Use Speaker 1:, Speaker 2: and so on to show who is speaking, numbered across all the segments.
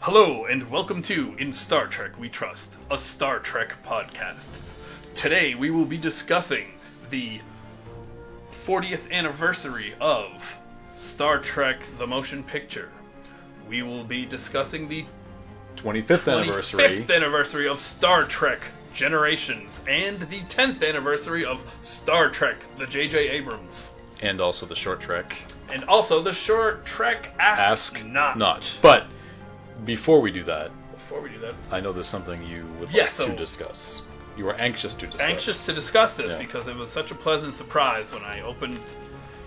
Speaker 1: Hello, and welcome to In Star Trek We Trust, a Star Trek podcast. Today we will be discussing the 40th anniversary of Star Trek the Motion Picture. We will be discussing the
Speaker 2: 25th anniversary.
Speaker 1: 25th anniversary of Star Trek Generations and the 10th anniversary of Star Trek the J.J. Abrams.
Speaker 2: and also the short trek.
Speaker 1: And also the short Trek Ask,
Speaker 2: Ask
Speaker 1: Not.
Speaker 2: But before we do that,
Speaker 1: Before we do that,
Speaker 2: I know there's something you would like
Speaker 1: Yes, so-
Speaker 2: to discuss. You were anxious to discuss.
Speaker 1: anxious to discuss this
Speaker 2: Yeah.
Speaker 1: because it was such a pleasant surprise when I opened,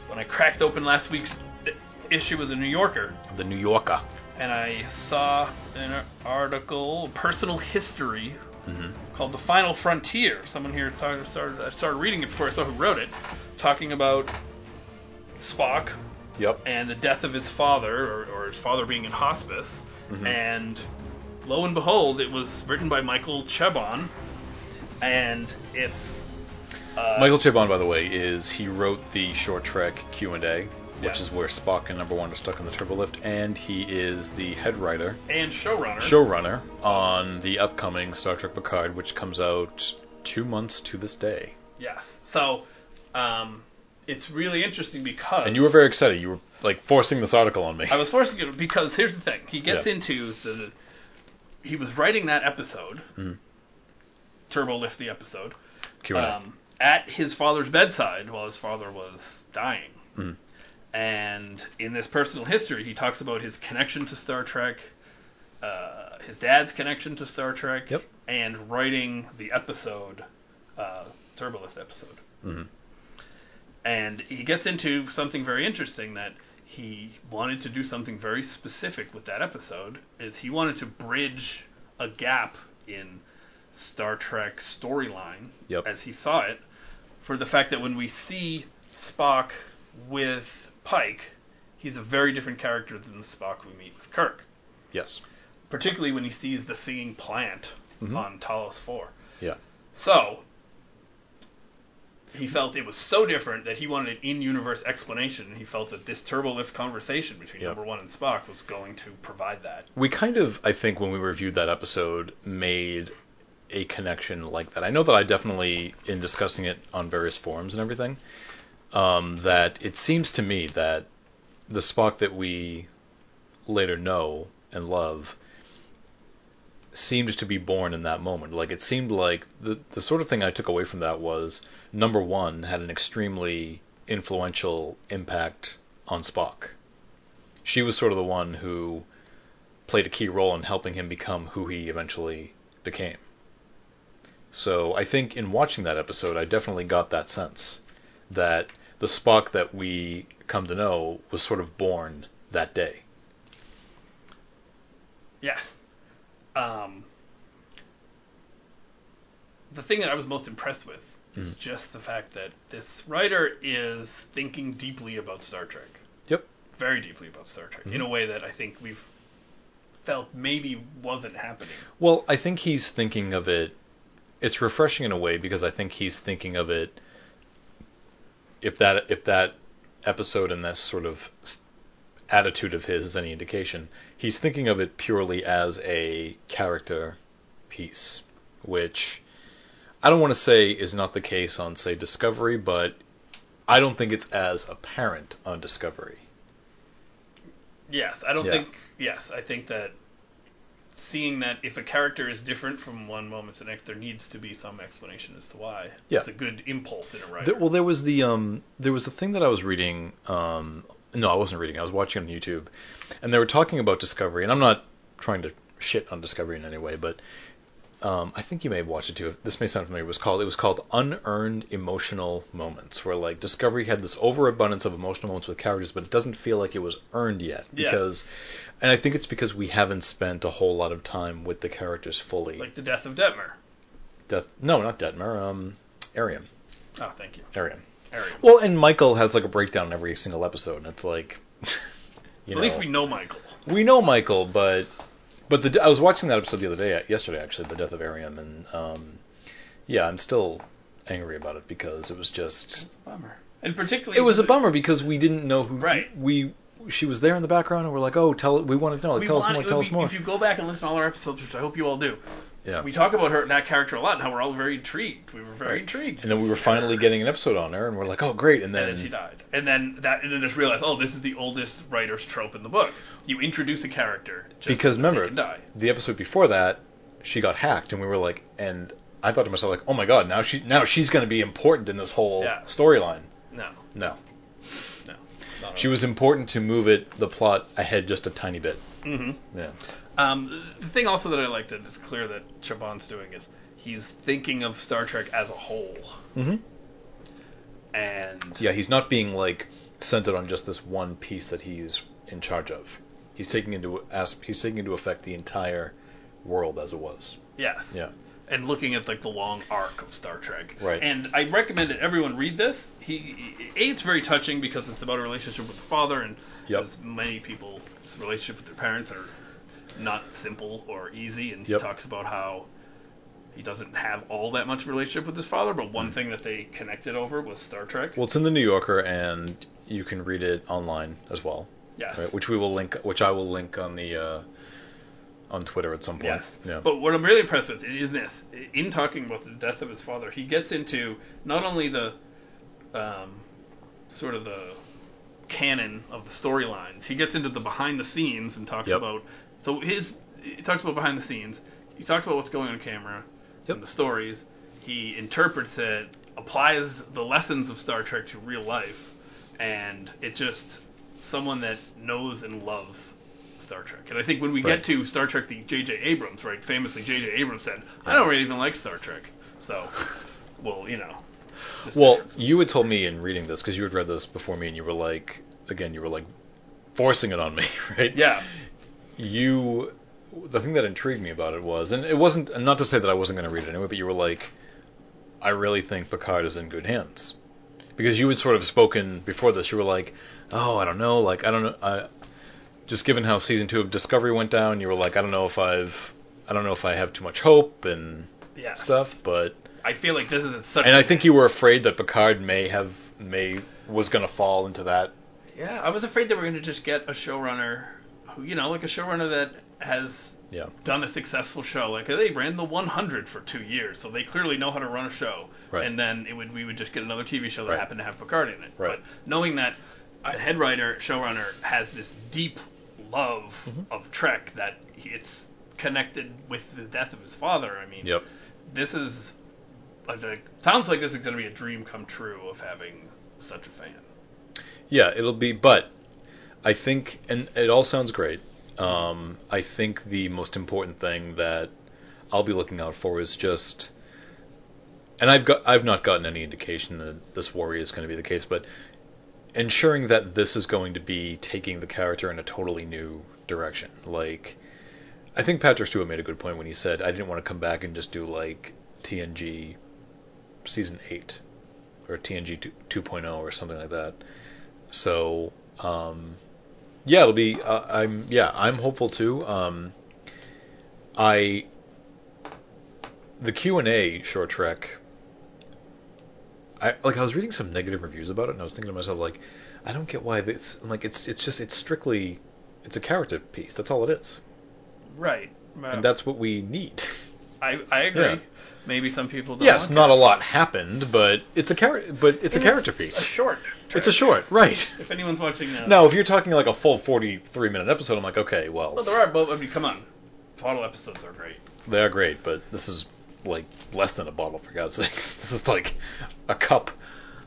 Speaker 1: when I cracked open last week's th- issue of the New Yorker,
Speaker 2: the New Yorker.
Speaker 1: and I saw an article, personal history,
Speaker 2: Mm-hmm.
Speaker 1: called "The Final Frontier." Someone here started, started. I started reading it before I saw who wrote it, talking about Spock
Speaker 2: Yep.
Speaker 1: and the death of his father, or, or his father being in hospice. And lo and behold, it was written by Michael Chabon, and it's uh,
Speaker 2: Michael Chabon, by the way, is he wrote the short trek Q and A, which
Speaker 1: Yes.
Speaker 2: is where Spock and Number One are stuck in the turbolift, and he is the head writer,
Speaker 1: and showrunner.
Speaker 2: showrunner on the upcoming Star Trek Picard, which comes out two months to this day.
Speaker 1: Yes. So, um, it's really interesting because
Speaker 2: And you were very excited. You were like forcing this article on me.
Speaker 1: I was forcing it because here's the thing. He gets
Speaker 2: Yeah.
Speaker 1: into the. He was writing that episode,
Speaker 2: Mm-hmm.
Speaker 1: Turbo Lift the episode,
Speaker 2: Q and A.
Speaker 1: um, at his father's bedside while his father was dying.
Speaker 2: Mm-hmm.
Speaker 1: And in this personal history, he talks about his connection to Star Trek, uh, his dad's connection to Star Trek,
Speaker 2: Yep.
Speaker 1: and writing the episode, uh, Turbolith episode.
Speaker 2: Mm-hmm.
Speaker 1: And he gets into something very interesting that he wanted to do something very specific with that episode is he wanted to bridge a gap in Star Trek storyline
Speaker 2: Yep.
Speaker 1: as he saw it for the fact that when we see Spock with Pike, he's a very different character than the Spock we meet with Kirk,
Speaker 2: Yes.
Speaker 1: particularly when he sees the singing plant on Talos 4.
Speaker 2: Mm-hmm. Yeah.
Speaker 1: So he felt it was so different that he wanted an in-universe explanation, and he felt that this turbolift conversation between
Speaker 2: Yep.
Speaker 1: Number One and Spock was going to provide that.
Speaker 2: we kind of, I think, when we reviewed that episode, made a connection like that. I know that I definitely, in discussing it on various forums and everything, um, that it seems to me that the Spock that we later know and love seemed to be born in that moment. Like it seemed like the the sort of thing I took away from that was number one had an extremely influential impact on Spock. She was sort of the one who played a key role in helping him become who he eventually became. So I think in watching that episode, I definitely got that sense that the Spock that we come to know was sort of born that day.
Speaker 1: Yes. Um, the thing that I was most impressed with is
Speaker 2: Mm.
Speaker 1: just the fact that this writer is thinking deeply about Star Trek,
Speaker 2: Yep.
Speaker 1: very deeply about Star Trek,
Speaker 2: Mm-hmm.
Speaker 1: in a way that I think we've felt maybe wasn't happening.
Speaker 2: Well, I think he's thinking of it. It's refreshing in a way because I think he's thinking of it. If that if that episode and that sort of s- attitude of his is any indication, he's thinking of it purely as a character piece, which I don't want to say is not the case on say Discovery, but I don't think it's as apparent on Discovery.
Speaker 1: Yes, I don't
Speaker 2: Yeah.
Speaker 1: think. Yes, I think that seeing that if a character is different from one moment to the next, there needs to be some explanation as to why.
Speaker 2: Yeah.
Speaker 1: It's a good impulse in a writer.
Speaker 2: There, well, there was the um, there was the thing that I was reading. Um, no, I wasn't reading. I was watching on YouTube, and they were talking about Discovery. And I'm not trying to shit on Discovery in any way, but um, I think you may have watched it too. This may sound familiar. It was called it was called unearned emotional moments, where like Discovery had this overabundance of emotional moments with characters, but it doesn't feel like it was earned yet
Speaker 1: Yeah.
Speaker 2: because, and I think it's because we haven't spent a whole lot of time with the characters fully.
Speaker 1: like the death of Detmer.
Speaker 2: Death, no, not Detmer. Um, Arium.
Speaker 1: Oh, thank you,
Speaker 2: Arium.
Speaker 1: Ariel.
Speaker 2: Well, and Michael has like a breakdown in every single episode, and it's like, you know,
Speaker 1: At least we know Michael.
Speaker 2: we know Michael, but but the I was watching that episode the other day, yesterday actually, the death of Arium, and um, yeah, I'm still angry about it because it was just
Speaker 1: Bummer. And particularly,
Speaker 2: it was a bummer because we didn't know who
Speaker 1: Right.
Speaker 2: we she was there in the background, and we're like, oh, tell we want to know, like,
Speaker 1: we
Speaker 2: tell us
Speaker 1: want-
Speaker 2: more,
Speaker 1: it
Speaker 2: tell
Speaker 1: would
Speaker 2: us
Speaker 1: be-
Speaker 2: more.
Speaker 1: If you go back and listen to all our episodes, which I hope you all do,
Speaker 2: yeah.
Speaker 1: we talk about her and that character a lot, and how we're all very intrigued. We were very
Speaker 2: Right.
Speaker 1: intrigued.
Speaker 2: and then we were finally getting an episode on her, and we're like, oh, great. And
Speaker 1: and
Speaker 2: then,
Speaker 1: then she died. And then that, and then just realized, oh, this is the oldest writer's trope in the book. You introduce a character just
Speaker 2: because
Speaker 1: so that they
Speaker 2: remember,
Speaker 1: can die.
Speaker 2: the episode before that, she got hacked, and we were like, and I thought to myself, like, oh my god, now she now she's going to be important in this whole
Speaker 1: Yeah.
Speaker 2: storyline.
Speaker 1: No,
Speaker 2: No,
Speaker 1: no, not
Speaker 2: she was important to move it the plot ahead just a tiny bit.
Speaker 1: hmm
Speaker 2: Yeah,
Speaker 1: Um, the thing also that I liked, and it's clear that Chabon's doing is he's thinking of Star Trek as a whole,
Speaker 2: mm-hmm.
Speaker 1: and
Speaker 2: yeah, he's not being like centered on just this one piece that he's in charge of. He's taking into as he's taking into effect the entire world as it was.
Speaker 1: yes,
Speaker 2: Yeah,
Speaker 1: and looking at like the long arc of Star Trek.
Speaker 2: Right.
Speaker 1: And I recommend that everyone read this. He a it's very touching because it's about a relationship with the father, and
Speaker 2: Yep.
Speaker 1: as many people's relationship with their parents are not simple or easy. And he
Speaker 2: Yep.
Speaker 1: talks about how he doesn't have all that much relationship with his father, but one thing that they connected over was Star Trek.
Speaker 2: Mm. well, it's in the New Yorker, and you can read it online as well.
Speaker 1: yes.
Speaker 2: right, which we will link, which I will link on the uh, on Twitter at some point.
Speaker 1: Yes.
Speaker 2: Yeah.
Speaker 1: But what I'm really impressed with is this: in talking about the death of his father, he gets into not only the um, sort of the canon of the storylines, he gets into the behind the scenes and talks
Speaker 2: Yep.
Speaker 1: about. So his he talks about behind the scenes. He talks about what's going on camera
Speaker 2: Yep.
Speaker 1: and the stories. He interprets it, applies the lessons of Star Trek to real life, and it just someone that knows and loves Star Trek. And I think when we
Speaker 2: Right.
Speaker 1: get to Star Trek, the J.J. Abrams, right? Famously, J.J. Abrams said, "I don't really even like Star Trek." So, well, you know. just
Speaker 2: well,
Speaker 1: differences.
Speaker 2: you had told me in reading this because you had read this before me, and you were like, again, you were like forcing it on me, right?
Speaker 1: yeah,
Speaker 2: You, the thing that intrigued me about it was, and it wasn't, and not to say that I wasn't going to read it anyway, but you were like, I really think Picard is in good hands, because you had sort of spoken before this. You were like, oh, I don't know, like I don't know, I, just given how season two of Discovery went down, you were like, I don't know if I've, I don't know if I have too much hope and
Speaker 1: yeah,
Speaker 2: stuff, but
Speaker 1: I feel like this is such.
Speaker 2: and I think you were afraid that Picard may have may was going to fall into that.
Speaker 1: Yeah, I was afraid that we are going to just get a showrunner, who you know, like a showrunner that has
Speaker 2: Yeah.
Speaker 1: done a successful show. Like they ran the 100 for two years, so they clearly know how to run a show.
Speaker 2: Right.
Speaker 1: And then it would we would just get another TV show that
Speaker 2: Right.
Speaker 1: happened to have Picard in it.
Speaker 2: Right.
Speaker 1: But knowing that the head writer showrunner has this deep love
Speaker 2: Mm-hmm.
Speaker 1: of Trek that it's connected with the death of his father. I mean,
Speaker 2: Yep.
Speaker 1: this is a, sounds like this is going to be a dream come true of having such a fan.
Speaker 2: Yeah, it'll be but I think and it all sounds great. Um, I think the most important thing that I'll be looking out for is just and I've got I've not gotten any indication that this worry is going to be the case, but ensuring that this is going to be taking the character in a totally new direction. Like I think Patrick Stewart made a good point when he said I didn't want to come back and just do like TNG season 8 or TNG 2, 2.0 or something like that. So, um, yeah, it'll be. Uh, I'm yeah, I'm hopeful too. Um, I the Q and A short trek. I like I was reading some negative reviews about it, and I was thinking to myself like, I don't get why this. I'm like it's it's just it's strictly it's a character piece. That's all it is,
Speaker 1: Right.
Speaker 2: and that's what we need.
Speaker 1: I, I agree.
Speaker 2: Yeah.
Speaker 1: Maybe some people don't.
Speaker 2: yes,
Speaker 1: like
Speaker 2: not
Speaker 1: it.
Speaker 2: a lot happened, but it's a character. But it's a
Speaker 1: And
Speaker 2: character
Speaker 1: A
Speaker 2: piece.
Speaker 1: short.
Speaker 2: It's a short, right?
Speaker 1: If anyone's watching uh, now.
Speaker 2: Now, if you're talking like a full 43 minute episode, I'm like, okay, well,
Speaker 1: Well, there are. But I mean, come on. Bottle episodes are great.
Speaker 2: They are great, but this is like less than a bottle for God's sakes. This is like a cup.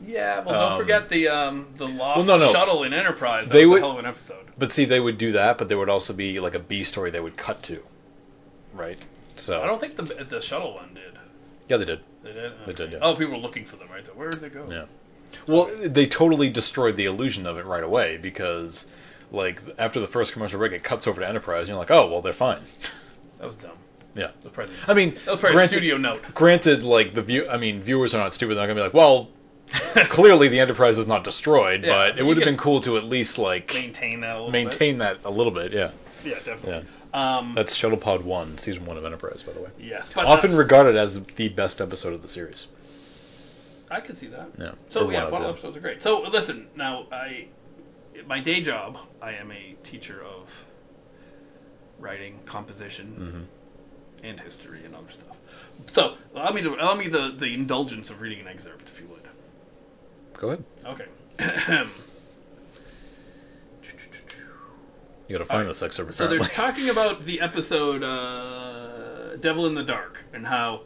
Speaker 1: Yeah. Well, don't
Speaker 2: Um,
Speaker 1: forget the um the lost
Speaker 2: Well, no, no.
Speaker 1: shuttle in Enterprise. That
Speaker 2: They
Speaker 1: was
Speaker 2: would-
Speaker 1: a hell of an episode.
Speaker 2: But see, they would do that, but there would also be like a B story they would cut to, right? So
Speaker 1: I don't think the the shuttle one did.
Speaker 2: yeah, they did.
Speaker 1: They did.
Speaker 2: They did, yeah.
Speaker 1: Oh, people were looking for them, right? There. Where did they go?
Speaker 2: Yeah. Well, they totally destroyed the illusion of it right away because, like, after the first commercial break, it cuts over to Enterprise, and you're like, oh, well, they're fine.
Speaker 1: That was dumb.
Speaker 2: Yeah.
Speaker 1: That was probably
Speaker 2: I mean,
Speaker 1: that was probably a
Speaker 2: granted-
Speaker 1: studio note.
Speaker 2: Granted, like the view, I mean, viewers are not stupid. They're not gonna be like, well, clearly the Enterprise is not destroyed,
Speaker 1: Yeah,
Speaker 2: but it
Speaker 1: you
Speaker 2: would have
Speaker 1: can-
Speaker 2: been cool to at least like
Speaker 1: Maintain that a little
Speaker 2: maintain that a little bit. Yeah,
Speaker 1: bit. Yeah, definitely. Um.
Speaker 2: that's Shuttlepod One, Season One of Enterprise, by the way.
Speaker 1: yes. But
Speaker 2: Often
Speaker 1: that's-
Speaker 2: regarded as the best episode of the series.
Speaker 1: I could see that.
Speaker 2: Yeah.
Speaker 1: So
Speaker 2: Or
Speaker 1: yeah,
Speaker 2: one of
Speaker 1: bottle
Speaker 2: them.
Speaker 1: episodes are great. So listen, now I my day job, I am a teacher of writing, composition,
Speaker 2: Mm-hmm.
Speaker 1: and history and other stuff. So allow me to allow me the, the indulgence of reading an excerpt, if you would.
Speaker 2: Go ahead.
Speaker 1: Okay.
Speaker 2: You gotta find
Speaker 1: Alright.
Speaker 2: this excerpt.
Speaker 1: so they're
Speaker 2: Apparently.
Speaker 1: talking about the episode uh, Devil in the Dark and how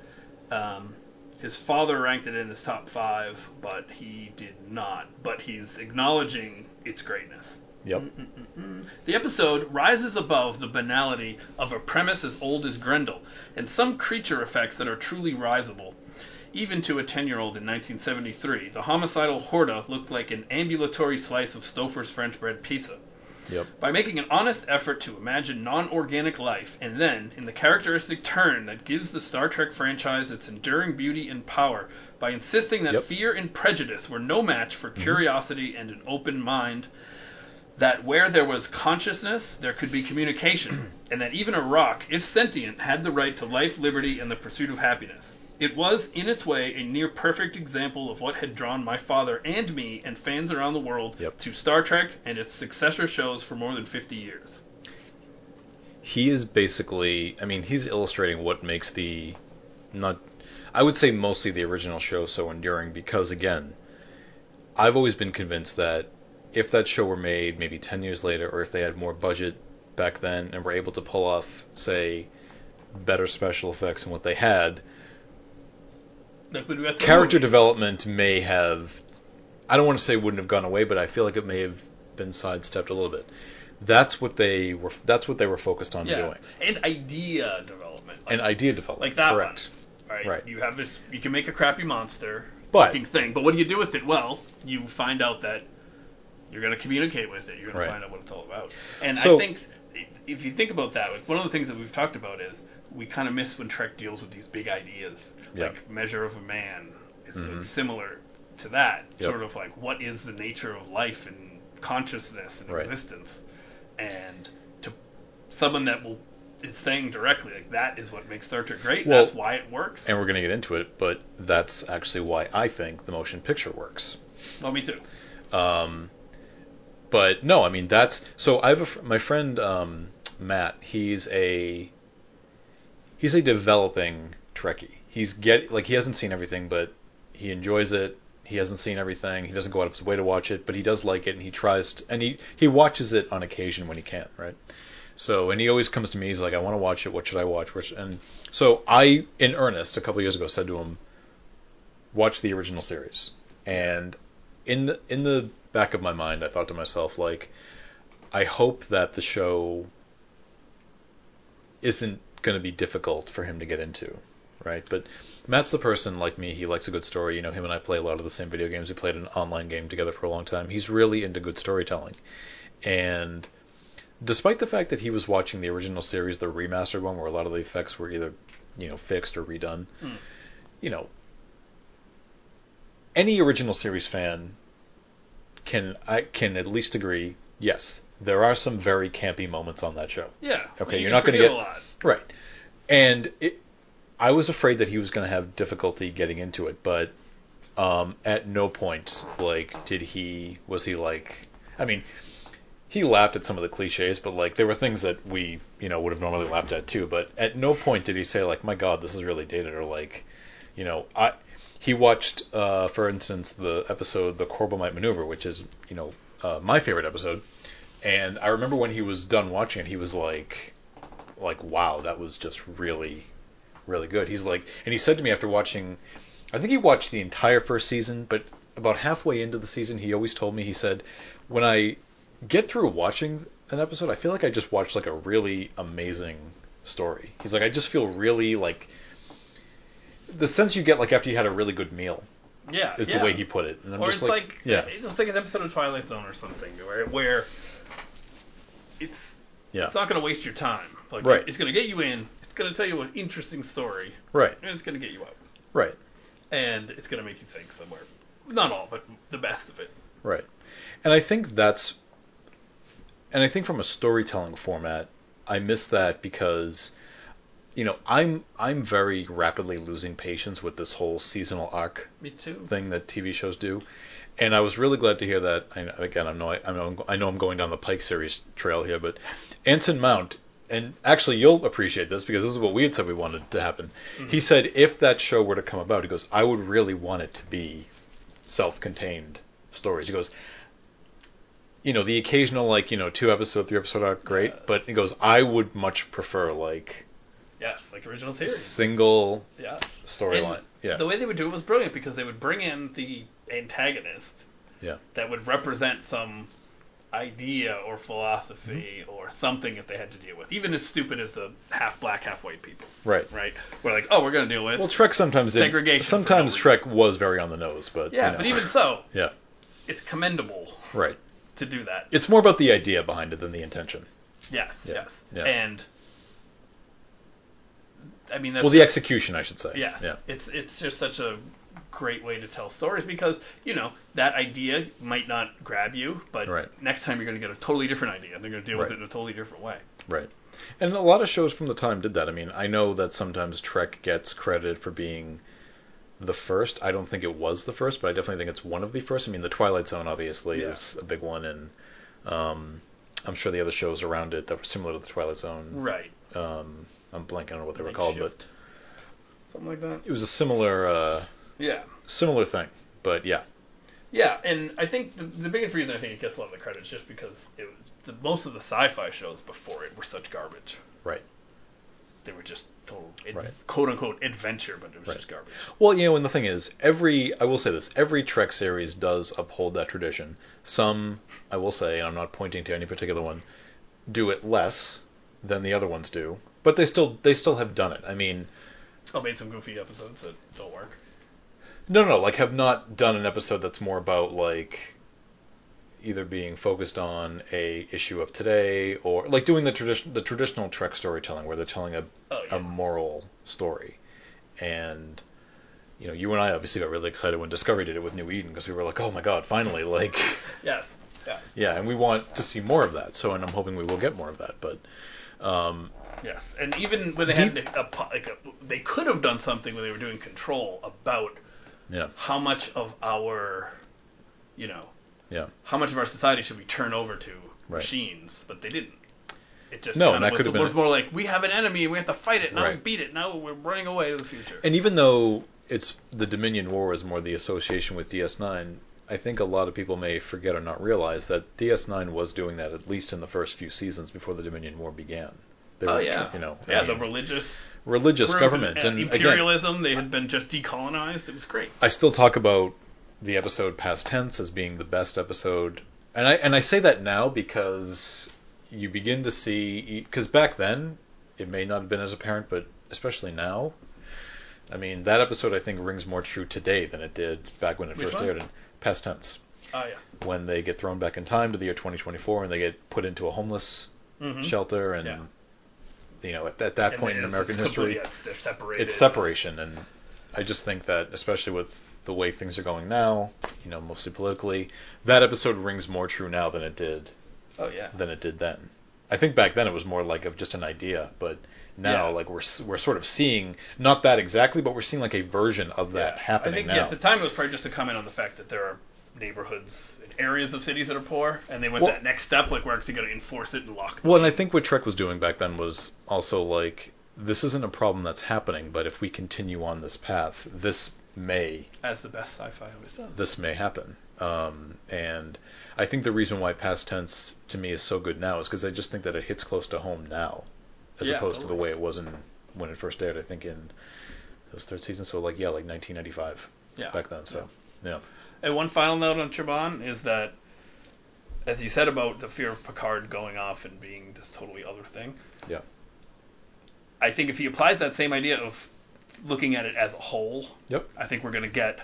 Speaker 1: um, his father ranked it in his top five, but he did not. But he's acknowledging its greatness.
Speaker 2: yep.
Speaker 1: The episode rises above the banality of a premise as old as Grendel and some creature effects that are truly risible. Even to a 10 year old in 1973, the homicidal Horda looked like an ambulatory slice of Stouffer's French bread pizza.
Speaker 2: Yep.
Speaker 1: By making an honest effort to imagine non organic life, and then, in the characteristic turn that gives the Star Trek franchise its enduring beauty and power, by insisting that
Speaker 2: Yep.
Speaker 1: fear and prejudice were no match for curiosity and an open mind, that where there was consciousness, there could be communication, and that even a rock, if sentient, had the right to life, liberty, and the pursuit of happiness. It was, in its way, a near perfect example of what had drawn my father and me and fans around the world
Speaker 2: Yep.
Speaker 1: to Star Trek and its successor shows for more than 50 years.
Speaker 2: he is basically i mean he's illustrating what makes the not i would say mostly the original show so enduring because again i've always been convinced that if that show were made maybe 10 years later or if they had more budget back then and were able to pull off say better special effects than what they had
Speaker 1: Like, when we got to the
Speaker 2: character
Speaker 1: movies,
Speaker 2: development may have I don't want to say wouldn't have gone away, but I feel like it may have been sidestepped a little bit. That's what they were that's what they were focused on
Speaker 1: yeah.
Speaker 2: doing.
Speaker 1: and idea development. Like,
Speaker 2: And idea development.
Speaker 1: like that
Speaker 2: correct.
Speaker 1: one. Right?
Speaker 2: Right.
Speaker 1: You have this. You can make a crappy monster
Speaker 2: But-
Speaker 1: looking thing, but what do you do with it? Well, you find out that you're going to communicate with it. You're going
Speaker 2: Right.
Speaker 1: to find out what it's all about. And I
Speaker 2: So-
Speaker 1: think if you think about that, like, one of the things that we've talked about is we kind of miss when Trek deals with these big ideas,
Speaker 2: Yeah. Mm-hmm.
Speaker 1: like Measure of a Man. Is so similar to that,
Speaker 2: Yep.
Speaker 1: sort of like what is the nature of life and consciousness and
Speaker 2: Right.
Speaker 1: existence, and to someone that will is saying directly like that is what makes Star Trek great.
Speaker 2: Well-
Speaker 1: that's why it works.
Speaker 2: And we're going to get into it, but that's actually why I think the motion picture works.
Speaker 1: well, me too.
Speaker 2: Um, But no, I mean that's so. I have a, fr- my friend um, Matt. He's a he's a developing Trekkie. He's get like he hasn't seen everything, but he enjoys it. He hasn't seen everything. He doesn't go out of his way to watch it, but he does like it, and he tries to, and he he watches it on occasion when he can, right? So, and he always comes to me. He's like, "I want to watch it. What should I watch?" Which, and so I, in earnest, a couple years ago, said to him, "Watch the original series." And in the in the back of my mind, I thought to myself, like, I hope that the show isn't going to be difficult for him to get into, right? But Matt's the person like me. He likes a good story. You know, him and I play a lot of the same video games. We played an online game together for a long time. He's really into good storytelling, and despite the fact that he was watching the original series, the remastered one, where a lot of the effects were either, you know, fixed or redone, you know, any original series fan can I can at least agree, yes, there are some very campy moments on that show.
Speaker 1: Yeah.
Speaker 2: Okay,
Speaker 1: Like, you
Speaker 2: you're not
Speaker 1: forgive
Speaker 2: gonna
Speaker 1: a
Speaker 2: get-
Speaker 1: lot.
Speaker 2: Right. And it, I was afraid that he was going to have difficulty getting into it, but um, at no point, like, did he, was he like, I mean, he laughed at some of the cliches, but, like, there were things that we, you know, would have normally laughed at too, but at no point did he say, like, my God, this is really dated, or, like, you know, I. He watched, uh, for instance, the episode "The Corbomite Maneuver," which is, you know, uh, my favorite episode. And I remember when he was done watching it, he was like, like wow that was just really really good he's like and he said to me after watching i think he watched the entire first season but about halfway into the season he always told me he said when i get through watching an episode i feel like i just watched like a really amazing story he's like i just feel really like the sense you get like after you had a really good meal
Speaker 1: Yeah.
Speaker 2: is
Speaker 1: yeah.
Speaker 2: the way he put it and i'm
Speaker 1: or
Speaker 2: just
Speaker 1: it's like,
Speaker 2: yeah
Speaker 1: it's like an episode of Twilight Zone or something where where it's
Speaker 2: yeah
Speaker 1: it's not going to waste your time. Like
Speaker 2: Right.
Speaker 1: it's going to get you in. It's going to tell you an interesting story,
Speaker 2: right
Speaker 1: and it's going to get you out,
Speaker 2: right
Speaker 1: and it's going to make you think somewhere. Not all, but the best of it.
Speaker 2: Right. And I think that's and I think from a storytelling format, I miss that because you know, I'm I'm very rapidly losing patience with this whole seasonal arc
Speaker 1: Me too.
Speaker 2: thing that TV shows do, and I was really glad to hear that. And again, I'm no, I know I know I'm going down the Pike series trail here, but Anson Mount, and actually you'll appreciate this because this is what we had said we wanted to happen.
Speaker 1: Mm-hmm.
Speaker 2: He said if that show were to come about, he goes, I would really want it to be self-contained stories. He goes. You know the occasional like you know two episode three episode arc great,
Speaker 1: Yes.
Speaker 2: but he goes I would much prefer like
Speaker 1: Yes, like original series.
Speaker 2: single
Speaker 1: Yes.
Speaker 2: storyline.
Speaker 1: And
Speaker 2: Yeah.
Speaker 1: The way they would do it was brilliant because they would bring in the antagonist
Speaker 2: Yeah.
Speaker 1: that would represent some idea or philosophy
Speaker 2: Mm-hmm.
Speaker 1: or something that they had to deal with, even as stupid as the half black, half white people,
Speaker 2: right.
Speaker 1: right? We're like, oh, we're going to deal with.
Speaker 2: Well, Trek sometimes did-
Speaker 1: Segregation for
Speaker 2: Sometimes
Speaker 1: no
Speaker 2: Trek was very on the nose, but
Speaker 1: yeah,
Speaker 2: you know.
Speaker 1: but even so,
Speaker 2: yeah,
Speaker 1: it's commendable
Speaker 2: right.
Speaker 1: to do that.
Speaker 2: It's more about the idea behind it than the intention.
Speaker 1: Yes,
Speaker 2: Yeah,
Speaker 1: yes.
Speaker 2: yeah.
Speaker 1: And I mean that's
Speaker 2: well, the
Speaker 1: just-
Speaker 2: execution, I should say.
Speaker 1: Yes.
Speaker 2: Yeah.
Speaker 1: It's it's just such a great way to tell stories because, you know, that idea might not grab you, but
Speaker 2: Right.
Speaker 1: next time you're going to get a totally different idea and they're going to deal with
Speaker 2: Right.
Speaker 1: it in a totally different way.
Speaker 2: Right. And a lot of shows from the time did that. I mean, I know that sometimes Trek gets credited for being the first. I don't think it was the first, but I definitely think it's one of the first. I mean, The Twilight Zone obviously
Speaker 1: Yeah.
Speaker 2: is a big one, and um, I'm sure the other shows around it that were similar to The Twilight Zone.
Speaker 1: Right.
Speaker 2: Um, I'm blanking on what they were
Speaker 1: Night
Speaker 2: called,
Speaker 1: Mm. Shift. something like that.
Speaker 2: but it was a similar uh,
Speaker 1: Yeah.
Speaker 2: similar thing. But yeah,
Speaker 1: Yeah, and I think the, the biggest reason I think it gets a lot of the credit is just because it, was- the, most of the sci-fi shows before it were such garbage.
Speaker 2: right.
Speaker 1: They were just total
Speaker 2: Right.
Speaker 1: quote unquote adventure, but it was
Speaker 2: Right.
Speaker 1: just garbage.
Speaker 2: Well, you know, and the thing is, every I will say this, every Trek series does uphold that tradition. Some, I will say, and I'm not pointing to any particular one, do it less than the other ones do, but they still they still have done it. I mean,
Speaker 1: I Oh, made some goofy episodes that don't work.
Speaker 2: no, no, like have not done an episode that's more about like either being focused on a issue of today or like doing the tradition the traditional Trek storytelling where they're telling a
Speaker 1: Oh yeah.
Speaker 2: a moral story. And you know, you and I obviously got really excited when Discovery did it with New Eden because we were like, "Oh my God, finally!" Like,
Speaker 1: yes. Yes.
Speaker 2: yeah, and we want to see more of that. So, and I'm hoping we will get more of that. But um,
Speaker 1: Yes. And even when they had a, po- like a, they could have done something when they were doing Control about
Speaker 2: yeah,
Speaker 1: how much of our, you know,
Speaker 2: Yeah.
Speaker 1: how much of our society should we turn over to
Speaker 2: Right.
Speaker 1: machines? But they didn't. It just
Speaker 2: No,
Speaker 1: kind
Speaker 2: and
Speaker 1: of
Speaker 2: that
Speaker 1: was,
Speaker 2: could have been
Speaker 1: was
Speaker 2: it.
Speaker 1: more like we have an enemy, we have to fight it, now we
Speaker 2: Right.
Speaker 1: beat it, now we're running away to the future.
Speaker 2: and even though it's the Dominion War is more the association with DS9, I think a lot of people may forget or not realize that DS9 was doing that at least in the first few seasons before the Dominion War began. They
Speaker 1: oh
Speaker 2: were,
Speaker 1: yeah.
Speaker 2: you know, I
Speaker 1: yeah, the
Speaker 2: mean,
Speaker 1: religious
Speaker 2: religious
Speaker 1: group
Speaker 2: government
Speaker 1: and,
Speaker 2: and again,
Speaker 1: imperialism. they had been just decolonized. It was great.
Speaker 2: I still talk about the episode past tense as being the best episode, and I and I say that now because you begin to see because back then it may not have been as apparent, but especially now, I mean that episode I think rings more true today than it did back when it
Speaker 1: Which
Speaker 2: first
Speaker 1: one?
Speaker 2: aired in past tense
Speaker 1: Ah yes.
Speaker 2: when they get thrown back in time to the year 2024 and they get put into a homeless
Speaker 1: Mhm.
Speaker 2: shelter and
Speaker 1: Yeah.
Speaker 2: you know at, at that
Speaker 1: And
Speaker 2: point in
Speaker 1: it's-
Speaker 2: American
Speaker 1: it's
Speaker 2: history
Speaker 1: completely- It's, they're separated.
Speaker 2: it's separation and i just think that especially with the way things are going now you know mostly politically that episode rings more true now than it did
Speaker 1: Oh yeah.
Speaker 2: than it did then i think back then it was more like of just an idea but now
Speaker 1: Yeah.
Speaker 2: like we're s- we're sort of seeing not that exactly but we're seeing like a version of that
Speaker 1: Yeah.
Speaker 2: happening
Speaker 1: I think
Speaker 2: now
Speaker 1: yeah, at the time it was probably just a comment on the fact that there are neighborhoods and areas of cities that are poor, and they went
Speaker 2: Well-
Speaker 1: that next step, like we're actually going to enforce it and lock them.
Speaker 2: well and i think what trek was doing back then was also like this isn't a problem that's happening but if we continue on this path this may
Speaker 1: As the best sci-fi always does.
Speaker 2: this may happen. Um, and I think the reason why past tense to me is so good now is because I just think that it hits close to home now, as
Speaker 1: Yeah,
Speaker 2: opposed to the
Speaker 1: totally.
Speaker 2: way it was in when it first aired. I think in it was third season, so like yeah, like 1995
Speaker 1: yeah.
Speaker 2: back then. So yeah,
Speaker 1: And one final note on Chabon is that, as you said about the fear of Picard going off and being this totally other thing.
Speaker 2: Yeah.
Speaker 1: I think if he applies that same idea of looking at it as a whole,
Speaker 2: Yep.
Speaker 1: I think we're going to get,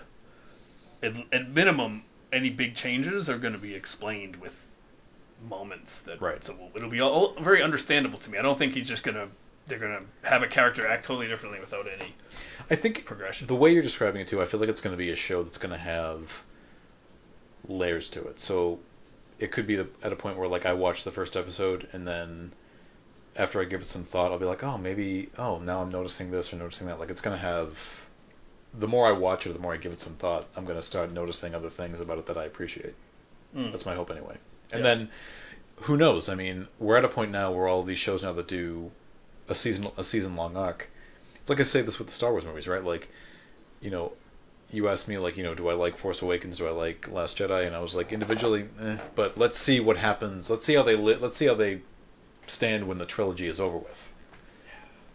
Speaker 1: at, at minimum, any big changes are going to be explained with moments that.
Speaker 2: Right.
Speaker 1: So it'll be all very understandable to me. I don't think he's just going to. They're going to have a character act totally differently without any
Speaker 2: I think
Speaker 1: progression.
Speaker 2: the way you're describing it too, I feel like it's going to be a show that's going to have layers to it. So it could be the, at a point where like I watched the first episode and then after I give it some thought, I'll be like, oh, maybe, oh, now I'm noticing this or noticing that. Like, it's going to have. The more I watch it, the more I give it some thought, I'm going to start noticing other things about it that I appreciate.
Speaker 1: Mm.
Speaker 2: That's my hope, anyway. And
Speaker 1: Yeah.
Speaker 2: then, who knows? I mean, we're at a point now where all these shows now that do a season a season long arc. It's like I say this with the Star Wars movies, right? Like, you know, you asked me like, you know, do I like Force Awakens? Do I like Last Jedi? And I was like, individually, eh, but let's see what happens. Let's see how they lit. Let's see how they stand when the trilogy is over with.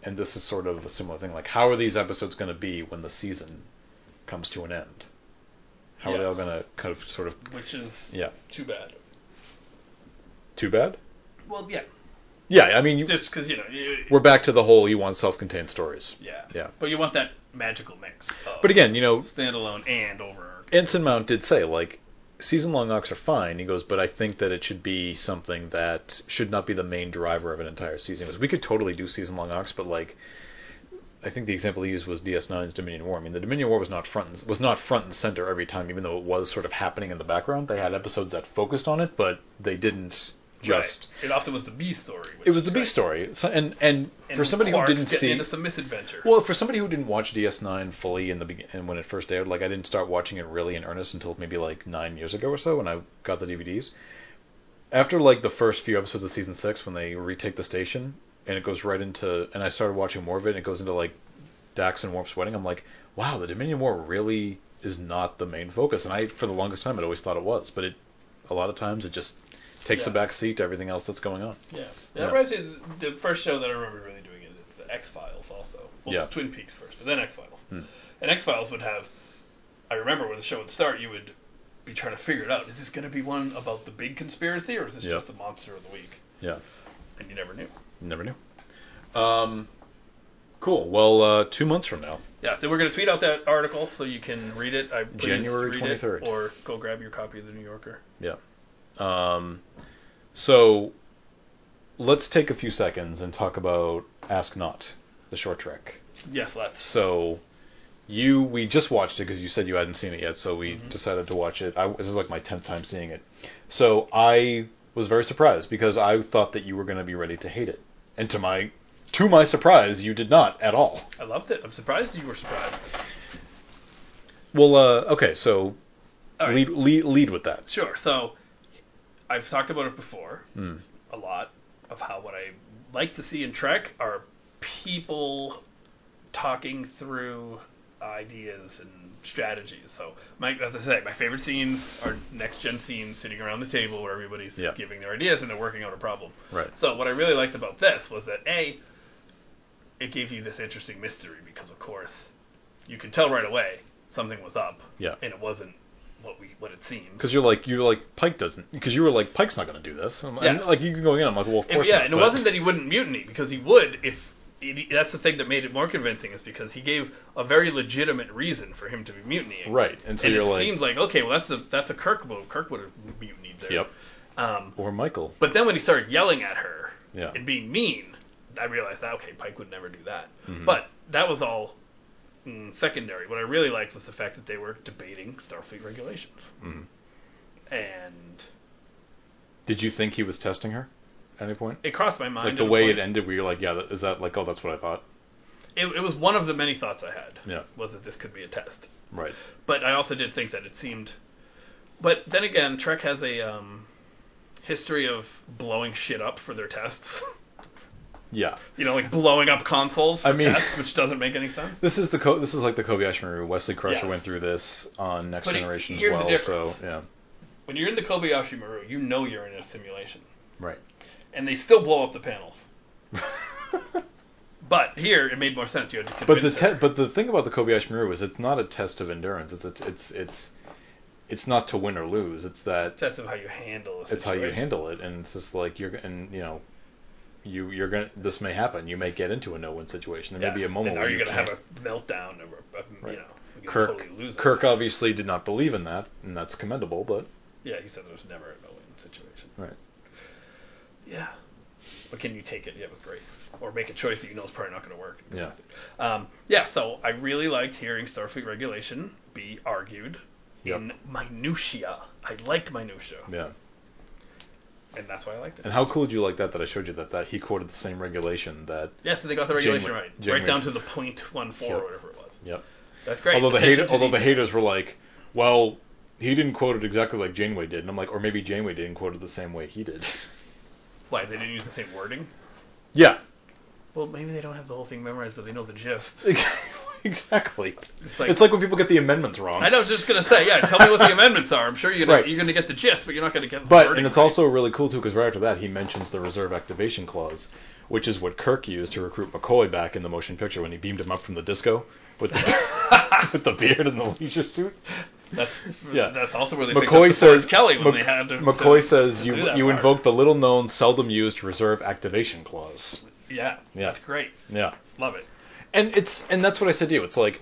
Speaker 2: And this is sort of a similar thing. Like, how are these episodes going to be when the season comes to an end? How are they all
Speaker 1: Yes.
Speaker 2: going to kind of sort of
Speaker 1: which is
Speaker 2: yeah?
Speaker 1: too bad.
Speaker 2: Too bad.
Speaker 1: Well, yeah,
Speaker 2: Yeah, I mean, you,
Speaker 1: just because you know, you,
Speaker 2: we're back to the whole you want self-contained stories.
Speaker 1: yeah,
Speaker 2: Yeah.
Speaker 1: but you want that magical mix. Of
Speaker 2: But again, you know,
Speaker 1: standalone and over.
Speaker 2: Ensign Mount did say like season-long arcs are fine. He goes, but I think that it should be something that should not be the main driver of an entire season. Because we could totally do season-long arcs, but like. I think the example he used was DS9's Dominion War. I mean, the Dominion War was not front and, was not front and center every time, even though it was sort of happening in the background. They had episodes that focused on it, but they didn't just.
Speaker 1: Right. it often was the B story. which
Speaker 2: It was
Speaker 1: is
Speaker 2: the B
Speaker 1: great.
Speaker 2: story, so, and and,
Speaker 1: And
Speaker 2: for somebody who
Speaker 1: Quark's
Speaker 2: didn't
Speaker 1: getting
Speaker 2: see
Speaker 1: into some misadventure.
Speaker 2: Well, for somebody who didn't watch DS9 fully in the begin- and when it first aired, like I didn't start watching it really in earnest until maybe like nine years ago or so when I got the DVDs. After like the first few episodes of season six, when they retake the station and it goes right into, and I started watching more of it, and it goes into like Dax and Warp's wedding. I'm like, wow, the Dominion War really is not the main focus, and I for the longest time I'd always thought it was, but it a lot of times it just takes
Speaker 1: Yeah.
Speaker 2: a back seat to everything else that's going on.
Speaker 1: yeah, that
Speaker 2: Yeah.
Speaker 1: reminds me. of The the first show that I remember really doing it is the X Files. Also, well,
Speaker 2: Yeah.
Speaker 1: Twin Peaks first, but then X Files.
Speaker 2: Hmm.
Speaker 1: And X Files would have. I remember when the show would start, you would be trying to figure it out. Is this going to be one about the big conspiracy, or is this
Speaker 2: Yeah.
Speaker 1: just the monster of the week?
Speaker 2: Yeah.
Speaker 1: And you never knew.
Speaker 2: Never knew. Um, cool. Well, uh, two months from now.
Speaker 1: Yeah, so we're going to tweet out that article so you can read it. I please
Speaker 2: January
Speaker 1: read it,
Speaker 2: 23rd.
Speaker 1: or go grab your copy of the New Yorker.
Speaker 2: Um, so let's take a few seconds and talk about Ask Not, the short trek.
Speaker 1: Yes, let's.
Speaker 2: So you, we just watched it because you said you hadn't seen it yet, so we
Speaker 1: Mhm.
Speaker 2: decided to watch it. I, this is like my tenth time seeing it. So I was very surprised because I thought that you were going to be ready to hate it, and to my to my surprise, you did not at all.
Speaker 1: I loved it. I'm surprised you were surprised.
Speaker 2: Well, uh, okay, so
Speaker 1: All right.
Speaker 2: lead, lead lead with that.
Speaker 1: Sure. So I've talked about it before
Speaker 2: Mm.
Speaker 1: a lot of how what I like to see in Trek are people talking through ideas and strategies. So my as I say, my favorite scenes are next gen scenes sitting around the table where everybody's
Speaker 2: Yeah.
Speaker 1: giving their ideas and they're working out a problem.
Speaker 2: Right.
Speaker 1: So what I really liked about this was that A it gave you this interesting mystery because of course you could tell right away something was up
Speaker 2: Yeah.
Speaker 1: and it wasn't what we what it seemed.
Speaker 2: Because you're like you're like Pike doesn't because you were like Pike's not gonna do this. I'm, and,
Speaker 1: Yes.
Speaker 2: like you can go in. I'm like well of
Speaker 1: And-
Speaker 2: course
Speaker 1: yeah,
Speaker 2: not,
Speaker 1: and
Speaker 2: but-
Speaker 1: it wasn't that he wouldn't mutiny because he would if it, that's the thing that made it more convincing is because he gave a very legitimate reason for him to be mutinying.
Speaker 2: right. And so
Speaker 1: and
Speaker 2: you're
Speaker 1: it
Speaker 2: like
Speaker 1: seemed like okay, well that's a that's a Kirk move. Kirk would have mutinied there.
Speaker 2: yep
Speaker 1: Um,
Speaker 2: or Michael
Speaker 1: but then when he started yelling at her
Speaker 2: yeah
Speaker 1: and being mean, I realized that okay, Pike would never do that.
Speaker 2: Mhm.
Speaker 1: But that was all mm, secondary. What I really liked was the fact that they were debating Starfleet regulations
Speaker 2: Mhm.
Speaker 1: and.
Speaker 2: Did you think he was testing her at any point?
Speaker 1: It crossed my mind.
Speaker 2: Like the
Speaker 1: at a
Speaker 2: way
Speaker 1: point.
Speaker 2: it ended, where you're like, yeah, that, is that like, oh, that's what I thought.
Speaker 1: it, it was one of the many thoughts I had.
Speaker 2: Yeah.
Speaker 1: Was that this could be a test.
Speaker 2: Right.
Speaker 1: But I also did think that it seemed. But then again, Trek has a um, history of blowing shit up for their tests.
Speaker 2: Yeah.
Speaker 1: you know, like blowing up consoles for
Speaker 2: I mean-
Speaker 1: tests, which doesn't make any sense.
Speaker 2: This is the co- this is like the Kobayashi Maru. Wesley Crusher
Speaker 1: Yes.
Speaker 2: went through this on Next
Speaker 1: But he-
Speaker 2: Generation as
Speaker 1: here's the
Speaker 2: well. So
Speaker 1: difference.
Speaker 2: yeah.
Speaker 1: When you're in the Kobayashi Maru, you know you're in a simulation,
Speaker 2: Right.
Speaker 1: and they still blow up the panels. But here, it made more sense. You had to
Speaker 2: But the
Speaker 1: convince
Speaker 2: te-
Speaker 1: her.
Speaker 2: but the thing about the Kobayashi Maru is it's not a test of endurance. It's a t- it's it's it's not to win or lose. It's that
Speaker 1: test of how you handle. A
Speaker 2: it's how you
Speaker 1: situation.
Speaker 2: handle it and it's just like you're and you know you you're gonna this may happen you may get into a no-win situation there may be a
Speaker 1: Yes,
Speaker 2: moment
Speaker 1: and
Speaker 2: where
Speaker 1: are you
Speaker 2: you
Speaker 1: gonna
Speaker 2: can't.
Speaker 1: have a meltdown or a, a-
Speaker 2: Right.
Speaker 1: you know you could
Speaker 2: kirk
Speaker 1: totally lose it.
Speaker 2: kirk obviously did not believe in that and that's commendable but
Speaker 1: Yeah, he said there was never a no-win situation.
Speaker 2: Right.
Speaker 1: Yeah. But can you take it? Yeah, with grace, or make a choice that you know is probably not going to work.
Speaker 2: yeah
Speaker 1: Um, yeah. So I really liked hearing Starfleet regulation be argued
Speaker 2: Yep.
Speaker 1: in minutia. I liked minutia.
Speaker 2: yeah
Speaker 1: and that's why I liked it.
Speaker 2: And how cool did you like that? That I showed you that that he quoted the same regulation that.
Speaker 1: Yes, they got the regulation
Speaker 2: Janeway-
Speaker 1: right,
Speaker 2: Janeway-
Speaker 1: right down to the point one four
Speaker 2: Yep.
Speaker 1: or whatever it was.
Speaker 2: Yep.
Speaker 1: That's great.
Speaker 2: although the
Speaker 1: Attention
Speaker 2: hater,
Speaker 1: to
Speaker 2: although the
Speaker 1: detail.
Speaker 2: haters were like, well, he didn't quote it exactly like Janeway did, and I'm like, or maybe Janeway didn't quote it the same way he did.
Speaker 1: why they didn't use the same wording.
Speaker 2: yeah.
Speaker 1: Well, maybe they don't have the whole thing memorized, but they know the gist.
Speaker 2: Exactly.
Speaker 1: It's like,
Speaker 2: It's like when people get the amendments wrong.
Speaker 1: I know, I was just gonna say, yeah. Tell me what the amendments are. I'm sure you're gonna,
Speaker 2: Right.
Speaker 1: you're gonna get the gist, but you're not gonna get. The
Speaker 2: But
Speaker 1: wording
Speaker 2: and it's
Speaker 1: right.
Speaker 2: also really cool too because right after that he mentions the reserve activation clause, which is what Kirk used to recruit McCoy back in the motion picture when he beamed him up from the disco with the, with the beard and the leisure suit.
Speaker 1: that's
Speaker 2: yeah.
Speaker 1: That's also where they picked up
Speaker 2: McCoy
Speaker 1: the
Speaker 2: says
Speaker 1: Forrest Kelly when
Speaker 2: Mc-
Speaker 1: they had to,
Speaker 2: McCoy
Speaker 1: to-
Speaker 2: says
Speaker 1: to
Speaker 2: you
Speaker 1: do that
Speaker 2: you
Speaker 1: part.
Speaker 2: invoke the little known seldom used reserve activation clause.
Speaker 1: Yeah,
Speaker 2: Yeah.
Speaker 1: that's great.
Speaker 2: Yeah.
Speaker 1: Love it.
Speaker 2: and it's and that's what I said to you. It's like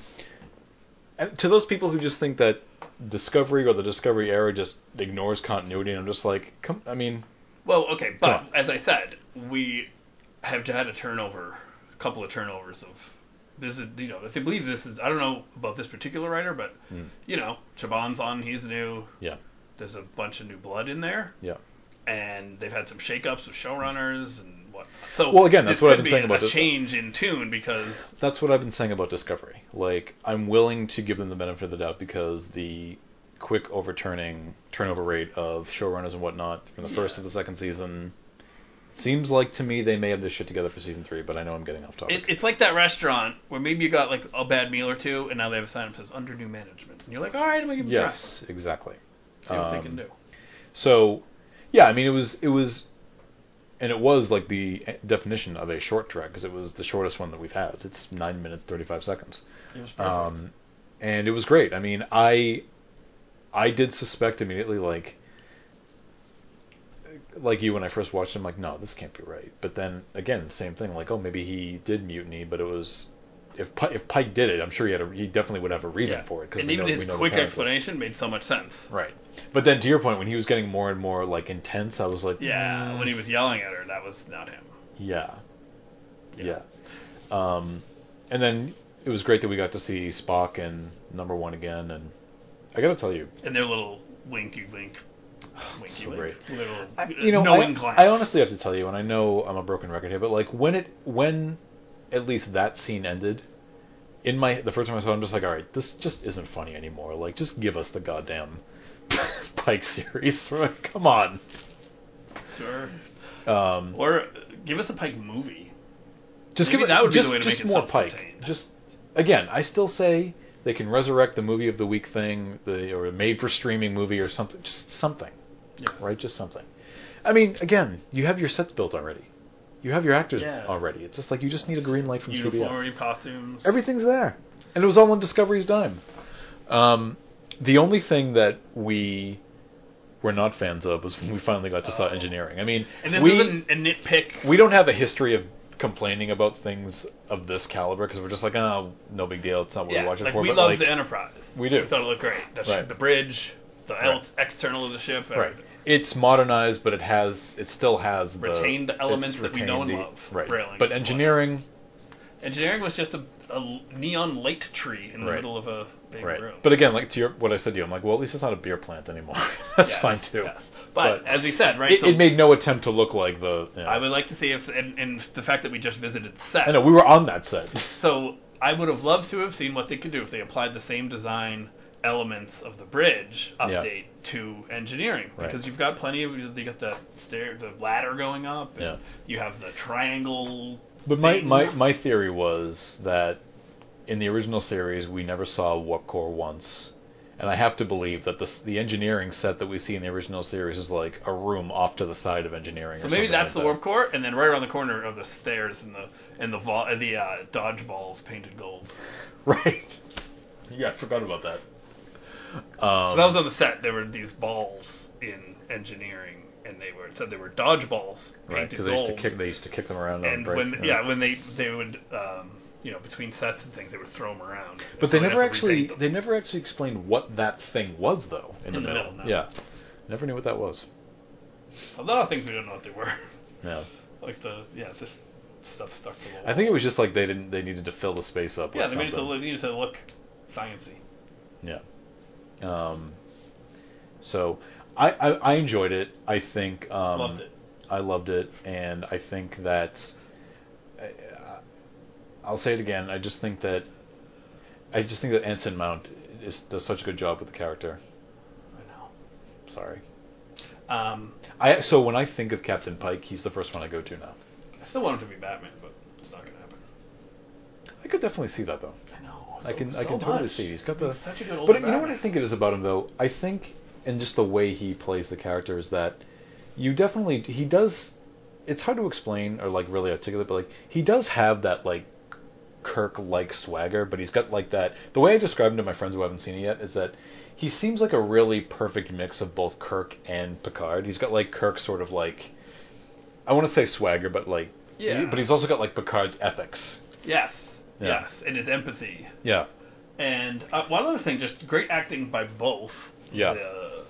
Speaker 2: and to those people who just think that Discovery or the Discovery era just ignores continuity. And I'm just like, come. I mean,
Speaker 1: Well, okay,
Speaker 2: Come
Speaker 1: but as I said, we have had a turnover, a couple of turnovers of this is you know if they believe this is I don't know about this particular writer, but
Speaker 2: Hmm.
Speaker 1: you know Chabon's on, he's new.
Speaker 2: Yeah.
Speaker 1: There's a bunch of new blood in there.
Speaker 2: Yeah.
Speaker 1: And they've had some shakeups with showrunners and what. So
Speaker 2: Well, again, that's
Speaker 1: this
Speaker 2: what I've
Speaker 1: could
Speaker 2: been
Speaker 1: be
Speaker 2: saying
Speaker 1: a,
Speaker 2: about
Speaker 1: a
Speaker 2: this-
Speaker 1: change in tune because
Speaker 2: that's what I've been saying about Discovery. Like, I'm willing to give them the benefit of the doubt because the quick overturning turnover rate of showrunners and whatnot from the first
Speaker 1: Yeah.
Speaker 2: to the second season seems like to me they may have this shit together for season three. But I know I'm getting off topic.
Speaker 1: it, it's like that restaurant where maybe you got like a bad meal or two and now they have a sign that says under new management and you're like, all right, I'm gonna give it
Speaker 2: yes, exactly.
Speaker 1: a try, see what they
Speaker 2: Um,
Speaker 1: can do.
Speaker 2: So, yeah, I mean, it was it was, and it was like the definition of a short track because it was the shortest one that we've had. It's nine minutes thirty five seconds,
Speaker 1: It was perfect.
Speaker 2: um, and it was great. I mean, I I did suspect immediately, like like you when I first watched him, like, no, this can't be right. But then again, same thing, like, oh, maybe he did mutiny, but it was. If Pike, if Pike did it, I'm sure he had a, he definitely would have a reason
Speaker 1: Yeah.
Speaker 2: for it. 'cause
Speaker 1: And
Speaker 2: we
Speaker 1: even
Speaker 2: know-
Speaker 1: his
Speaker 2: we know the
Speaker 1: quick
Speaker 2: parents were-
Speaker 1: explanation made so much sense.
Speaker 2: Right. But then to your point, when he was getting more and more like intense, I was like,
Speaker 1: Yeah,
Speaker 2: "Mm,
Speaker 1: when he was yelling at her, that was not him.
Speaker 2: yeah, yeah.
Speaker 1: Yeah.
Speaker 2: Um, and then it was great that we got to see Spock and Number One again, and I gotta tell you,
Speaker 1: And their little winky wink, winky
Speaker 2: so
Speaker 1: wink,
Speaker 2: great.
Speaker 1: little
Speaker 2: I, you know,
Speaker 1: knowing
Speaker 2: I,
Speaker 1: glance.
Speaker 2: I honestly have to tell you, and I know I'm a broken record here, but like when it when at least that scene ended. In my the first time I saw it, I'm just like, all right, this just isn't funny anymore. Like, just give us the goddamn Pike series. Come on.
Speaker 1: sure.
Speaker 2: Um,
Speaker 1: Or uh, give us a Pike movie.
Speaker 2: Just
Speaker 1: Maybe
Speaker 2: give it,
Speaker 1: that would be
Speaker 2: just,
Speaker 1: the way to
Speaker 2: just
Speaker 1: make it
Speaker 2: more Pike.
Speaker 1: self-contained.
Speaker 2: Just again, I still say they can resurrect the movie of the week thing, the or a made for streaming movie or something, just something,
Speaker 1: Yeah.
Speaker 2: right? Just something. I mean, again, you have your sets built already. You have your actors
Speaker 1: Yeah.
Speaker 2: already. It's just like you just need a green light from
Speaker 1: Uniformity,
Speaker 2: CBS.
Speaker 1: costumes.
Speaker 2: Everything's there, and it was all on Discovery's dime. Um, the only thing that we were not fans of was when we finally got to saw
Speaker 1: Oh.
Speaker 2: engineering. I mean,
Speaker 1: And this
Speaker 2: we,
Speaker 1: isn't a nitpick.
Speaker 2: we don't have a history of complaining about things of this caliber because we're just like, oh, no big deal. It's not what
Speaker 1: yeah,
Speaker 2: we're watching
Speaker 1: like
Speaker 2: for.
Speaker 1: we
Speaker 2: but
Speaker 1: love
Speaker 2: like,
Speaker 1: the Enterprise.
Speaker 2: We do.
Speaker 1: We thought it looked great. The, sh-
Speaker 2: Right.
Speaker 1: the bridge, the
Speaker 2: Right.
Speaker 1: el- external of the ship.
Speaker 2: right.
Speaker 1: everything.
Speaker 2: It's modernized, but it has it still has the,
Speaker 1: Retained the
Speaker 2: it's
Speaker 1: elements that we know and
Speaker 2: retained the-
Speaker 1: love.
Speaker 2: Right.
Speaker 1: Railings,
Speaker 2: but engineering,
Speaker 1: Engineering was just a, a neon light tree in the
Speaker 2: Right.
Speaker 1: middle of a big
Speaker 2: right.
Speaker 1: room.
Speaker 2: But again, like to your what I said to you, I'm like, well, at least it's not a beer plant anymore. That's
Speaker 1: Yeah,
Speaker 2: fine too.
Speaker 1: yeah. But,
Speaker 2: But
Speaker 1: as we said, right?
Speaker 2: It,
Speaker 1: so
Speaker 2: it made no attempt to look like the. yeah.
Speaker 1: I would like to see if, and, and the fact that we just visited the set.
Speaker 2: I know we were on that set.
Speaker 1: So I would have loved to have seen what they could do if they applied the same design elements of the bridge
Speaker 2: Yeah.
Speaker 1: update to engineering
Speaker 2: Right.
Speaker 1: because you've got plenty of you got the stair the ladder going up and
Speaker 2: Yeah.
Speaker 1: you have the triangle
Speaker 2: But my,
Speaker 1: thing.
Speaker 2: my, my theory was that in the original series, we never saw Warp Core once. And I have to believe that this, the engineering set that we see in the original series is like a room off to the side of engineering.
Speaker 1: so
Speaker 2: or
Speaker 1: maybe
Speaker 2: something
Speaker 1: that's the
Speaker 2: like
Speaker 1: warp core and then right around the corner of the stairs and the and the vault and the uh, dodgeballs painted gold
Speaker 2: that. Right. Yeah, I forgot about that. Um,
Speaker 1: So that was on the set. There were these balls in engineering, and they were it said they were dodgeballs painted
Speaker 2: right because they used to
Speaker 1: gold.
Speaker 2: kick they used to kick them around on
Speaker 1: and
Speaker 2: break.
Speaker 1: when yeah, when they they would um, you know between sets and things they would throw them around.
Speaker 2: But
Speaker 1: So
Speaker 2: they
Speaker 1: they'd
Speaker 2: never
Speaker 1: have to
Speaker 2: actually
Speaker 1: repaint them.
Speaker 2: they never actually explained what that thing was though in,
Speaker 1: In the middle, no.
Speaker 2: Yeah, never knew what that was.
Speaker 1: a lot of things we don't know what they were.
Speaker 2: Yeah.
Speaker 1: like the yeah, this stuff stuck to the wall.
Speaker 2: I think it was just like they didn't they needed to fill the space up.
Speaker 1: yeah,
Speaker 2: with
Speaker 1: they made it to
Speaker 2: something.
Speaker 1: look needed to look sciency.
Speaker 2: Yeah. Um, so I, I, I enjoyed it. I think um,
Speaker 1: Loved it.
Speaker 2: I loved it, and I think that I, I'll say it again. I just think that I just think that Anson Mount is, does such a good job with the character.
Speaker 1: I
Speaker 2: Sorry.
Speaker 1: know. Um,
Speaker 2: I so when I think of Captain Pike, he's the first one I go to now.
Speaker 1: I still want him to be Batman, but it's not gonna happen.
Speaker 2: I could definitely see that though.
Speaker 1: I know.
Speaker 2: I
Speaker 1: so-
Speaker 2: can I
Speaker 1: so
Speaker 2: can totally
Speaker 1: much.
Speaker 2: see it. he's got
Speaker 1: I mean,
Speaker 2: the
Speaker 1: such a good old.
Speaker 2: But you know what I
Speaker 1: Batman.
Speaker 2: think it is about him though. I think, and just the way he plays the character is that you definitely he does. It's hard to explain or like really articulate, but like he does have that like Kirk-like swagger, but he's got like that. The way I described him to my friends who haven't seen it yet is that he seems like a really perfect mix of both Kirk and Picard. He's got like Kirk sort of like I want to say swagger, but like
Speaker 1: Yeah.
Speaker 2: but he's also got like Picard's ethics.
Speaker 1: Yes.
Speaker 2: Yeah.
Speaker 1: Yes, and his empathy.
Speaker 2: Yeah,
Speaker 1: And uh, one other thing, just great acting by both.
Speaker 2: Yeah.
Speaker 1: Uh,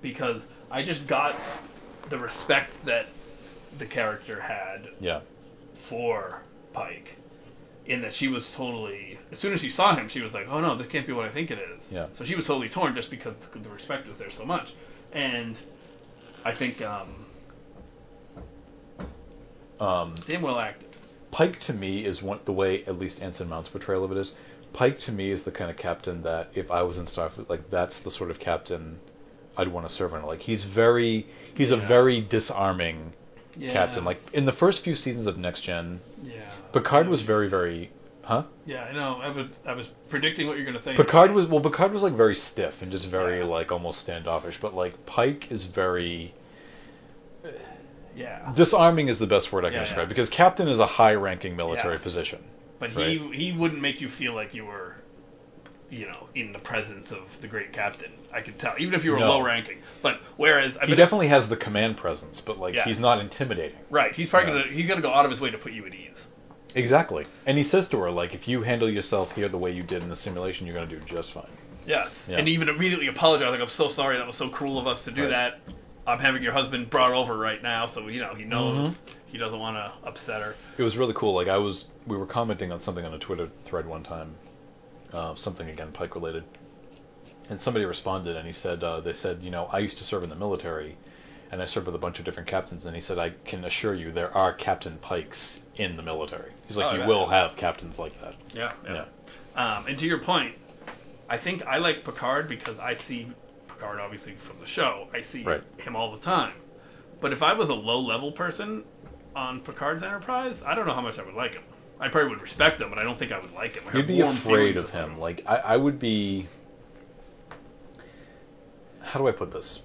Speaker 1: because I just got the respect that the character had
Speaker 2: yeah,
Speaker 1: for Pike, in that she was totally. As soon as she saw him, she was like, "Oh no, this can't be what I think it is."
Speaker 2: Yeah.
Speaker 1: So she was totally torn just because the respect was there so much, and I think um,
Speaker 2: um,
Speaker 1: damn well acted.
Speaker 2: Pike to me is one the way at least Anson Mount's portrayal of it is. Pike to me is the kind of captain that if I was in Starfleet, like that's the sort of captain I'd want to serve under. Like he's very he's a
Speaker 1: Yeah.
Speaker 2: very disarming
Speaker 1: Yeah.
Speaker 2: captain. Like in the first few seasons of Next Gen,
Speaker 1: Yeah.
Speaker 2: Picard was very very huh?
Speaker 1: Yeah, I know. I was I was predicting what you're gonna say.
Speaker 2: Picard was well Picard was like very stiff and just very
Speaker 1: Yeah.
Speaker 2: like almost standoffish, but like Pike is very
Speaker 1: Yeah.
Speaker 2: disarming is the best word I can
Speaker 1: Yeah, yeah.
Speaker 2: describe because captain is a high-ranking military
Speaker 1: Yes.
Speaker 2: position.
Speaker 1: But he he wouldn't make you feel like you were, you know, in the presence of the great captain. I could tell, even if you were
Speaker 2: No.
Speaker 1: low ranking. But whereas I
Speaker 2: He
Speaker 1: bet-
Speaker 2: definitely has the command presence, but like
Speaker 1: Yes.
Speaker 2: he's not intimidating.
Speaker 1: right, he's probably
Speaker 2: Yeah.
Speaker 1: gonna he's gonna go out of his way to put you at ease.
Speaker 2: Exactly. And he says to her, like, if you handle yourself here the way you did in the simulation, you're going to do just fine.
Speaker 1: Yes,
Speaker 2: Yeah.
Speaker 1: and even immediately apologize like I'm so sorry that was so cruel of us to do
Speaker 2: Right.
Speaker 1: that. I'm having your husband brought over right now, so you know he knows
Speaker 2: Mm-hmm.
Speaker 1: he doesn't want to upset her.
Speaker 2: It was really cool. Like, I was, we were commenting on something on a Twitter thread one time, uh, something again Pike related, and somebody responded and he said, uh, they said, you know, I used to serve in the military, and I served with a bunch of different captains, and he said, I can assure you there are Captain Pikes in the military. He's like,
Speaker 1: Oh,
Speaker 2: you
Speaker 1: yeah.
Speaker 2: will have captains like that.
Speaker 1: Yeah, yeah. Um, and to your point, I think I like Picard because I see Picard obviously from the show. I see
Speaker 2: Right.
Speaker 1: him all the time. But if I was a low level person on Picard's Enterprise, I don't know how much I would like him. I probably would respect him, but I don't think I would like him. I have
Speaker 2: You'd be
Speaker 1: warm
Speaker 2: afraid
Speaker 1: feelings
Speaker 2: of
Speaker 1: about
Speaker 2: him. Like I, I would be. How do I put this?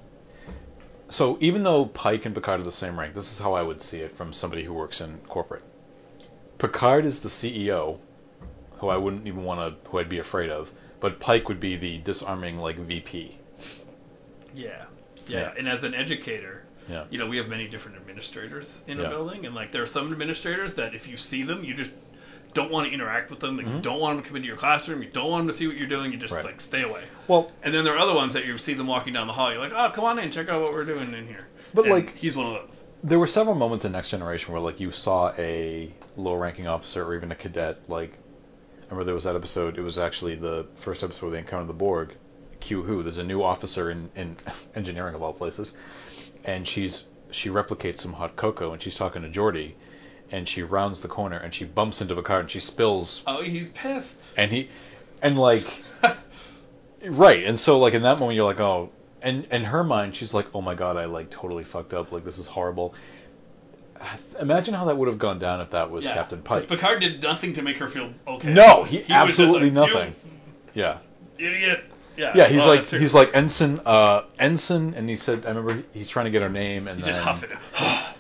Speaker 2: So even though Pike and Picard are the same rank, this is how I would see it from somebody who works in corporate. Picard is the CEO, who I wouldn't even want to, who I'd be afraid of. But Pike would be the disarming like VP.
Speaker 1: Yeah. yeah.
Speaker 2: Yeah.
Speaker 1: And as an educator,
Speaker 2: Yeah.
Speaker 1: you know, we have many different administrators in
Speaker 2: Yeah.
Speaker 1: a building, and like there are some administrators that if you see them, you just don't want to interact with them. Like, You don't want them to come into your classroom. You don't want them to see what you're doing. You just
Speaker 2: Mm-hmm. Right.
Speaker 1: like stay away.
Speaker 2: Well,
Speaker 1: And then there are other ones that you see them walking down the hall. You're like, oh, come on in, check out what we're doing in here.
Speaker 2: But,
Speaker 1: And
Speaker 2: like-
Speaker 1: he's one of those.
Speaker 2: there were several moments in Next Generation where like you saw a low-ranking officer or even a cadet like I remember there was that episode. It was actually the first episode where they encountered the Borg. Q Who. There's a new officer in, in engineering of all places, and she's she replicates some hot cocoa and she's talking to Geordi, and she rounds the corner and she bumps into Picard and she spills
Speaker 1: Oh, he's pissed.
Speaker 2: and he and like right and so like in that moment you're like oh and in her mind she's like oh my god i like totally fucked up like this is horrible imagine how that would have gone down if that was
Speaker 1: Yeah.
Speaker 2: captain pike
Speaker 1: 'Cause Picard did nothing to make her feel okay.
Speaker 2: no he,
Speaker 1: was just
Speaker 2: absolutely
Speaker 1: like,
Speaker 2: nothing yeah
Speaker 1: You idiot. Yeah.
Speaker 2: yeah he's
Speaker 1: Oh,
Speaker 2: like
Speaker 1: that's true.
Speaker 2: he's like ensign uh ensign and he said i remember he- he's trying to get her name and
Speaker 1: He's just
Speaker 2: then-
Speaker 1: huffing.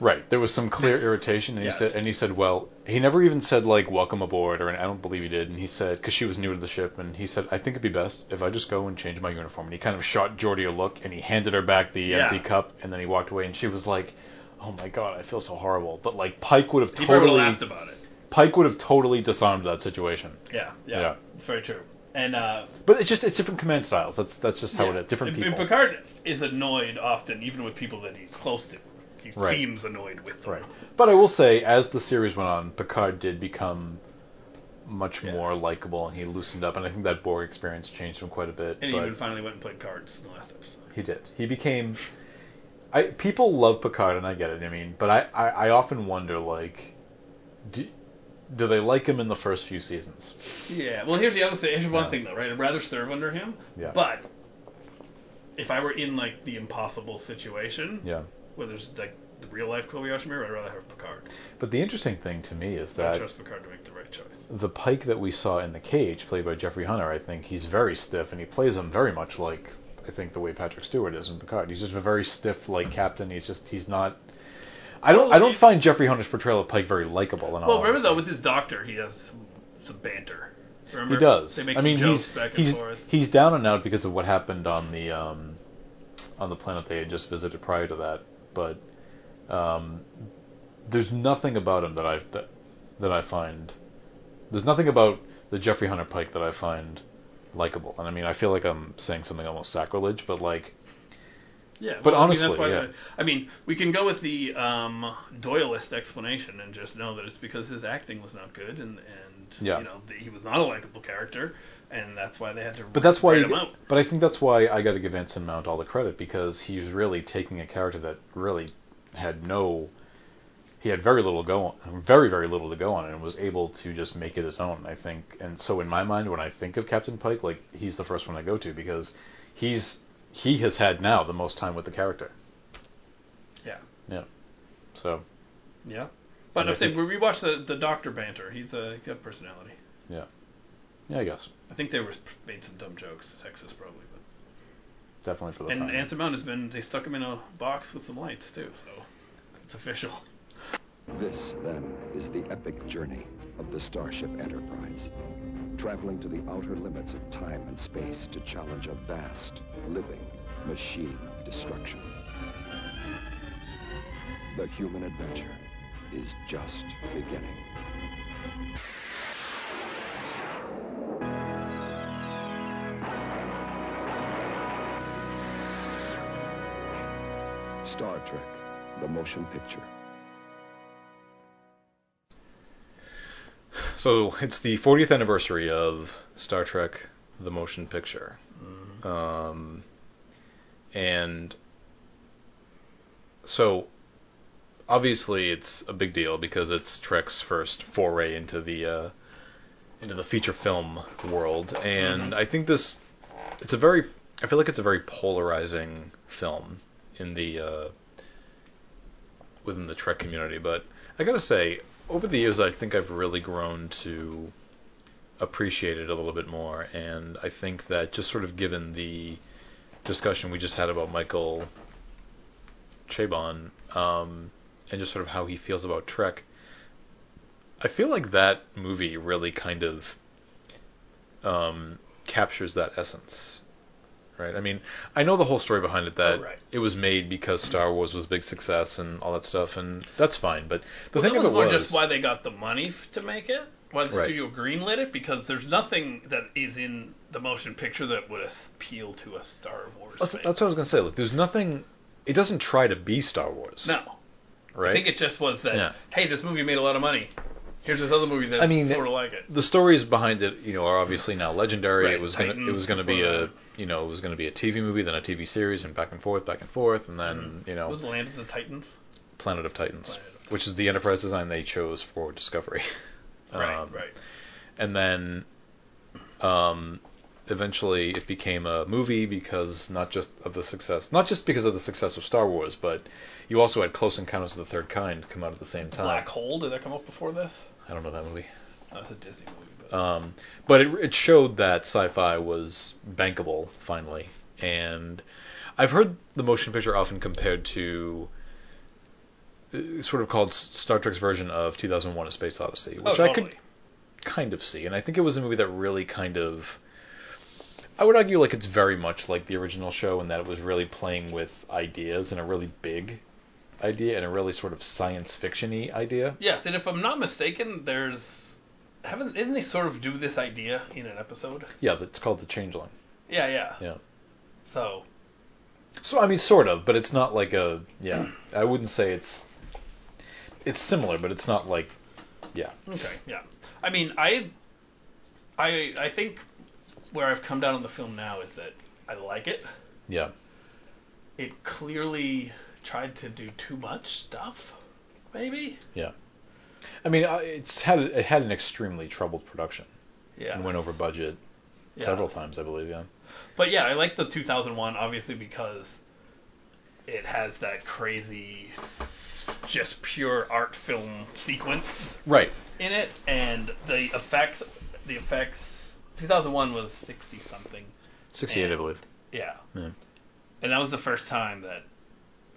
Speaker 2: Right. There was some clear irritation, and he
Speaker 1: Yes.
Speaker 2: said, and he said, well, he never even said like "welcome aboard" or I don't believe he did. And he said, because she was new to the ship, and he said, I think it'd be best if I just go and change my uniform. And he kind of shot Jordy a look, and he handed her back the
Speaker 1: Yeah.
Speaker 2: empty cup, and then he walked away, and she was like, oh my god, I feel so horrible. But like Pike would have
Speaker 1: He probably
Speaker 2: totally,
Speaker 1: laughed about it.
Speaker 2: Pike would have totally disarmed that situation.
Speaker 1: Yeah, yeah,
Speaker 2: Yeah.
Speaker 1: It's very true. And uh,
Speaker 2: But it's just it's different command styles. That's that's just how
Speaker 1: yeah.
Speaker 2: it is. Different
Speaker 1: And-
Speaker 2: people.
Speaker 1: and Picard is annoyed often, even with people that he's close to. He
Speaker 2: Right.
Speaker 1: seems annoyed with them.
Speaker 2: Right. But I will say, as the series went on, Picard did become much more likable, and he loosened up. And I think that Borg experience changed him quite a bit.
Speaker 1: And he
Speaker 2: but
Speaker 1: even finally went and played cards in the last episode.
Speaker 2: he did. He became. I people love Picard, and I get it. I mean, but I I, I often wonder like, do, do they like him in the first few seasons?
Speaker 1: Yeah. Well, here's the other thing. Here's one
Speaker 2: Yeah.
Speaker 1: thing though, right? I'd rather serve under him.
Speaker 2: Yeah.
Speaker 1: But if I were in like the impossible situation,
Speaker 2: Yeah.
Speaker 1: where there's like the real life Kobayashi Maru, I'd rather have Picard.
Speaker 2: But the interesting thing to me is
Speaker 1: I
Speaker 2: that
Speaker 1: trust Picard to make the right choice.
Speaker 2: the Pike that we saw in the cage, played by Jeffrey Hunter, I think he's very stiff, and he plays him very much like I think the way Patrick Stewart is in Picard. He's just a very stiff, like captain. He's just he's not. I don't I don't find Jeffrey Hunter's portrayal of Pike very likable. In all
Speaker 1: Well, remember
Speaker 2: honesty.
Speaker 1: though, with his doctor, he has some, some banter. Remember?
Speaker 2: he does.
Speaker 1: They make
Speaker 2: I
Speaker 1: some
Speaker 2: mean,
Speaker 1: jokes
Speaker 2: he's
Speaker 1: back and
Speaker 2: he's
Speaker 1: forth.
Speaker 2: he's down and out because of what happened on the um, on the planet they had just visited prior to that. But um, there's nothing about him that I that, that I find there's nothing about the Jeffrey Hunter Pike that I find likable. And I mean, I feel like I'm saying something almost sacrilege, but like
Speaker 1: Yeah.
Speaker 2: but
Speaker 1: well, I mean,
Speaker 2: honestly,
Speaker 1: that's why
Speaker 2: yeah.
Speaker 1: the- I mean, we can go with the um, Doyleist explanation and just know that it's because his acting was not good and and
Speaker 2: Yeah.
Speaker 1: you know that he was not a likable character, and that's why they had to.
Speaker 2: But that's why.
Speaker 1: write him out.
Speaker 2: But I think that's why I got to give Anson Mount all the credit because he's really taking a character that really had no, he had very little go, on, very very little to go on, and was able to just make it his own. I think, and so in my mind, when I think of Captain Pike, like he's the first one I go to because he's he has had now the most time with the character.
Speaker 1: Yeah.
Speaker 2: Yeah. So
Speaker 1: Yeah. But
Speaker 2: And I
Speaker 1: I'm saying
Speaker 2: think-
Speaker 1: we watched the the Doctor banter. He's a he's got personality.
Speaker 2: yeah, I guess
Speaker 1: I think they were made some dumb jokes, sexist probably. But.
Speaker 2: definitely for the
Speaker 1: And
Speaker 2: time.
Speaker 1: Anson Mount has been they stuck him in a box with some lights too, so it's official.
Speaker 3: This, then, is the epic journey of the Starship Enterprise, traveling to the outer limits of time and space to challenge a vast, living machine of destruction. The human adventure is just beginning. Star Trek, the motion picture.
Speaker 2: So it's the 40th anniversary of Star Trek: The Motion Picture, um, and so obviously it's a big deal because it's Trek's first foray into the uh, into the feature film world, and I think this it's a very I feel like it's a very polarizing film in the uh, within the Trek community, but I gotta say, over the years, I think I've really grown to appreciate it a little bit more, and I think that just sort of given the discussion we just had about Michael Chabon, um, and just sort of how he feels about Trek, I feel like that movie really kind of um, captures that essence. Right. I mean, I know the whole story behind it that
Speaker 1: Oh, right.
Speaker 2: it was made because Star Wars was a big success and all that stuff, and that's fine. But the
Speaker 1: Well,
Speaker 2: thing
Speaker 1: that was
Speaker 2: of it
Speaker 1: more
Speaker 2: was
Speaker 1: just why they got the money f- to make it, why the
Speaker 2: Right.
Speaker 1: studio greenlit it, because there's nothing that is in the motion picture that would appeal to a Star Wars.
Speaker 2: That's,
Speaker 1: fan.
Speaker 2: that's what I was gonna say. Like, there's nothing. It doesn't try to be Star Wars.
Speaker 1: no,
Speaker 2: right.
Speaker 1: I think it just was that.
Speaker 2: Yeah.
Speaker 1: Hey, this movie made a lot of money. Here's this other movie that's
Speaker 2: I mean,
Speaker 1: sort of like it.
Speaker 2: the stories behind it, you know, are obviously now legendary.
Speaker 1: Right,
Speaker 2: it was gonna, it
Speaker 1: Titans,
Speaker 2: was gonna be
Speaker 1: Superman.
Speaker 2: a, you know, it was gonna be a TV movie, then a TV series, and back and forth, back and forth, and then you know,
Speaker 1: Mm. was the Land of the Titans.
Speaker 2: Planet of Titans,
Speaker 1: Planet of-
Speaker 2: which is the Enterprise design they chose for Discovery.
Speaker 1: right,
Speaker 2: Um,
Speaker 1: right.
Speaker 2: and then um, eventually it became a movie because not just of the success, not just because of the success of Star Wars, but you also had Close Encounters of the Third Kind come out at the same time.
Speaker 1: Black Hole. Did that come up before this?
Speaker 2: I don't know that movie.
Speaker 1: That was a Disney movie. But...
Speaker 2: Um, but it, it showed that sci-fi was bankable finally, and I've heard the motion picture often compared to uh, sort of called S- Star Trek's version of 2001: A Space Odyssey, which
Speaker 1: oh,
Speaker 2: I
Speaker 1: totally.
Speaker 2: could kind of see, and I think it was a movie that really kind of I would argue like it's very much like the original show in that it was really playing with ideas and a really big idea and a really sort of science fiction-y idea.
Speaker 1: Yes, and if I'm not mistaken, there's haven't didn't they sort of do this idea in an episode?
Speaker 2: Yeah, that's called The Changeling.
Speaker 1: Yeah, yeah.
Speaker 2: Yeah.
Speaker 1: So
Speaker 2: So I mean, sort of, but it's not like a yeah. I wouldn't say it's it's similar, but it's not like yeah.
Speaker 1: Okay, yeah. I mean, I I I think where I've come down on the film now is that I like it.
Speaker 2: Yeah.
Speaker 1: It clearly tried to do too much stuff, maybe.
Speaker 2: Yeah. I mean, I- it's had it had an extremely troubled production
Speaker 1: Yeah.
Speaker 2: and went over budget
Speaker 1: Yeah.
Speaker 2: several times, I believe. Yeah.
Speaker 1: But yeah, I like the 2001 obviously because it has that crazy, s- just pure art film sequence
Speaker 2: Right.
Speaker 1: in it, and the effects. The effects. 2001 was 60 something.
Speaker 2: 68, I
Speaker 1: And-
Speaker 2: believe.
Speaker 1: Yeah.
Speaker 2: Yeah.
Speaker 1: And that was the first time that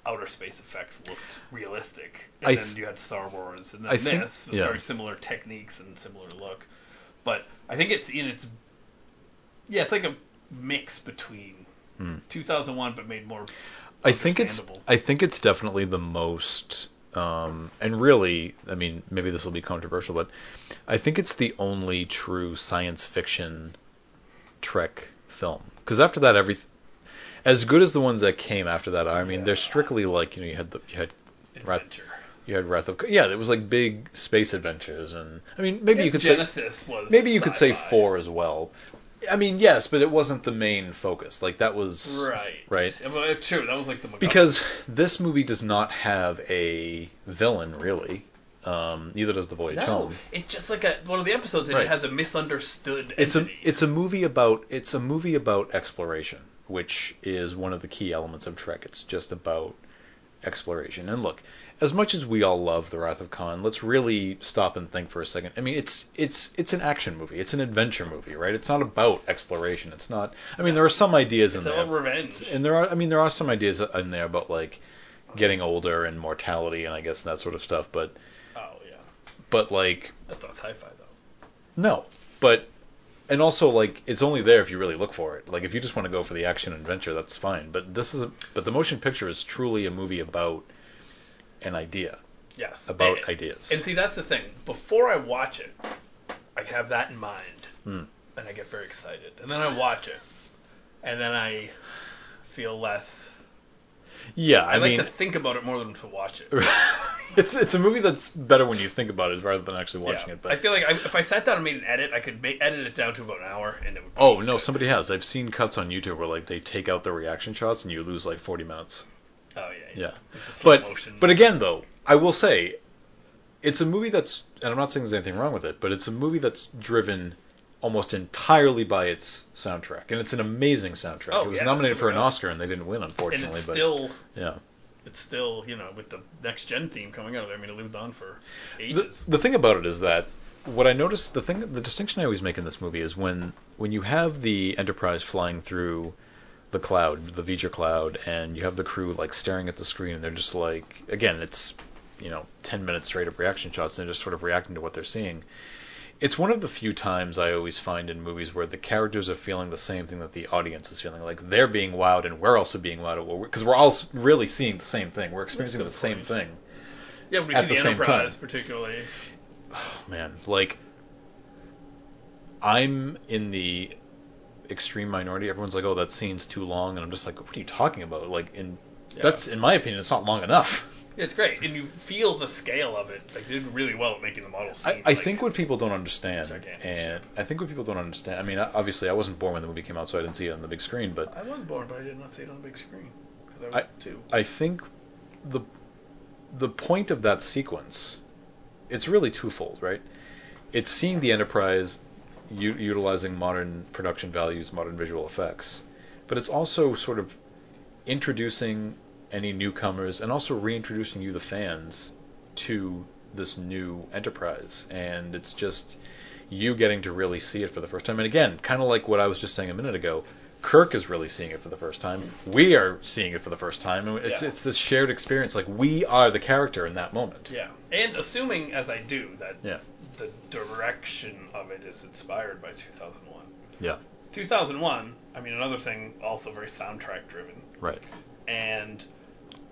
Speaker 1: outer space effects looked realistic. And
Speaker 2: I
Speaker 1: then
Speaker 2: th-
Speaker 1: you had Star Wars, and then
Speaker 2: I
Speaker 1: this
Speaker 2: think-
Speaker 1: with
Speaker 2: yeah.
Speaker 1: very similar techniques and similar look. But I think it's in its yeah, it's like a mix between
Speaker 2: Hmm.
Speaker 1: 2001, but made more.
Speaker 2: I think it's
Speaker 1: Understandable.
Speaker 2: I think it's definitely the most um, and really I mean maybe this will be controversial but I think it's the only true science fiction Trek film because after that every as good as the ones that came after that I mean they're strictly like you know you had the, you had Wrath,
Speaker 1: Adventure.
Speaker 2: you had Wrath of Co- yeah it was like big space adventures and I mean maybe you could say
Speaker 1: Genesis was
Speaker 2: maybe you could say
Speaker 1: sci-fi.
Speaker 2: four as well I mean yes but it wasn't the main focus like that was
Speaker 1: Right.
Speaker 2: right
Speaker 1: Yeah, but True. That was like the MacGuffin.
Speaker 2: because this movie does not have a villain really. Um, neither does the Voyage
Speaker 1: no,
Speaker 2: Home.
Speaker 1: it's just like a, one of the episodes, and
Speaker 2: Right.
Speaker 1: it has a misunderstood.
Speaker 2: It's a
Speaker 1: entity.
Speaker 2: it's a movie about it's a movie about exploration, which is one of the key elements of Trek. It's just about exploration. And look, as much as we all love The Wrath of Khan, let's really stop and think for a second. I mean, it's it's it's an action movie. It's an adventure movie, right? It's not about exploration. It's not. I mean, there are some ideas
Speaker 1: it's
Speaker 2: in
Speaker 1: a
Speaker 2: there.
Speaker 1: revenge.
Speaker 2: and there are I mean there are some ideas in there about like getting older and mortality and I guess that sort of stuff but
Speaker 1: oh yeah,
Speaker 2: but like
Speaker 1: that's not sci-fi though.
Speaker 2: no but and also like it's only there if you really look for it like if you just want to go for the action adventure that's fine but this is a, but the motion picture is truly a movie about an idea
Speaker 1: Yes.
Speaker 2: about
Speaker 1: And-
Speaker 2: ideas
Speaker 1: And see, that's the thing. Before I watch it, I have that in mind,
Speaker 2: Hmm.
Speaker 1: and I get very excited. And then I watch it, and then I feel less.
Speaker 2: yeah
Speaker 1: I,
Speaker 2: I,
Speaker 1: like
Speaker 2: mean
Speaker 1: to think about it more than to watch it.
Speaker 2: it's it's a movie that's better when you think about it rather than actually watching
Speaker 1: Yeah.
Speaker 2: it but
Speaker 1: I feel like I, if I sat down and made an edit, I could make, edit it down to about an hour, and it would. Be
Speaker 2: Oh no,
Speaker 1: good.
Speaker 2: somebody has. I've seen cuts on YouTube where like they take out the reaction shots and you lose like 40 minutes.
Speaker 1: Oh yeah.
Speaker 2: Yeah.
Speaker 1: It's a slow
Speaker 2: But
Speaker 1: motion.
Speaker 2: but again though, I will say it's a movie that's and I'm not saying there's anything wrong with it, but it's a movie that's driven almost entirely by its soundtrack. And it's an amazing soundtrack.
Speaker 1: Oh,
Speaker 2: it was
Speaker 1: yeah,
Speaker 2: nominated for an
Speaker 1: absolutely.
Speaker 2: Oscar and they didn't win
Speaker 1: and
Speaker 2: unfortunately,
Speaker 1: it's
Speaker 2: but
Speaker 1: still,
Speaker 2: yeah.
Speaker 1: it's still, you know, with the next gen theme coming out of there. I mean, it lived on for
Speaker 2: The,
Speaker 1: ages.
Speaker 2: the thing about it is that what I noticed the thing the distinction I always make in this movie is when when you have the Enterprise flying through the cloud, the Vija cloud, and you have the crew like staring at the screen and they're just like again, it's you know, ten minutes straight of reaction shots and they're just sort of reacting to what they're seeing. It's one of the few times I always find in movies where the characters are feeling the same thing that the audience is feeling. Like they're being wowed and we're also being wowed because we're all s- really seeing the same thing. We're experiencing the same thing.
Speaker 1: yeah, when we
Speaker 2: at
Speaker 1: see
Speaker 2: the
Speaker 1: the
Speaker 2: same
Speaker 1: Enterprise,
Speaker 2: time.
Speaker 1: particularly.
Speaker 2: man, like I'm in the extreme minority. Everyone's like, "Oh, that scene's too long," and I'm just like, "What are you talking about?" Like, in
Speaker 1: Yeah.
Speaker 2: that's in my opinion, it's not long enough.
Speaker 1: Yeah, It's great, and you feel the scale of it. Like they did really well at making the model seem.
Speaker 2: I, I
Speaker 1: like-
Speaker 2: think what people don't understand,
Speaker 1: gigantic
Speaker 2: and I think what people don't understand. I mean, I- obviously, I wasn't born when the movie came out, so I didn't see it on the big screen, but
Speaker 1: I was born, but I did not see it on the big screen because I was
Speaker 2: I-
Speaker 1: two.
Speaker 2: I think the the point of that sequence it's really twofold, right? It's seeing the Enterprise u- utilizing modern production values, modern visual effects, but it's also sort of introducing any newcomers and also reintroducing you the fans to this new enterprise and it's just you getting to really see it for the first time and again kind of like what i was just saying a minute ago kirk is really seeing it for the first time we are seeing it for the first time and it's,
Speaker 1: Yeah.
Speaker 2: it's this shared experience like we are the character in that moment
Speaker 1: Yeah, and assuming as I do that
Speaker 2: yeah
Speaker 1: the direction of it is inspired by 2001.
Speaker 2: yeah
Speaker 1: 2001. I mean, another thing also very soundtrack driven,
Speaker 2: right
Speaker 1: and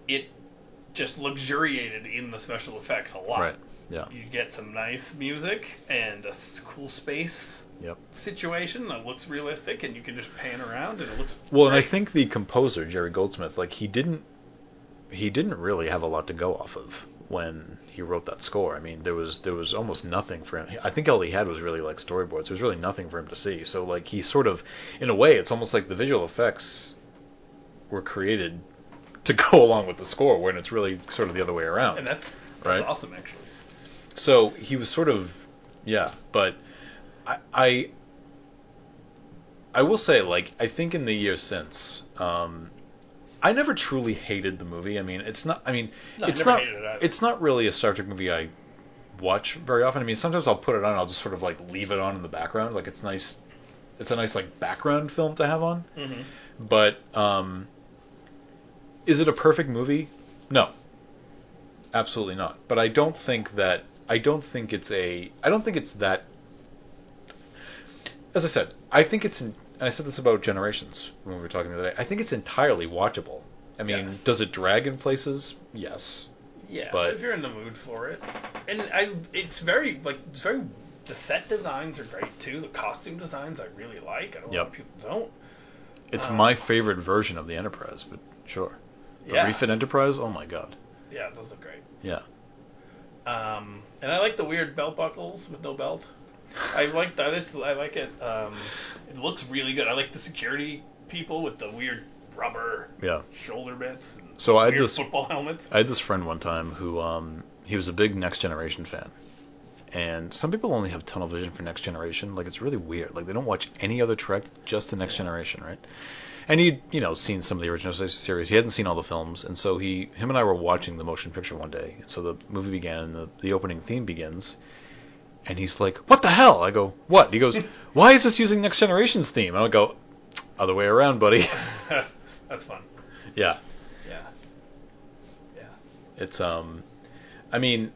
Speaker 1: it just luxuriated in the special effects a lot.
Speaker 2: right yeah
Speaker 1: You get some nice music and a s- cool space
Speaker 2: yep
Speaker 1: situation that looks realistic, and you can just pan around and it looks.
Speaker 2: Well, and I
Speaker 1: great.
Speaker 2: think the composer Jerry Goldsmith, like he didn't, he didn't really have a lot to go off of when he wrote that score. I mean, there was there was almost nothing for him. I think all he had was really like storyboards. There was really nothing for him to see. So like he sort of, in a way, it's almost like the visual effects were created to go along with the score, when it's really sort of the other way around.
Speaker 1: And that's, that's
Speaker 2: Right.
Speaker 1: awesome, actually.
Speaker 2: So he was sort of, yeah, but I, I, I will say, like, I think in the years since, um, I never truly hated the movie. I mean, it's not. I mean,
Speaker 1: No, I
Speaker 2: it's
Speaker 1: never
Speaker 2: not.
Speaker 1: hated it either.
Speaker 2: it's not really a Star Trek movie I watch very often. I mean, sometimes I'll put it on. I'll just sort of like leave it on in the background. Like it's nice. It's a nice like background film to have on.
Speaker 1: Mm-hmm.
Speaker 2: But um, is it a perfect movie? No, absolutely not. But I don't think that I don't think it's a I don't think it's that. As I said, I think it's. and I said this about Generations when we were talking the other day. I think it's entirely watchable. I mean,
Speaker 1: Yes.
Speaker 2: does it drag in places? Yes.
Speaker 1: Yeah,
Speaker 2: But-
Speaker 1: if you're in the mood for it, and I, it's very like it's very. The set designs are great too. The costume designs I really like. I don't know
Speaker 2: Yep.
Speaker 1: why people don't.
Speaker 2: It's
Speaker 1: Um,
Speaker 2: my favorite version of the Enterprise, but sure. The
Speaker 1: Yes.
Speaker 2: refit Enterprise, oh my god.
Speaker 1: Yeah, those look great.
Speaker 2: Yeah.
Speaker 1: Um, and I like the weird belt buckles with no belt. I like that. It's, I like it. Um, it looks really good. I like the security people with the weird rubber
Speaker 2: Yeah.
Speaker 1: shoulder bits. And
Speaker 2: So I had
Speaker 1: weird
Speaker 2: this
Speaker 1: football helmets.
Speaker 2: I had this friend one time who um, he was a big Next Generation fan, and some people only have tunnel vision for Next Generation. Like it's really weird. Like they don't watch any other Trek, just the Next Generation, right? And he'd you know seen some of the original se- series. He hadn't seen all the films, and so he him and I were watching the motion picture one day. So the movie began, and the, the opening theme begins. And he's like, "What the hell?" I go, "What?" He goes, "Why is this using Next Generation's theme?" And I go, "Other way around, buddy."
Speaker 1: That's fun.
Speaker 2: yeah,
Speaker 1: Yeah. Yeah.
Speaker 2: It's um, I mean,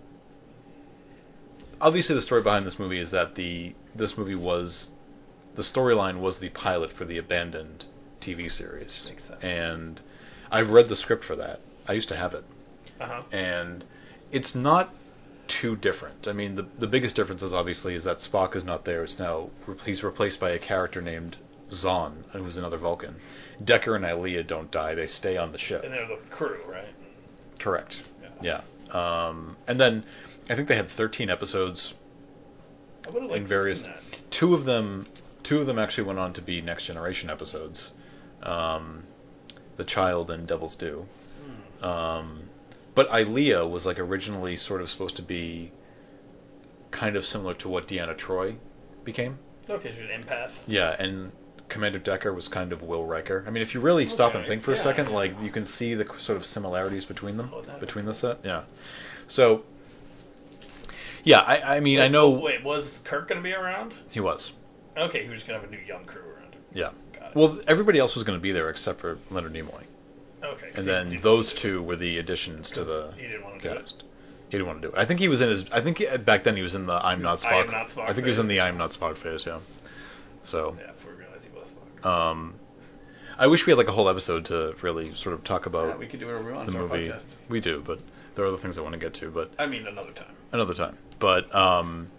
Speaker 2: obviously the story behind this movie is that the this movie was the storyline was the pilot for the abandoned TV series,
Speaker 1: Makes sense.
Speaker 2: and I've read the script for that. I used to have it,
Speaker 1: Uh huh.
Speaker 2: and it's not too different. I mean, the the biggest difference is obviously is that Spock is not there. It's now he's replaced by a character named Zahn, who's another Vulcan. Decker and Ilea don't die; they stay on the ship.
Speaker 1: And they're the crew, right?
Speaker 2: Correct.
Speaker 1: Yeah.
Speaker 2: Yeah. Um, and then I think they had 13 episodes.
Speaker 1: I would have liked
Speaker 2: In various-
Speaker 1: to seen that.
Speaker 2: Two of them, two of them actually went on to be Next Generation episodes, um, The Child and Devil's Due. Um, but Ilea was like originally sort of supposed to be kind of similar to what Deanna Troy became.
Speaker 1: Okay, she's an empath.
Speaker 2: Yeah, and Commander Decker was kind of Will Riker. I mean, if you really stop and
Speaker 1: Okay,
Speaker 2: think for a
Speaker 1: yeah.
Speaker 2: second, like you can see the sort of similarities between them,
Speaker 1: Oh, that'd be
Speaker 2: between the set. Yeah. So. Yeah, I, I mean, I know
Speaker 1: Wait, was Kirk gonna be around?
Speaker 2: he was.
Speaker 1: Okay, he was gonna have a new young crew around. him.
Speaker 2: Yeah.
Speaker 1: Got it.
Speaker 2: Well, everybody else was going to be there except for Leonard Nimoy,
Speaker 1: Okay. 'cause
Speaker 2: and
Speaker 1: he
Speaker 2: then
Speaker 1: didn't
Speaker 2: those
Speaker 1: do it
Speaker 2: two were the additions to
Speaker 1: 'cause
Speaker 2: the
Speaker 1: He didn't want to do it.
Speaker 2: cast. He didn't want to do it. I think he was in his. I think he- back then he was in the I'm not Spock.
Speaker 1: I am not Spock
Speaker 2: I think he was in
Speaker 1: phase.
Speaker 2: the I'm not Spock phase. Yeah. So.
Speaker 1: Yeah, before we realized he was Spock.
Speaker 2: Um, I wish we had like a whole episode to really sort of talk
Speaker 1: Yeah,
Speaker 2: about
Speaker 1: we could do whatever we want.
Speaker 2: the
Speaker 1: It's our
Speaker 2: movie.
Speaker 1: podcast.
Speaker 2: We do, but there are other things I want to get to, but
Speaker 1: I mean, another time.
Speaker 2: another time. But um,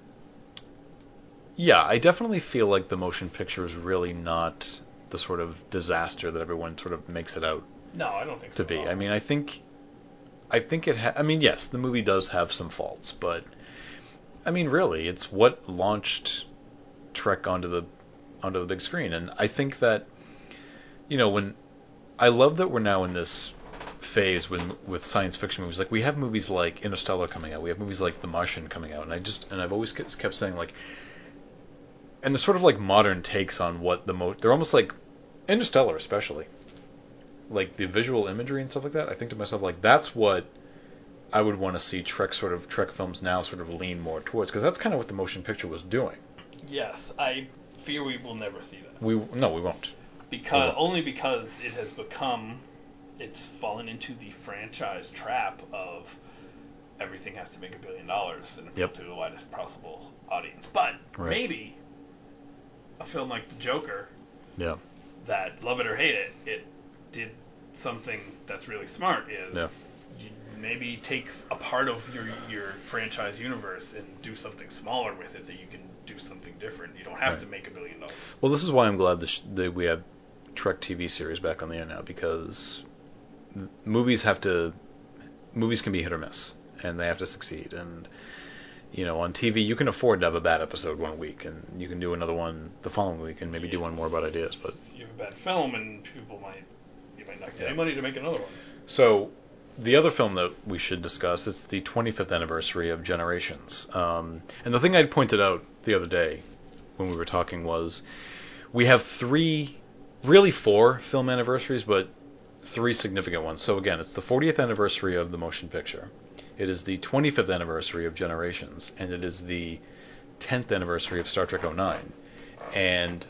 Speaker 2: yeah, I definitely feel like the motion picture is really not the sort of disaster that everyone sort of makes it out
Speaker 1: No, I don't think so.
Speaker 2: to
Speaker 1: at
Speaker 2: be.
Speaker 1: all.
Speaker 2: I mean, I think, I think it. Ha- I mean, yes, the movie does have some faults, but I mean, really, it's what launched Trek onto the onto the big screen, and I think that you know when I love that we're now in this phase when with science fiction movies like we have movies like Interstellar coming out, we have movies like The Martian coming out, and I just and I've always kept kept saying like. And they're sort of like modern takes on what the most. They're almost like Interstellar, especially like the visual imagery and stuff like that, I think to myself like that's what I would want to see Trek sort of Trek films now sort of lean more towards because that's kind of what the motion picture was doing.
Speaker 1: yes, I fear we will never see that
Speaker 2: We no, we won't.
Speaker 1: because
Speaker 2: Yeah.
Speaker 1: only because it has become, it's fallen into the franchise trap of everything has to make a billion dollars and appeal
Speaker 2: Yep.
Speaker 1: to the widest possible audience. But
Speaker 2: Right.
Speaker 1: maybe a film like The Joker
Speaker 2: Yeah,
Speaker 1: that love it or hate it, it did something that's really smart is
Speaker 2: Yeah.
Speaker 1: you maybe takes a part of your your franchise universe and do something smaller with it that you can do something different. You don't have
Speaker 2: Right.
Speaker 1: to make a billion dollars.
Speaker 2: Well, this is why I'm glad that, sh- that we have Trek TV series back on the air now because th- movies have to movies can be hit or miss, and they have to succeed. And you know, on TV, you can afford to have a bad episode one week, and you can do another one the following week, and maybe do one more about ideas. But
Speaker 1: If you have a bad film and people might you might not get
Speaker 2: Yeah.
Speaker 1: any money to make another one.
Speaker 2: So, the other film that we should discuss it's the 25th anniversary of Generations. Um, and the thing I pointed out the other day when we were talking was we have three, really four film anniversaries, but three significant ones. So again, it's the 40th anniversary of the motion picture. It is the 25th anniversary of Generations, and it is the 10th anniversary of Star Trek 09. And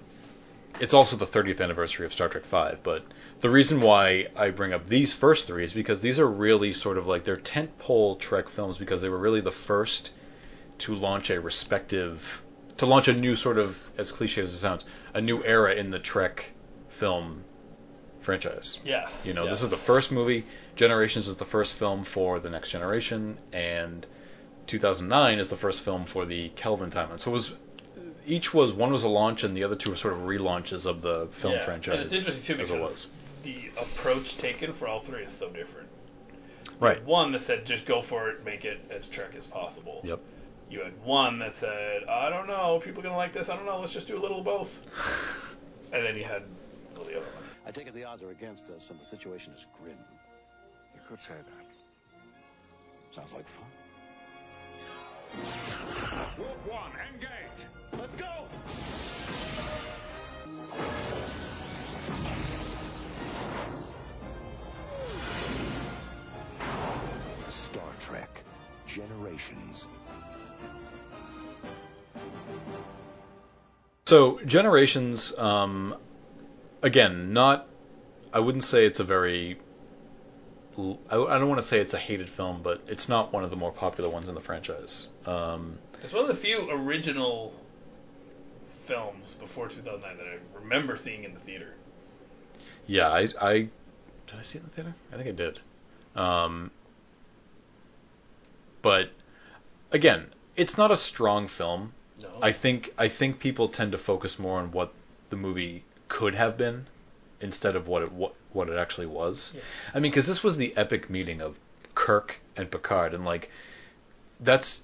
Speaker 2: it's also the 30th anniversary of Star Trek 5, but the reason why I bring up these first three is because these are really sort of like they're tentpole Trek films because they were really the first to launch a respective, to launch a new sort of, as cliche as it sounds, a new era in the Trek film franchise.
Speaker 1: Yes.
Speaker 2: You know, this
Speaker 1: yes.
Speaker 2: is the first movie. Generations is the first film for the Next Generation, and 2009 is the first film for the Kelvin timeline. So it was each was one was a launch, and the other two were sort of relaunches of the film
Speaker 1: Yeah,
Speaker 2: franchise.
Speaker 1: And it's interesting too
Speaker 2: as
Speaker 1: because
Speaker 2: it was.
Speaker 1: the approach taken for all three is so different.
Speaker 2: Right.
Speaker 1: One that said just go for it, make it as Trek as possible.
Speaker 2: Yep.
Speaker 1: You had one that said, I don't know, people gonna like this, I don't know, let's just do a little of both. And then you had well, the other one.
Speaker 4: I take it the odds are against us and the situation is grim. You could say that. Sounds like fun.
Speaker 5: Group one, engage!
Speaker 4: Let's go!
Speaker 3: Star Trek Generations.
Speaker 2: So generations, um, again, not. I wouldn't say it's a very. l- I, I don't want to say it's a hated film, but it's not one of the more popular ones in the franchise. Um,
Speaker 1: It's one of the few original films before 2009 that I remember seeing in the theater.
Speaker 2: Yeah, I, I did I see it in the theater? I think I did. Um, but again, it's not a strong film.
Speaker 1: No.
Speaker 2: I think I think people tend to focus more on what the movie could have been instead of what it what, what it actually was.
Speaker 1: Yeah.
Speaker 2: I mean, because this was the epic meeting of Kirk and Picard, and like that's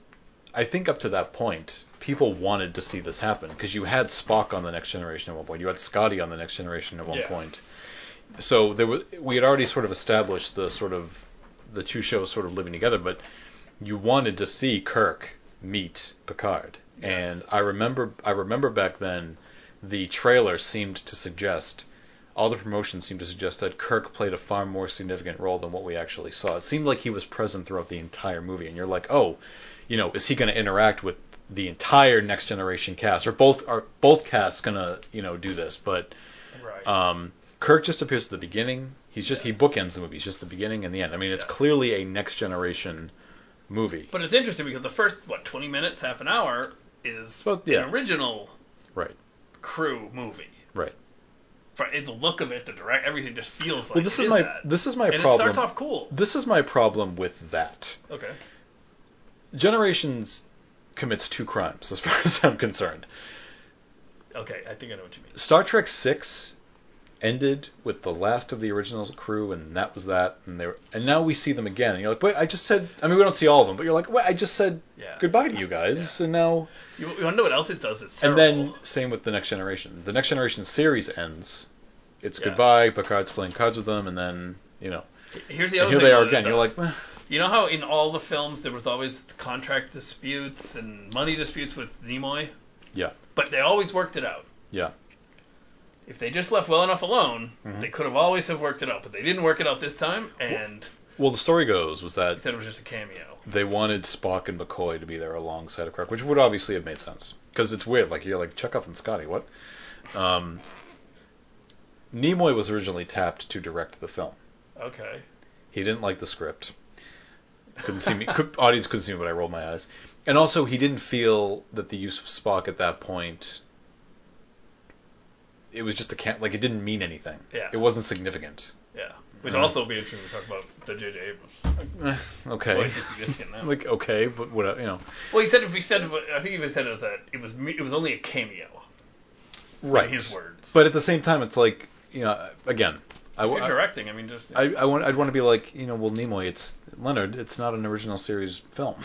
Speaker 2: I think up to that point, people wanted to see this happen because you had Spock on the Next Generation at one point, you had Scotty on the Next Generation at one
Speaker 1: Yeah.
Speaker 2: point. So there were we had already sort of established the sort of the two shows sort of living together, but you wanted to see Kirk meet Picard, and
Speaker 1: Yes.
Speaker 2: I remember I remember back then the trailer seemed to suggest all the promotions seemed to suggest that Kirk played a far more significant role than what we actually saw. It seemed like he was present throughout the entire movie, and you're like, oh, you know, is he going to interact with the entire Next Generation cast, or both are both casts going to you know do this? But
Speaker 1: right.
Speaker 2: um, Kirk just appears at the beginning. He's just he bookends the movie. It's just the beginning and the end. I mean, it's
Speaker 1: Yeah.
Speaker 2: clearly a Next Generation movie.
Speaker 1: but it's interesting because the first what 20 minutes, half an hour is
Speaker 2: Well, yeah.
Speaker 1: an original
Speaker 2: right,
Speaker 1: crew movie.
Speaker 2: right.
Speaker 1: For it- the look of it, the direct, everything just feels like.
Speaker 2: Well, this
Speaker 1: it
Speaker 2: is my
Speaker 1: that.
Speaker 2: this is my
Speaker 1: and
Speaker 2: problem.
Speaker 1: it starts off cool.
Speaker 2: This is my problem with that.
Speaker 1: Okay.
Speaker 2: Generations commits two crimes, as far as I'm concerned.
Speaker 1: Okay, I think I know what you mean.
Speaker 2: Star Trek Six ended with the last of the original crew, and that was that. And they were, and now we see them again. And you're like, wait, I just said. I mean, we don't see all of them, but you're like, wait, I just said
Speaker 1: Yeah.
Speaker 2: goodbye to you guys, and now.
Speaker 1: You, you want to know what else it does? It's
Speaker 2: And
Speaker 1: terrible.
Speaker 2: then same with the Next Generation. The Next Generation series ends. It's
Speaker 1: Yeah.
Speaker 2: goodbye. Picard's playing cards with them, and then you know,
Speaker 1: here's the
Speaker 2: and
Speaker 1: other
Speaker 2: here
Speaker 1: thing
Speaker 2: they are
Speaker 1: that it
Speaker 2: again. You're
Speaker 1: does.
Speaker 2: like, eh.
Speaker 1: You know how in all the films there was always contract disputes and money disputes with Nimoy?
Speaker 2: yeah,
Speaker 1: But they always worked it out.
Speaker 2: yeah,
Speaker 1: If they just left well enough alone,
Speaker 2: Mm-hmm.
Speaker 1: they could have always have worked it out, but they didn't work it out this time and
Speaker 2: Well, the story goes was
Speaker 1: he
Speaker 2: that
Speaker 1: said it was just a cameo.
Speaker 2: they wanted Spock and McCoy to be there alongside of Kirk, which would obviously have made sense because it's weird. Like you're like Chekhov and Scotty, what? Um, Nimoy was originally tapped to direct the film.
Speaker 1: Okay.
Speaker 2: He didn't like the script. Couldn't see me. Could, audience couldn't see me, but I rolled my eyes. And also, he didn't feel that the use of Spock at that point. It was just a can like it didn't mean anything.
Speaker 1: Yeah.
Speaker 2: It wasn't significant.
Speaker 1: Yeah. Which
Speaker 2: Mhm.
Speaker 1: also would be interesting to talk about the J.J. Abrams.
Speaker 2: Eh,
Speaker 1: What
Speaker 2: okay.
Speaker 1: is it significant now?
Speaker 2: like okay, but what you know.
Speaker 1: Well, he said if he said I think he even said it was that it was me- it was only a cameo.
Speaker 2: Right.
Speaker 1: his words.
Speaker 2: But at the same time, it's like you know again. I,
Speaker 1: If
Speaker 2: w-
Speaker 1: you're directing, I mean, just
Speaker 2: I, I want I'd want to be like you know well Nimoy it's Leonard it's not an original series film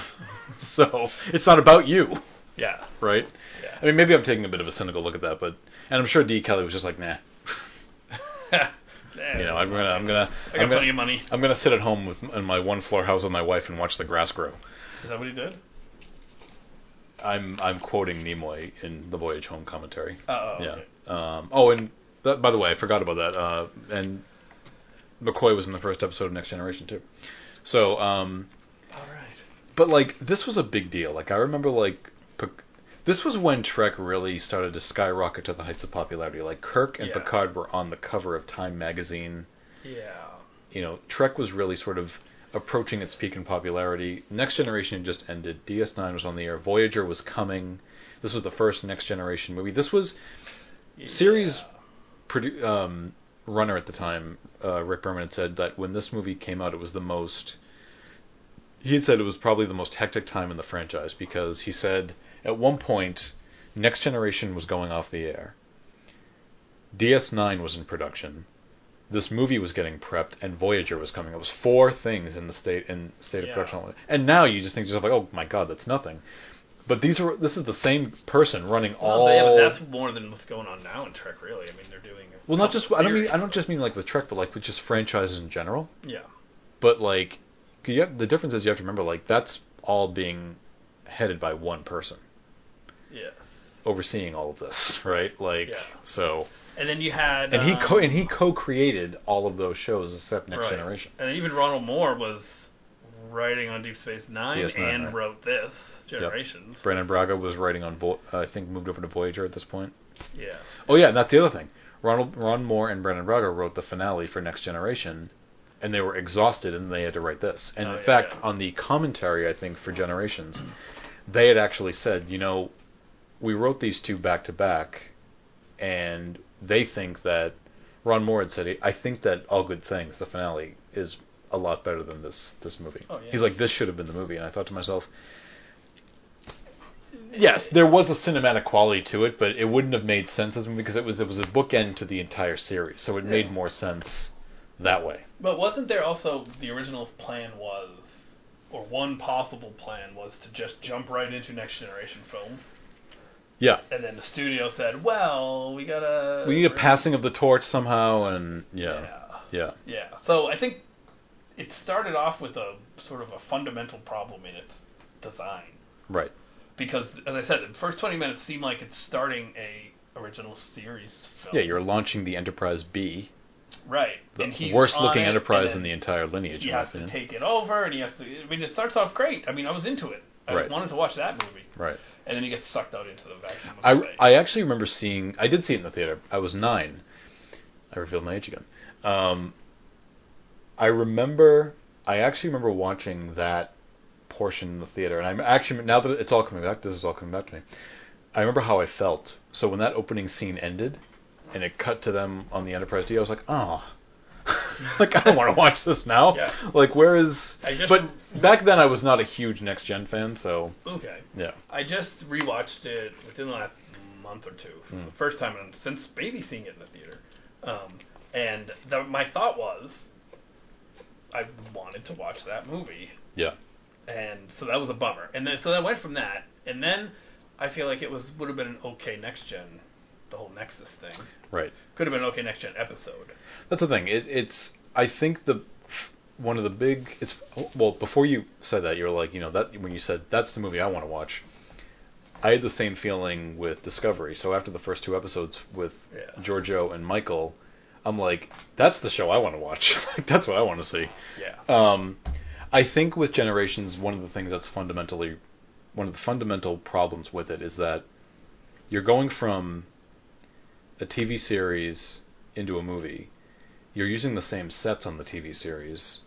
Speaker 2: so it's not about you
Speaker 1: yeah,
Speaker 2: right
Speaker 1: Yeah.
Speaker 2: I mean maybe I'm taking a bit of a cynical look at that but and I'm sure D Kelly was just like nah
Speaker 1: Eh,
Speaker 2: you know I'm gonna I'm gonna
Speaker 1: I got
Speaker 2: I'm
Speaker 1: plenty
Speaker 2: gonna,
Speaker 1: of money.
Speaker 2: I'm gonna sit at home with in my one floor house with my wife and watch the grass grow
Speaker 1: Is that what he did?
Speaker 2: I'm I'm quoting Nimoy in the Voyage Home commentary
Speaker 1: Uh, oh,
Speaker 2: yeah
Speaker 1: okay.
Speaker 2: um, oh and that, by the way I forgot about that uh, and McCoy was in the first episode of Next Generation too so um.
Speaker 1: All right.
Speaker 2: But like this was a big deal. Like I remember like Pic- this was when Trek really started to skyrocket to the heights of popularity. Like Kirk and
Speaker 1: Yeah.
Speaker 2: Picard were on the cover of Time magazine.
Speaker 1: Yeah.
Speaker 2: You know, Trek was really sort of approaching its peak in popularity. Next Generation had just ended. DS9 was on the air. Voyager was coming. This was the first Next Generation movie. This was Series- produ- um, runner at the time, uh, Rick Berman, had said that when this movie came out, it was the most. He had said it was probably the most hectic time in the franchise because he said at one point, Next Generation was going off the air. DS9 was in production. This movie was getting prepped, and Voyager was coming. It was four things in the state in state of
Speaker 1: Yeah.
Speaker 2: production. And now you just think to yourself like, oh my god, that's nothing. But these are this is the same person running all.
Speaker 1: Well, yeah, but that's more than what's going on now in Trek, really. I mean, they're doing. a
Speaker 2: Well, not
Speaker 1: couple
Speaker 2: just I don't mean
Speaker 1: series,
Speaker 2: I don't
Speaker 1: but-
Speaker 2: just mean like with Trek, but like with just franchises in general.
Speaker 1: Yeah.
Speaker 2: But like, you have, the difference is you have to remember like that's all being headed by one person
Speaker 1: Yes.
Speaker 2: overseeing all of this, right? Like,
Speaker 1: Yeah.
Speaker 2: so
Speaker 1: And then you had.
Speaker 2: and he
Speaker 1: um,
Speaker 2: co and he co-created all of those shows except Next
Speaker 1: right.
Speaker 2: Generation.
Speaker 1: And even Ronald Moore was writing on Deep Space Nine
Speaker 2: DS9,
Speaker 1: and
Speaker 2: right.
Speaker 1: wrote this Generations.
Speaker 2: Brandon Braga was writing on Vo- I think moved over to Voyager at this point.
Speaker 1: Yeah.
Speaker 2: Oh yeah, and that's the other thing. Ronald Ron Moore and Brandon Braga wrote the finale for Next Generation, and they were exhausted, and they had to write this. And
Speaker 1: Oh,
Speaker 2: in
Speaker 1: yeah,
Speaker 2: fact,
Speaker 1: yeah.
Speaker 2: on the commentary, I think for Generations, they had actually said, you know, we wrote these two back to back, and they think that Ron Moore had said, I think that All Good Things, the finale, is a lot better than this this movie.
Speaker 1: Oh, yeah.
Speaker 2: He's like, this should have been the movie, and I thought to myself. Yes, there was a cinematic quality to it, but it wouldn't have made sense as a movie because it was it was a bookend to the entire series, so it made more sense that way.
Speaker 1: But wasn't there also the original plan was, or one possible plan was to just jump right into Next Generation films,
Speaker 2: Yeah,
Speaker 1: and then the studio said, "Well, we gotta
Speaker 2: we need a passing of the torch somehow, and yeah,
Speaker 1: Yeah.
Speaker 2: yeah,
Speaker 1: Yeah. So I think it started off with a sort of a fundamental problem in its design.
Speaker 2: right,
Speaker 1: Because, as I said, the first 20 minutes seem like it's starting a original series film.
Speaker 2: yeah. You're launching the Enterprise B,
Speaker 1: right.
Speaker 2: the
Speaker 1: and he's
Speaker 2: worst
Speaker 1: on
Speaker 2: looking
Speaker 1: it,
Speaker 2: Enterprise
Speaker 1: and
Speaker 2: in the
Speaker 1: then
Speaker 2: entire lineage.
Speaker 1: He
Speaker 2: in my
Speaker 1: has to
Speaker 2: opinion.
Speaker 1: take it over, and he has to. I mean, it starts off great. I mean, I was into it. I
Speaker 2: Right.
Speaker 1: wanted to watch that movie,
Speaker 2: right.
Speaker 1: and then he gets sucked out into the vacuum. Of
Speaker 2: I,
Speaker 1: space.
Speaker 2: I actually remember seeing. I did see it in the theater. I was nine. I revealed my age again. Um, I remember. I actually remember watching that portion in the theater, and I'm actually now that it's all coming back. This is all coming back to me. I remember how I felt. So when that opening scene ended, and it cut to them on the Enterprise D, I was like, oh. like I don't want to watch this now.
Speaker 1: Yeah.
Speaker 2: Like where is?
Speaker 1: I just-
Speaker 2: but back then I was not a huge next gen fan, so
Speaker 1: okay.
Speaker 2: yeah.
Speaker 1: I just rewatched it within the last month or two, for
Speaker 2: Hmm.
Speaker 1: the first time in, since maybe seeing it in the theater. Um, and the, my thought was, I wanted to watch that movie,
Speaker 2: Yeah.
Speaker 1: and so that was a bummer. And then so I went from that, and then I feel like it was would have been an okay next gen, the whole Nexus thing
Speaker 2: Right.
Speaker 1: could have been an okay next gen episode.
Speaker 2: That's the thing. It, it's I think the one of the big it's well before you said that you were like you know that when you said that's the movie I want to watch. I had the same feeling with Discovery. So after the first two episodes with
Speaker 1: Yeah.
Speaker 2: Giorgio and Michael, I'm like that's the show I want to watch. like that's what I want to see.
Speaker 1: Yeah.
Speaker 2: Um, I think with Generations, one of the things that's fundamentally one of the fundamental problems with it is that you're going from a TV series into a movie. You're using the same sets on the TV series.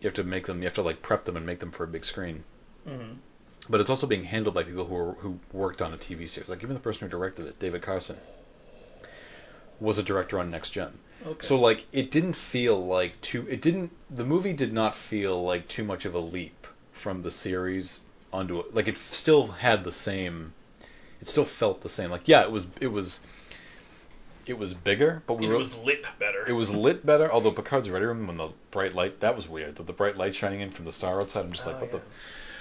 Speaker 2: You have to make them. You have to like prep them and make them for a big screen.
Speaker 1: hmm
Speaker 2: Mm-hmm. But it's also being handled by people who are, who worked on a TV series. Like even the person who directed it, David Carson, was a director on Next Gen.
Speaker 1: Okay.
Speaker 2: So like it didn't feel like too it didn't the movie did not feel like too much of a leap from the series onto it. Like it f- still had the same it still felt the same. Like yeah, it was it was It was bigger, but we
Speaker 1: It
Speaker 2: were
Speaker 1: was lit better.
Speaker 2: it was lit better. Although Picard's ready room when the bright light that was weird. The, the bright light shining in from the star outside. I'm just like,
Speaker 1: Oh,
Speaker 2: what
Speaker 1: yeah.
Speaker 2: the?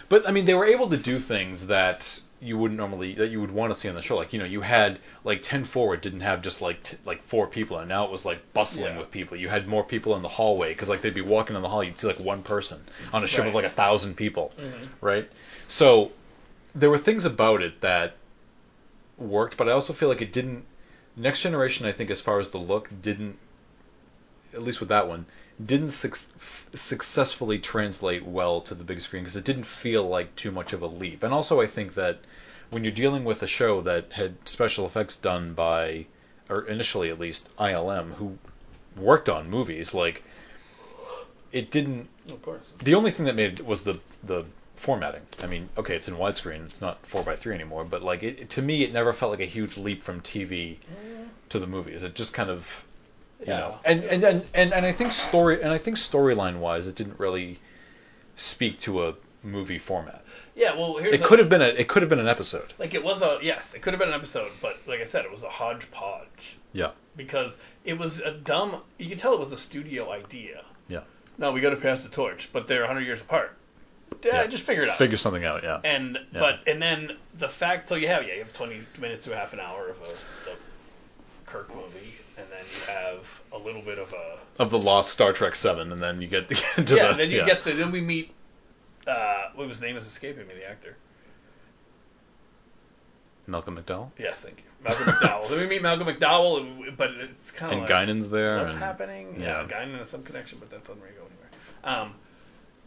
Speaker 2: But I mean, they were able to do things that you wouldn't normally that you would want to see on the show. Like you know, you had like ten forward didn't have just like t- like four people, and now it was like bustling
Speaker 1: Yeah.
Speaker 2: with people. You had more people in the hallway because like they'd be walking in the hall, you'd see like one person on a ship of
Speaker 1: Right.
Speaker 2: like a thousand people,
Speaker 1: Mm-hmm.
Speaker 2: right? So there were things about it that worked, but I also feel like it didn't. Next Generation, I think, as far as the look, didn't, at least with that one, didn't suc- successfully translate well to the big screen because it didn't feel like too much of a leap. And also, I think that when you're dealing with a show that had special effects done by, or initially at least, ILM, who worked on movies, like, it didn't
Speaker 1: of course.
Speaker 2: the only thing that made it was the the formatting. I mean, okay, it's in widescreen. It's not four by three anymore. But like it, to me, it never felt like a huge leap from TV to the movies. It just kind of you know, and, and and and and I think story and I think storyline wise, it didn't really speak to a movie format.
Speaker 1: Yeah, well, here's
Speaker 2: It
Speaker 1: the-
Speaker 2: could have been a it could have been an episode.
Speaker 1: like it was a yes, it could have been an episode, but like I said, it was a hodgepodge
Speaker 2: Yeah,
Speaker 1: because it was a dumb. You could tell it was a studio idea.
Speaker 2: yeah.
Speaker 1: No, we got to pass the torch, but they're 100 years apart. Yeah,
Speaker 2: Yeah.
Speaker 1: just figure it out.
Speaker 2: Figure something out. Yeah.
Speaker 1: and
Speaker 2: Yeah.
Speaker 1: but and then the fact so you have yeah you have 20 minutes to a half an hour of a the Kirk movie, and then you have a little bit of a
Speaker 2: of the lost Star Trek Seven, and then you get to the,
Speaker 1: yeah, and then you
Speaker 2: yeah.
Speaker 1: get the then we meet uh what was his name is escaping me the actor
Speaker 2: Malcolm McDowell
Speaker 1: yes thank you Malcolm McDowell then we meet Malcolm McDowell and, but it's kind of
Speaker 2: and
Speaker 1: Oh, like,
Speaker 2: Guinan's there.
Speaker 1: what's
Speaker 2: and-
Speaker 1: happening yeah, Guinan has some connection but that doesn't really go anywhere um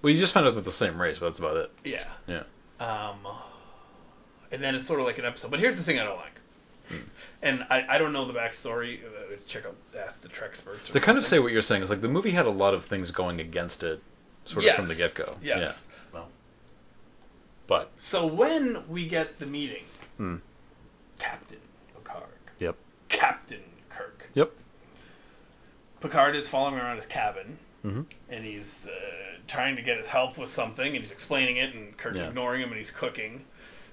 Speaker 2: Well, you just found out they're the same race, but that's about it.
Speaker 1: yeah
Speaker 2: Yeah.
Speaker 1: Um, and then it's sort of like an episode. But here's the thing I don't like. And I, I don't know the backstory. Uh, Check out Ask the Trek experts.
Speaker 2: To kind of say what you're saying is like the movie had a lot of things going against it, sort of from the get go.
Speaker 1: Yes.
Speaker 2: Yeah. Well. But
Speaker 1: So when we get the meeting,
Speaker 2: Hmm.
Speaker 1: Captain Picard,
Speaker 2: yep,
Speaker 1: Captain Kirk,
Speaker 2: yep,
Speaker 1: Picard is following around his cabin.
Speaker 2: Mhm.
Speaker 1: And he's uh, trying to get his help with something, and he's explaining it, and Kirk's
Speaker 2: Yeah.
Speaker 1: ignoring him, and he's cooking,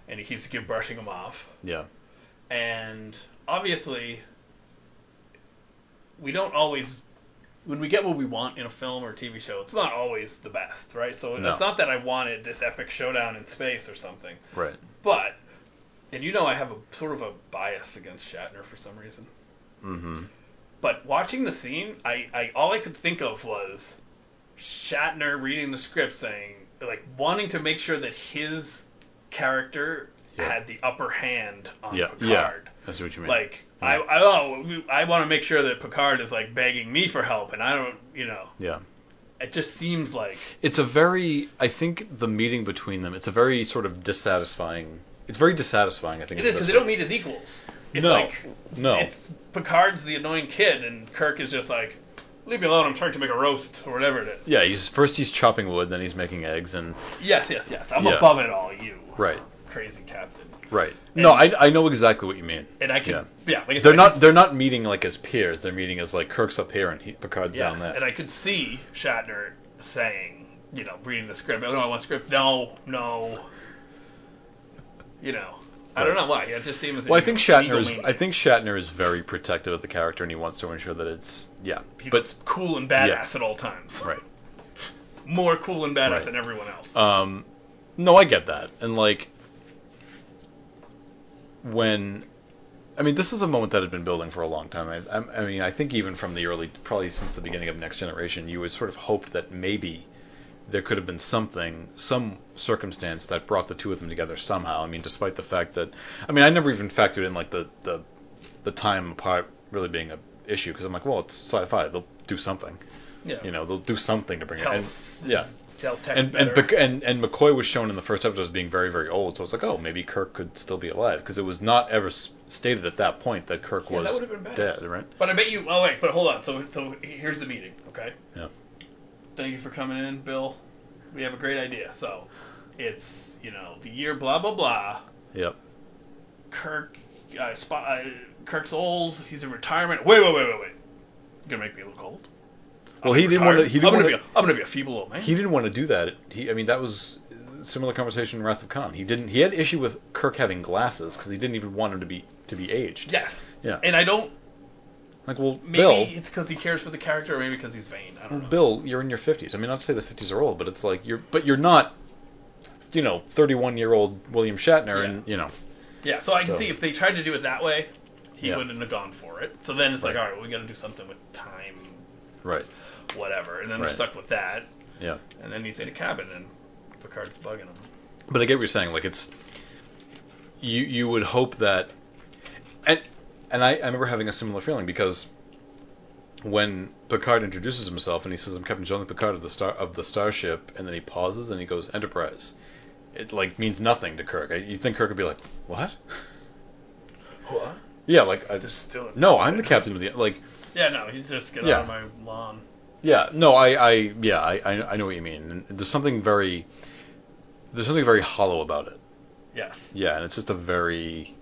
Speaker 1: and he keeps keep brushing him off.
Speaker 2: yeah,
Speaker 1: and obviously we don't always when we get what we want in a film or TV show, it's not always the best, right? So
Speaker 2: No.
Speaker 1: it's not that I wanted this epic showdown in space or something,
Speaker 2: right.
Speaker 1: but and you know I have a sort of a bias against Shatner for some reason.
Speaker 2: Mm-hmm.
Speaker 1: But watching the scene, I, I all I could think of was Shatner reading the script saying like wanting to make sure that his character
Speaker 2: Yeah.
Speaker 1: had the upper hand on
Speaker 2: Yeah,
Speaker 1: Picard.
Speaker 2: yeah. That's what you mean.
Speaker 1: Like
Speaker 2: Yeah.
Speaker 1: I, I oh I want to make sure that Picard is like begging me for help, and I don't, you know,
Speaker 2: yeah.
Speaker 1: it just seems like
Speaker 2: It's a very, I think the meeting between them, it's a very sort of dissatisfying. It's very dissatisfying. I think
Speaker 1: it
Speaker 2: is
Speaker 1: is because
Speaker 2: the
Speaker 1: they
Speaker 2: best
Speaker 1: don't
Speaker 2: way-
Speaker 1: meet as equals. It's
Speaker 2: No,
Speaker 1: like
Speaker 2: no.
Speaker 1: it's Picard's the annoying kid, and Kirk is just like, leave me alone. I'm trying to make a roast or whatever it is.
Speaker 2: yeah, he's first he's chopping wood, then he's making eggs, and
Speaker 1: Yes, yes, yes. I'm
Speaker 2: Yeah.
Speaker 1: above it all, you
Speaker 2: right,
Speaker 1: crazy captain.
Speaker 2: right. no, I I know exactly what you mean.
Speaker 1: And I can yeah,
Speaker 2: Yeah.
Speaker 1: like I said,
Speaker 2: They're
Speaker 1: I
Speaker 2: not
Speaker 1: could-
Speaker 2: they're not meeting like as peers. They're meeting as like Kirk's up here and he, Picard's
Speaker 1: yes,
Speaker 2: down there.
Speaker 1: and I could see Shatner saying, you know, reading the script. Oh, no, I want script. No, no. You know, I don't know why. It just seems.
Speaker 2: Well, I think Shatner is.
Speaker 1: egomaniac.
Speaker 2: I think Shatner is very protective of the character, and he wants to ensure that it's yeah.
Speaker 1: He
Speaker 2: But
Speaker 1: looks cool and badass
Speaker 2: Yeah.
Speaker 1: at all times.
Speaker 2: right.
Speaker 1: More cool and badass
Speaker 2: Right.
Speaker 1: than everyone else.
Speaker 2: Um, no, I get that, and like when, I mean, this is a moment that had been building for a long time. I, I, I mean, I think even from the early, probably since the beginning of Next Generation, you would sort of hoped that maybe there could have been something, some circumstance that brought the two of them together somehow. I mean, despite the fact that, I mean, I never even factored in like the the the time apart really being a issue because I'm like, well, it's sci-fi. They'll do something.
Speaker 1: yeah.
Speaker 2: You know, they'll do something to bring it. And,
Speaker 1: Health.
Speaker 2: yeah
Speaker 1: Del Tech
Speaker 2: and and, Bec- and and McCoy was shown in the first episode as being very very old, so it's like oh maybe Kirk could still be alive because it was not ever s- stated at that point that Kirk
Speaker 1: Yeah, that
Speaker 2: was
Speaker 1: would've been bad.
Speaker 2: dead, right?
Speaker 1: but I bet you. Oh wait, but hold on. So so here's the meeting. Okay.
Speaker 2: Yeah.
Speaker 1: Thank you for coming in, Bill. We have a great idea. So, it's you know the year blah blah blah.
Speaker 2: Yep.
Speaker 1: Kirk, uh, spot, uh, Kirk's old. He's in retirement. Wait, wait, wait, wait, wait. You're gonna make me look old.
Speaker 2: Well, he didn't want to. He
Speaker 1: I'm
Speaker 2: didn't
Speaker 1: gonna
Speaker 2: want
Speaker 1: be. A,
Speaker 2: to.
Speaker 1: I'm gonna be a feeble old man.
Speaker 2: He didn't want to do that. He, I mean, that was uh, similar conversation in Wrath of Khan. He didn't. He had issue with Kirk having glasses because he didn't even want him to be to be aged.
Speaker 1: yes.
Speaker 2: Yeah.
Speaker 1: And I don't.
Speaker 2: Like, well,
Speaker 1: Maybe
Speaker 2: Bill,
Speaker 1: it's because he cares for the character, or maybe because he's vain. I don't know.
Speaker 2: Bill, you're in your 50s. I mean, not to say the 50s are old, but it's like you're, but you're not, you know, 31 year old William Shatner,
Speaker 1: Yeah.
Speaker 2: and you know,
Speaker 1: Yeah, so I can
Speaker 2: So-
Speaker 1: see if they tried to do it that way, he
Speaker 2: Yeah.
Speaker 1: wouldn't have gone for it. So then it's like,
Speaker 2: Right.
Speaker 1: all right, we got to do something with time,
Speaker 2: right?
Speaker 1: whatever, and then they're
Speaker 2: Right.
Speaker 1: stuck with that.
Speaker 2: Yeah.
Speaker 1: And then he's in a cabin, and Picard's bugging him.
Speaker 2: But I get what you're saying. Like it's you you would hope that, and and I, I remember having a similar feeling because when Picard introduces himself and he says, "I'm Captain Jean-Luc Picard of the star of the starship," and then he pauses and he goes, "Enterprise." It like means nothing to Kirk. I, you think Kirk would be like, "What?"
Speaker 1: What?
Speaker 2: Yeah, like I,
Speaker 1: There's still a-
Speaker 2: no, I'm the captain of the like.
Speaker 1: Yeah, no, he's just get
Speaker 2: Yeah.
Speaker 1: out of my lawn.
Speaker 2: Yeah, no, I, I yeah, I, I I know what you mean. And there's something very there's something very hollow about it.
Speaker 1: Yes.
Speaker 2: Yeah, and it's just a very,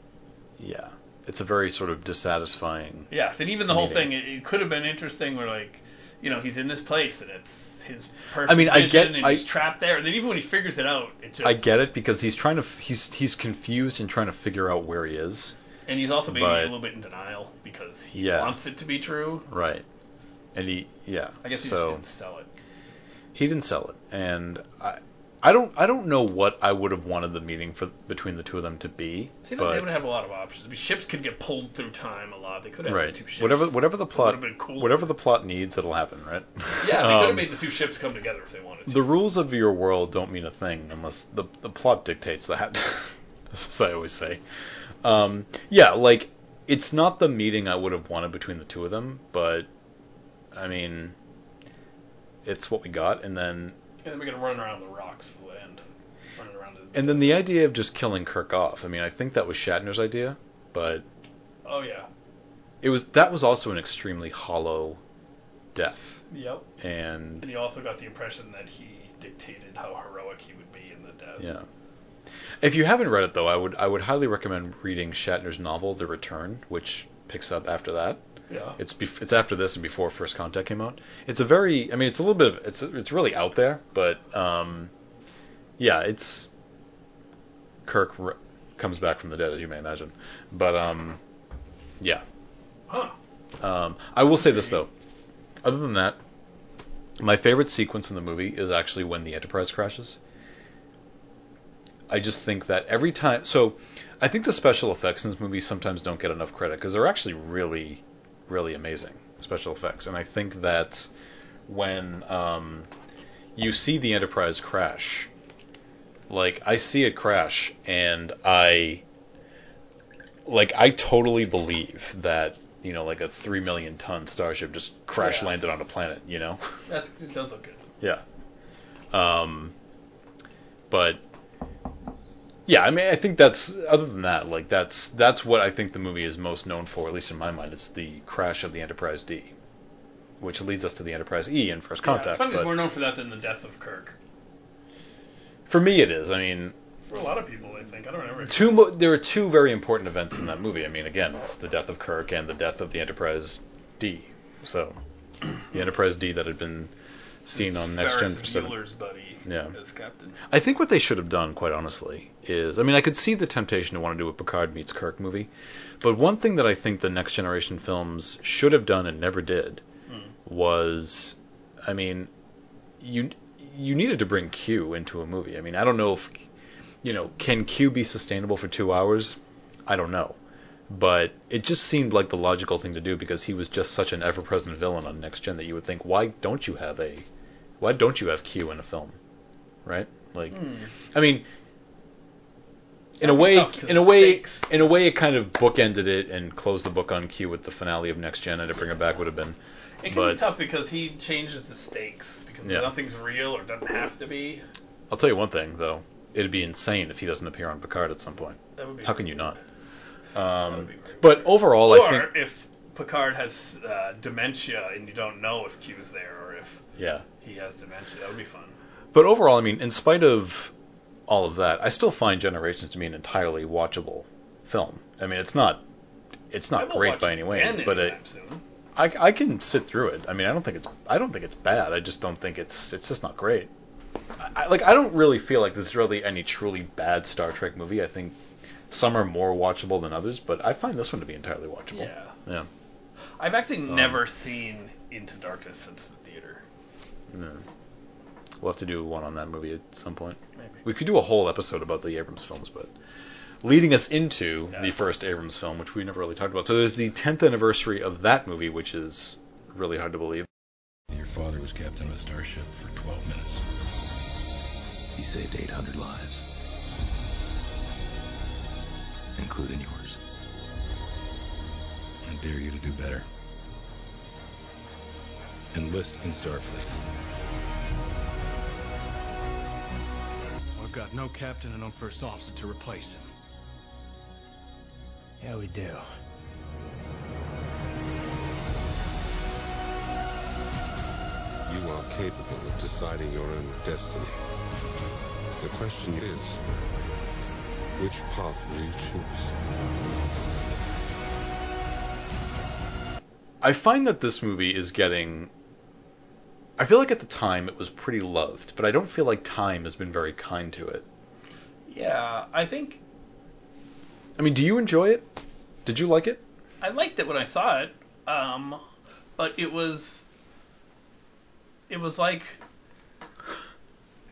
Speaker 2: yeah, it's a very sort of dissatisfying.
Speaker 1: Yes, and even the whole
Speaker 2: Meeting.
Speaker 1: thing, it, it could have been interesting where, like, you know, he's in this place and it's his perfect
Speaker 2: I mean, I
Speaker 1: vision
Speaker 2: get-
Speaker 1: and
Speaker 2: I-
Speaker 1: he's trapped there. And then even when he figures it out, it just.
Speaker 2: I get it because he's trying to f- he's he's confused and trying to figure out where he is.
Speaker 1: And he's also maybe
Speaker 2: but-
Speaker 1: a little bit in denial because he
Speaker 2: Yeah.
Speaker 1: wants it to be true.
Speaker 2: Right. And he yeah.
Speaker 1: I guess he
Speaker 2: so
Speaker 1: just didn't sell it.
Speaker 2: he didn't sell it, and I I don't I don't know what I would have wanted the meeting for between the two of them to be.
Speaker 1: See, they
Speaker 2: but
Speaker 1: would have a lot of options. I mean, ships could get pulled through time a lot. They could have
Speaker 2: right.
Speaker 1: two ships.
Speaker 2: Whatever whatever the
Speaker 1: It
Speaker 2: plot
Speaker 1: would've been cool.
Speaker 2: whatever the plot needs, it'll happen. Right.
Speaker 1: Yeah, they could
Speaker 2: Um,
Speaker 1: have made the two ships come together if they wanted to.
Speaker 2: The rules of your world don't mean a thing unless the the plot dictates that. That's what I always say. Um, yeah, like it's not the meeting I would have wanted between the two of them, but I mean, it's what we got, and then
Speaker 1: And then we're gonna run around the rocks for the end. Running around. The,
Speaker 2: and then the idea of just killing Kirk off. I mean, I think that was Shatner's idea, but
Speaker 1: oh yeah.
Speaker 2: it was that was also an extremely hollow death,
Speaker 1: Yep.
Speaker 2: and
Speaker 1: And you also got the impression that he dictated how heroic he would be in the death.
Speaker 2: yeah. If you haven't read it though, I would I would highly recommend reading Shatner's novel The Return, which picks up after that.
Speaker 1: Yeah.
Speaker 2: It's bef- it's after this and before First Contact came out. It's a very I mean it's a little bit of it's it's really out there, but um, yeah, it's Kirk r- comes back from the dead as you may imagine, but um, yeah.
Speaker 1: Huh.
Speaker 2: Um, I will say this though. Other than that, my favorite sequence in the movie is actually when the Enterprise crashes. I just think that every time, so I think the special effects in this movie sometimes don't get enough credit because they're actually really, really amazing special effects, and I think that when um, you see the Enterprise crash, like I see it crash and I like I totally believe that you know like a three million ton starship just crash
Speaker 1: Yes.
Speaker 2: landed on a planet. You know.
Speaker 1: That's it does look good.
Speaker 2: Yeah. Um. But yeah, I mean, I think that's other than that, like that's that's what I think the movie is most known for, at least in my mind. It's the crash of the Enterprise D, which leads us to the Enterprise E in First
Speaker 1: yeah,
Speaker 2: Contact.
Speaker 1: it's funny,
Speaker 2: but
Speaker 1: he's more known for that than the death of Kirk.
Speaker 2: for me, it is. I mean,
Speaker 1: For a lot of people, I think. I don't remember.
Speaker 2: two mo- there are two very important events in that movie. I mean, again, it's the death of Kirk and the death of the Enterprise D. So the Enterprise D that had been seen on Next Gen
Speaker 1: Ferris
Speaker 2: for seven.
Speaker 1: Bueller's buddy
Speaker 2: Yeah.
Speaker 1: as captain.
Speaker 2: I think what they should have done, quite honestly, is I mean, I could see the temptation to want to do a Picard meets Kirk movie, but one thing that I think the Next Generation films should have done and never did was, I mean, you you needed to bring Q into a movie. I mean, I don't know if you know can Q be sustainable for two hours? I don't know, but it just seemed like the logical thing to do because he was just such an ever-present villain on Next Gen that you would think, why don't you have a, why don't you have Q in a film, right? Like, I mean. In a
Speaker 1: That'd be
Speaker 2: way,
Speaker 1: tough 'cause
Speaker 2: in a
Speaker 1: the
Speaker 2: way,
Speaker 1: stakes.
Speaker 2: in a way, it kind of bookended it and closed the book on Q with the finale of Next Gen, and to bring it back would have been
Speaker 1: It can
Speaker 2: But-
Speaker 1: be tough because he changes the stakes because
Speaker 2: Yeah.
Speaker 1: nothing's real or doesn't have to be.
Speaker 2: I'll tell you one thing though. It'd be insane if he doesn't appear on Picard at some point.
Speaker 1: That would be
Speaker 2: How can you not?
Speaker 1: That
Speaker 2: Um,
Speaker 1: would be very
Speaker 2: but overall,
Speaker 1: weird.
Speaker 2: I
Speaker 1: or
Speaker 2: think
Speaker 1: if Picard has uh, dementia and you don't know if Q's there or if
Speaker 2: yeah.
Speaker 1: he has dementia, that would be fun.
Speaker 2: But overall, I mean, in spite of all of that, I still find Generations to be an entirely watchable film. I mean, it's not it's
Speaker 1: I
Speaker 2: not
Speaker 1: will
Speaker 2: great
Speaker 1: watch
Speaker 2: by
Speaker 1: it
Speaker 2: any way,
Speaker 1: again
Speaker 2: but it,
Speaker 1: anytime soon.
Speaker 2: I I can sit through it. I mean, I don't think it's I don't think it's bad. I just don't think it's it's just not great. I, I- like I don't really feel like there's really any truly bad Star Trek movie. I think some are more watchable than others, but I find this one to be entirely watchable.
Speaker 1: Yeah.
Speaker 2: Yeah.
Speaker 1: I've actually
Speaker 2: Um,
Speaker 1: never seen Into Darkness since the theater.
Speaker 2: No. We'll have to do one on that movie at some point.
Speaker 1: Maybe.
Speaker 2: We could do a whole episode about the Abrams films, but leading us into the
Speaker 1: Yes.
Speaker 2: first Abrams film, which we never really talked about. So there's the 10th anniversary of that movie, which is really hard to believe.
Speaker 6: Your father was captain of a starship for 12 minutes. He saved 800 lives, including yours. I dare you to do better. Enlist in Starfleet.
Speaker 7: I've got no captain and no first officer to replace him. Yeah, we do.
Speaker 8: You are capable of deciding your own destiny. The question is, which path will you choose?
Speaker 2: I find that this movie is getting. I feel like at the time it was pretty loved, but I don't feel like time has been very kind to it.
Speaker 1: Yeah, I think
Speaker 2: I mean, do you enjoy it? Did you like it?
Speaker 1: I liked it when I saw it, um, but it was it was like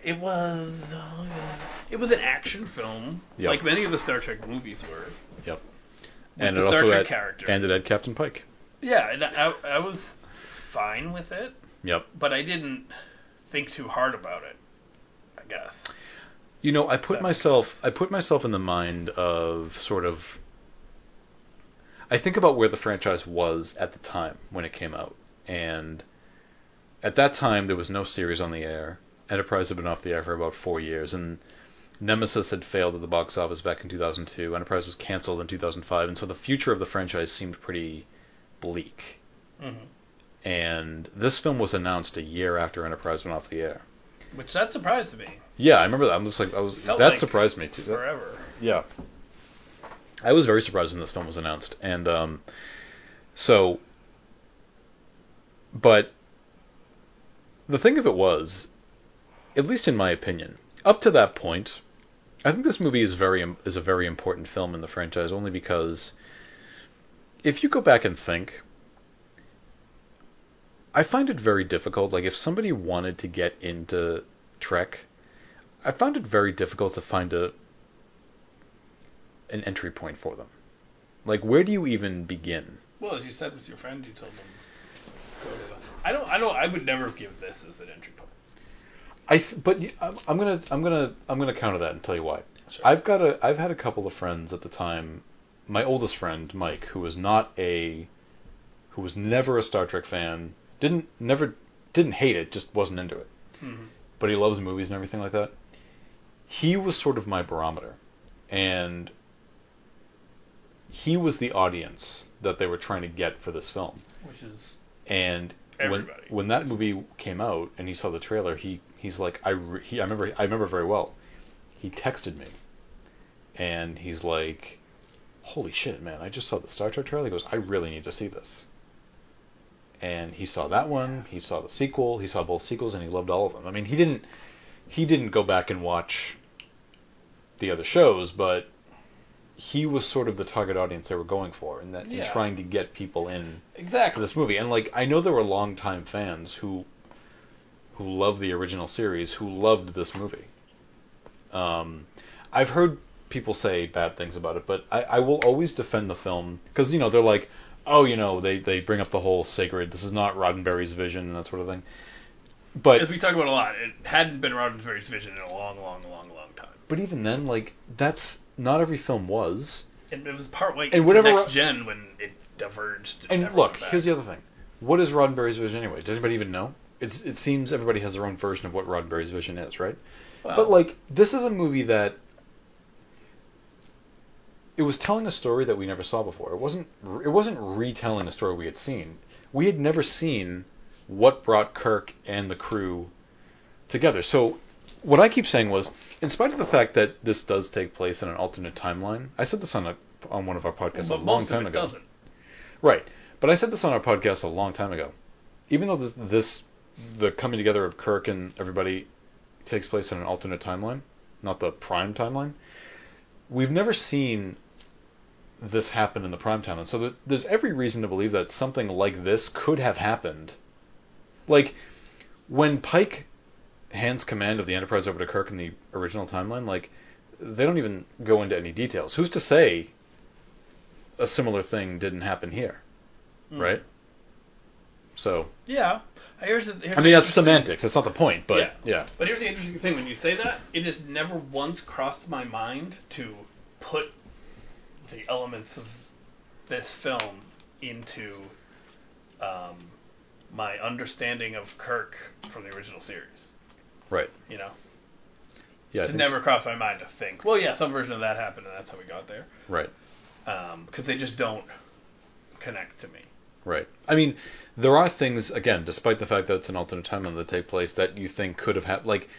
Speaker 1: it was uh, it was an action film,
Speaker 2: Yep.
Speaker 1: like many of the Star Trek movies were.
Speaker 2: Yep. and
Speaker 1: the
Speaker 2: it
Speaker 1: Star
Speaker 2: also
Speaker 1: Trek
Speaker 2: had,
Speaker 1: character.
Speaker 2: and it had Captain Pike.
Speaker 1: Yeah, and I, I was fine with it,
Speaker 2: Yep.
Speaker 1: but I didn't think too hard about it. I guess.
Speaker 2: You know, I put
Speaker 1: That makes
Speaker 2: myself I put myself in the mind of sort of I think about where the franchise was at the time when it came out. And at that time there was no series on the air. Enterprise had been off the air for about 4 years and Nemesis had failed at the box office back in 2002. Enterprise was canceled in 2005, and so the future of the franchise seemed pretty bleak.
Speaker 1: Mhm.
Speaker 2: And this film was announced a year after Enterprise went off the air.
Speaker 1: Which that surprised me
Speaker 2: Yeah, I remember that. I'm just like I was
Speaker 1: Felt
Speaker 2: that
Speaker 1: like
Speaker 2: surprised me too. That-
Speaker 1: forever.
Speaker 2: yeah. I was very surprised when this film was announced. And um, so, but the thing of it was, at least in my opinion, up to that point, I think this movie is very im- is a very important film in the franchise only because if you go back and think, I find it very difficult. Like if somebody wanted to get into Trek, I found it very difficult to find a an entry point for them. Like, where do you even begin?
Speaker 1: Well, as you said with your friend, you told them. Go to the... I don't. I don't. I would never give this as an entry point.
Speaker 2: I th- but you- I'm, I'm gonna I'm gonna I'm gonna counter that and tell you why.
Speaker 1: Sure.
Speaker 2: I've got a I've had a couple of friends at the time. My oldest friend Mike, who was not a who was never a Star Trek fan, didn't never didn't hate it, just wasn't into it.
Speaker 1: Mhm.
Speaker 2: But he loves movies and everything like that. He was sort of my barometer, and he was the audience that they were trying to get for this film.
Speaker 1: Which is
Speaker 2: And when,
Speaker 1: Everybody.
Speaker 2: when that movie came out and he saw the trailer, he he's like I re- he, I remember I remember very well. He texted me, and he's like, "Holy shit, man! I just saw the Star Trek trailer." He goes, "I really need to see this." And he saw that one. He saw the sequel. He saw both sequels, and he loved all of them. I mean, he didn't he didn't go back and watch the other shows, but he was sort of the target audience they were going for, and that
Speaker 1: Yeah.
Speaker 2: in trying to get people in for
Speaker 1: exactly
Speaker 2: this movie. And like I know there were longtime fans who who loved the original series who loved this movie. Um, I've heard people say bad things about it, but I, I will always defend the film because you know they're like, oh, you know they they bring up the whole sacred. This is not Roddenberry's vision and that sort of thing. But
Speaker 1: as we talk about a lot. It hadn't been Roddenberry's vision in a long, long, long, long time.
Speaker 2: but even then, like that's not every film was.
Speaker 1: And it was part way
Speaker 2: And whatever
Speaker 1: to next
Speaker 2: Ro-
Speaker 1: gen when it diverged.
Speaker 2: And
Speaker 1: never
Speaker 2: look,
Speaker 1: went back.
Speaker 2: here's the other thing. What is Roddenberry's vision anyway? Does anybody even know? It's, it seems everybody has their own version of what Roddenberry's vision is, right?
Speaker 1: Well,
Speaker 2: But like this is a movie that it was telling a story that we never saw before. It wasn't it wasn't retelling a story we had seen. We had never seen what brought Kirk and the crew together. So what I keep saying was in spite of the fact that this does take place in an alternate timeline, I said this on a on one of our podcasts
Speaker 1: but
Speaker 2: a long
Speaker 1: most
Speaker 2: time
Speaker 1: of it
Speaker 2: ago.
Speaker 1: doesn't.
Speaker 2: Right. But I said this on our podcast a long time ago. Even though this, this the coming together of Kirk and everybody takes place in an alternate timeline, not the prime timeline, we've never seen this happened in the prime time. And so there- there's every reason to believe that something like this could have happened. Like, when Pike hands command of the Enterprise over to Kirk in the original timeline, like, they don't even go into any details. Who's to say a similar thing didn't happen here? Right? So,
Speaker 1: Mm. Yeah. Here's the, here's
Speaker 2: I
Speaker 1: the
Speaker 2: mean, that's semantics. That's not the point, but
Speaker 1: Yeah.
Speaker 2: yeah.
Speaker 1: But here's the interesting thing: when you say that, it has never once crossed my mind to put the elements of this film into um, my understanding of Kirk from the original series.
Speaker 2: Right.
Speaker 1: You know,
Speaker 2: Yeah. I
Speaker 1: it
Speaker 2: think
Speaker 1: never crossed my mind to think, well, yeah, some version of that happened, and that's how we got there,
Speaker 2: so. Right.
Speaker 1: because they just don't connect to me.
Speaker 2: Right. I mean, there are things again, despite the fact that it's an alternate timeline that take place that you think could have happened. Like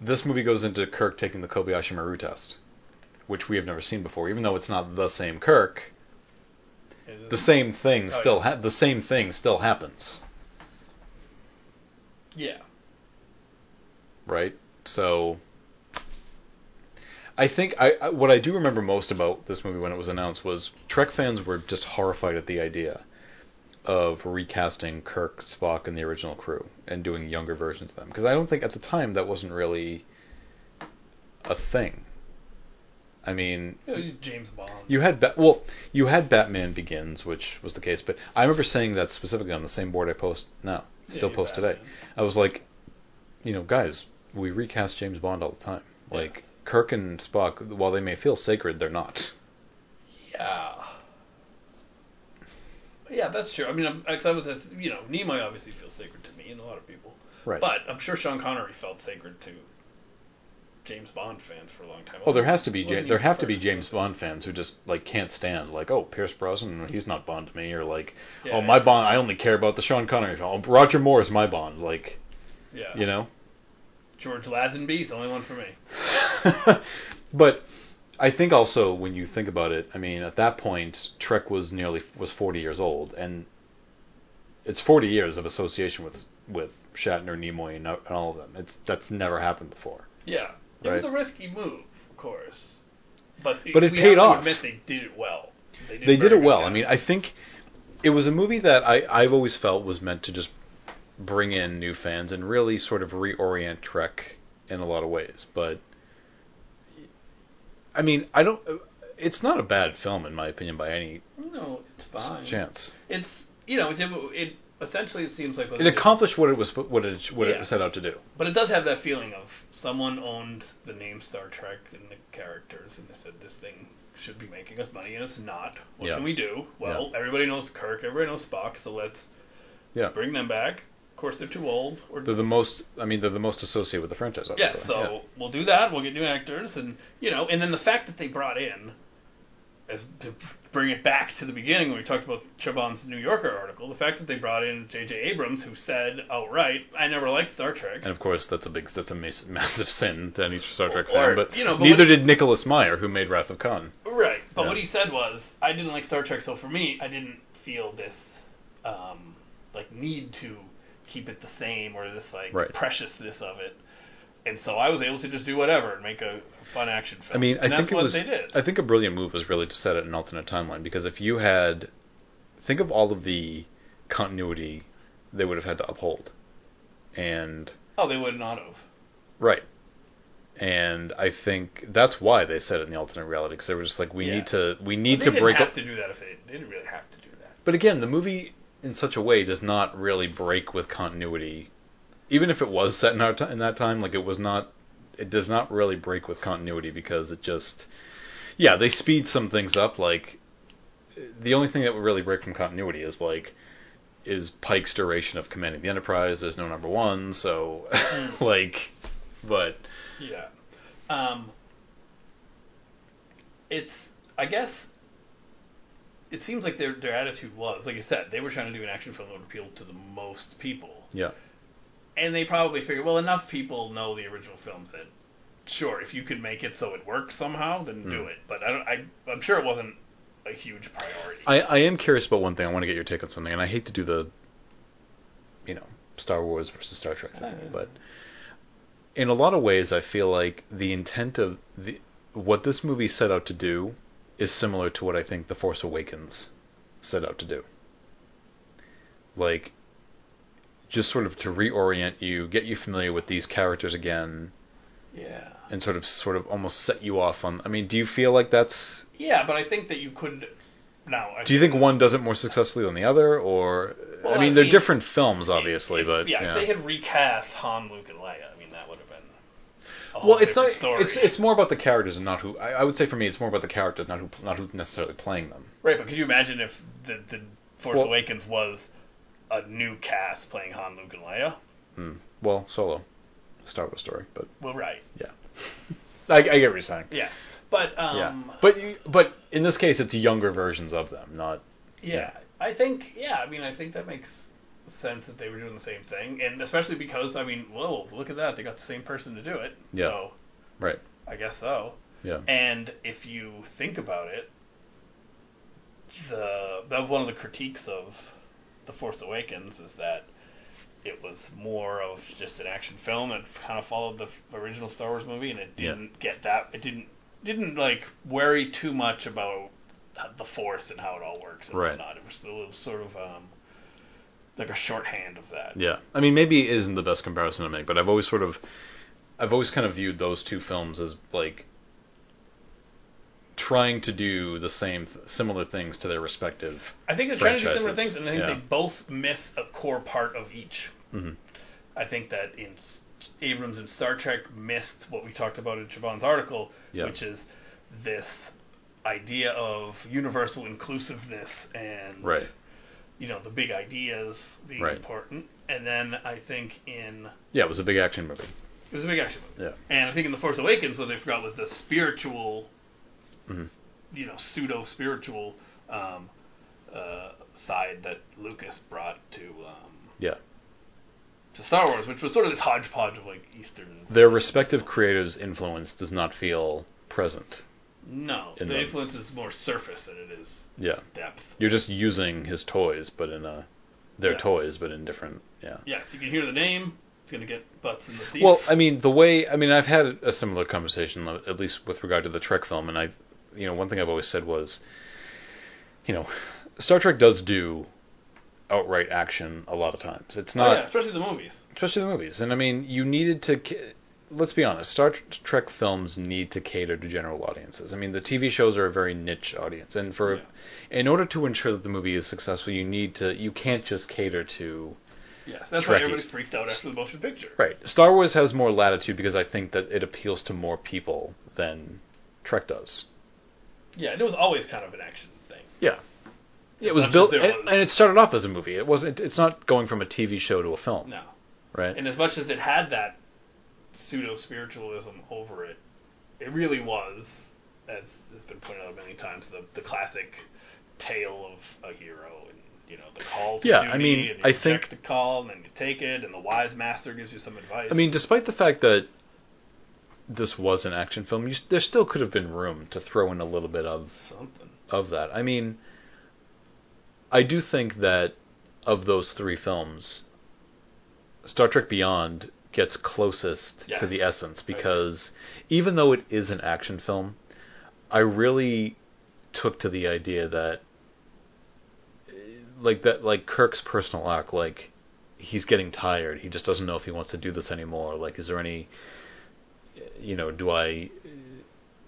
Speaker 2: this movie goes into Kirk taking the Kobayashi Maru test, which we have never seen before, even though it's not the same Kirk. The same thing
Speaker 1: Oh,
Speaker 2: still ha- the same thing still happens,
Speaker 1: Yeah.
Speaker 2: right? So I think I, I what I do remember most about this movie when it was announced was Trek fans were just horrified at the idea of recasting Kirk, Spock, and the original crew and doing younger versions of them because I don't think at the time that wasn't really a thing. I mean,
Speaker 1: Oh, James Bond.
Speaker 2: you had ba- well, you had Batman Begins, which was the case, but I remember saying that specifically on the same board I post now, still
Speaker 1: you
Speaker 2: post today.
Speaker 1: Batman.
Speaker 2: I was like, you know, guys, we recast James Bond all the time. Like
Speaker 1: Yes.
Speaker 2: Kirk and Spock, while they may feel sacred, they're not.
Speaker 1: Yeah. Yeah, that's true. I mean, I'm, 'cause I was, as- you know, Nimoy obviously feels sacred to me and a lot of people.
Speaker 2: Right.
Speaker 1: But I'm sure Sean Connery felt sacred to James Bond fans for a long time.
Speaker 2: well, Oh, there has to be
Speaker 1: Wasn't
Speaker 2: ja-
Speaker 1: he
Speaker 2: there
Speaker 1: the
Speaker 2: have to be
Speaker 1: first?
Speaker 2: James Bond fans who just like can't stand like, oh, Pierce Brosnan, he's not Bond to me, or like,
Speaker 1: Yeah,
Speaker 2: oh, my
Speaker 1: yeah.
Speaker 2: Bond, I only care about the Sean Connery. film. Oh, Roger Moore is my Bond. Like,
Speaker 1: Yeah.
Speaker 2: you know.
Speaker 1: George Lazenby's the only one for me.
Speaker 2: but I think also when you think about it, I mean, at that point, Trek was nearly was 40 years old, and it's 40 years of association with with Shatner, Nimoy, and, and all of them. It's that's never happened before.
Speaker 1: Yeah. It was a
Speaker 2: Right.
Speaker 1: risky move, of course. But
Speaker 2: But it
Speaker 1: we
Speaker 2: paid
Speaker 1: have
Speaker 2: off.
Speaker 1: To admit they did it well. They did,
Speaker 2: They did
Speaker 1: very
Speaker 2: it well.
Speaker 1: good
Speaker 2: I mean, I
Speaker 1: casting.
Speaker 2: think it was a movie that I I've always felt was meant to just bring in new fans and really sort of reorient Trek in a lot of ways, but I mean, I don't. It's not a bad film, in my opinion, by any
Speaker 1: no, it's fine.
Speaker 2: chance.
Speaker 1: It's you know it, did- it essentially it seems like what
Speaker 2: It
Speaker 1: they did-
Speaker 2: accomplished what it was what it what it
Speaker 1: Yes.
Speaker 2: set out to do.
Speaker 1: But it does have that feeling of someone owned the name Star Trek and the characters, and they said this thing should be making us money, and it's not. What
Speaker 2: Yeah.
Speaker 1: can we do? Well, everybody knows Kirk, everybody knows Spock, so let's
Speaker 2: Yeah.
Speaker 1: bring them back. Of course, they're too old. Or
Speaker 2: They're the most I mean they're the most associated with the franchise.
Speaker 1: yeah,
Speaker 2: Obviously.
Speaker 1: so we'll do that. We'll get new actors, and you know, and then the fact that they brought in as- to bring it back to the beginning when we talked about Chabon's New Yorker article, the fact that they brought in J.J. Abrams, who said outright, "I never liked Star Trek."
Speaker 2: And of course that's a big that's a mas- massive sin to any Star Trek
Speaker 1: Or-
Speaker 2: fan, but,
Speaker 1: you know, but
Speaker 2: neither
Speaker 1: what-
Speaker 2: did Nicholas Meyer who made Wrath of Khan.
Speaker 1: Right, but
Speaker 2: Yeah.
Speaker 1: what he said was, I didn't like Star Trek, so for me, I didn't feel this um, like need to keep it the same or this like
Speaker 2: Right.
Speaker 1: preciousness of it, and so I was able to just do whatever and make a fun action film.
Speaker 2: I mean, I
Speaker 1: and that's
Speaker 2: think it
Speaker 1: what
Speaker 2: was
Speaker 1: they did.
Speaker 2: I think a brilliant move was really to set it in an alternate timeline because if you had think of all of the continuity they would have had to uphold. And
Speaker 1: oh, they would not have.
Speaker 2: Right. And I think that's why they said it in the alternate reality because they were just like, we
Speaker 1: Yeah.
Speaker 2: need to, we
Speaker 1: They
Speaker 2: need to
Speaker 1: didn't
Speaker 2: break.
Speaker 1: have
Speaker 2: up.
Speaker 1: to do that if they, they didn't really have to do that.
Speaker 2: But again, the movie in such a way does not really break with continuity, even if it was set in our ti in that time. Like it was not, it does not really break with continuity because it just, yeah, they speed some things up. Like the only thing that would really break from continuity is like. Is Pike's duration of commanding the Enterprise? There's no number one, so
Speaker 1: Mm.
Speaker 2: like, but
Speaker 1: Yeah. Um, it's I guess it seems like their their attitude was like I said they were trying to do an action film that would appeal to the most people.
Speaker 2: yeah,
Speaker 1: and they probably figured, well, enough people know the original films that, sure, if you can make it so it works somehow, then do
Speaker 2: Hmm.
Speaker 1: it. But I don't, I, I'm sure it wasn't a huge priority.
Speaker 2: I, I am curious about one thing. I want to get your take on something, and I hate to do the, you know, Star Wars versus Star Trek thing, but in a lot of ways, I feel like the intent of the what this movie set out to do is similar to what I think The Force Awakens set out to do. Like, just sort of to reorient you, get you familiar with these characters again,
Speaker 1: Yeah.
Speaker 2: and sort of sort of almost set you off on. I mean, do you feel like that's?
Speaker 1: Yeah, but I think that you could. Now, I
Speaker 2: Do you think one does it more successfully than the other, or?
Speaker 1: Well,
Speaker 2: I
Speaker 1: I
Speaker 2: mean, they're
Speaker 1: mean,
Speaker 2: different films, obviously,
Speaker 1: if-
Speaker 2: but
Speaker 1: yeah, if they had recast Han, Luke, and Leia, I mean, that would have been. A whole
Speaker 2: well, it's
Speaker 1: different
Speaker 2: not.
Speaker 1: Story.
Speaker 2: It's it's more about the characters and not who. I, I would say for me, it's more about the characters, not who not who necessarily playing them.
Speaker 1: Right, but could you imagine if the, the Force
Speaker 2: Well-
Speaker 1: Awakens was a new cast playing Han, Luke, and Leia?
Speaker 2: Well, Solo, Star Wars story, but
Speaker 1: Well, right.
Speaker 2: I, I get what you're saying.
Speaker 1: Yeah. But, um,
Speaker 2: yeah, but you, but in this case, it's younger versions of them, not
Speaker 1: yeah,
Speaker 2: Yeah.
Speaker 1: I think, yeah, I mean, I think that makes sense that they were doing the same thing. And especially because, I mean, whoa, look at that. They got the same person to do it.
Speaker 2: Yeah.
Speaker 1: So,
Speaker 2: right.
Speaker 1: I guess so.
Speaker 2: Yeah,
Speaker 1: And if you think about it, the that was one of the critiques of The Force Awakens is that it was more of just an action film. It kind of followed the f- original Star Wars movie, and it
Speaker 2: Yeah.
Speaker 1: didn't get that. It didn't didn't like worry too much about h- the Force and how it all works and
Speaker 2: Right.
Speaker 1: whatnot. It was still it was sort of um, like a shorthand of that.
Speaker 2: yeah. I mean, maybe it isn't the best comparison to make, but I've always sort of, I've always kind of viewed those two films as like trying to do the same th- similar things to their respective.
Speaker 1: I think they're trying to do similar
Speaker 2: franchises.
Speaker 1: things, and I think
Speaker 2: Yeah.
Speaker 1: they both miss a core part of each.
Speaker 2: Mhm.
Speaker 1: I think that in S- Abrams and Star Trek missed what we talked about in Chabon's article,
Speaker 2: Yeah.
Speaker 1: which is this idea of universal inclusiveness and
Speaker 2: Right.
Speaker 1: you know the big ideas being
Speaker 2: Right.
Speaker 1: important. And then I think in
Speaker 2: Yeah, it was a big action movie.
Speaker 1: it was a big action movie,
Speaker 2: Yeah.
Speaker 1: and I think in The Force Awakens what they forgot was the spiritual,
Speaker 2: Mm-hmm.
Speaker 1: you know, pseudo spiritual um, uh, side that Lucas brought to. Um,
Speaker 2: Yeah.
Speaker 1: to Star Wars, which was sort of this hodgepodge of like Eastern.
Speaker 2: Their respective creatives' influence does not feel present.
Speaker 1: No, the
Speaker 2: in them.
Speaker 1: influence is more surface than it is
Speaker 2: Yeah.
Speaker 1: depth.
Speaker 2: You're just using his toys, but in a their
Speaker 1: Yes.
Speaker 2: toys, but in different. Yeah.
Speaker 1: Yes, you can hear the name. It's gonna get butts in the seats.
Speaker 2: Well, I mean, the way I mean, I've had a similar conversation, uh, at least with regard to the Trek film, and I, you know, one thing I've always said was, you know, Star Trek does do outright action a lot of times. It's
Speaker 1: Oh,
Speaker 2: not,
Speaker 1: yeah, especially the movies.
Speaker 2: especially the movies, and I mean, you needed to. ca- Let's be honest, Star Trek films need to cater to general audiences. I mean, the TV shows are a very niche audience, and for,
Speaker 1: Yeah.
Speaker 2: in order to ensure that the movie is successful, you need to, you can't just cater to.
Speaker 1: Yes, that's
Speaker 2: Trekkies.
Speaker 1: why everybody freaked out after the motion picture.
Speaker 2: Right. Star Wars has more latitude because I think that it appeals to more people than Trek does.
Speaker 1: Yeah, and it was always kind of an action thing.
Speaker 2: Yeah. It
Speaker 1: As
Speaker 2: was
Speaker 1: much as
Speaker 2: built,
Speaker 1: there
Speaker 2: and,
Speaker 1: was-
Speaker 2: and it started off as a movie. It wasn't. It's not going from a TV show to a film,
Speaker 1: No,
Speaker 2: right?
Speaker 1: and as much as it had that pseudo spiritualism over it, it really was, as has been pointed out many times, the the classic tale of a hero and you know the call to
Speaker 2: Yeah,
Speaker 1: duty
Speaker 2: I mean,
Speaker 1: and you
Speaker 2: I
Speaker 1: reject
Speaker 2: think-
Speaker 1: the call and then you take it and the wise master gives you some advice.
Speaker 2: I mean, despite the fact that this was an action film, you, s- there still could have been room to throw in a little bit of
Speaker 1: something.
Speaker 2: of that. I mean, I do think that of those three films, Star Trek Beyond gets closest to
Speaker 1: Yes.
Speaker 2: the essence
Speaker 1: agree.
Speaker 2: because even though it is an action film, I really took to the idea that eh, like that like Kirk's personal arc like he's getting tired. He just doesn't know if he wants to do this anymore. Like is there any you know, do I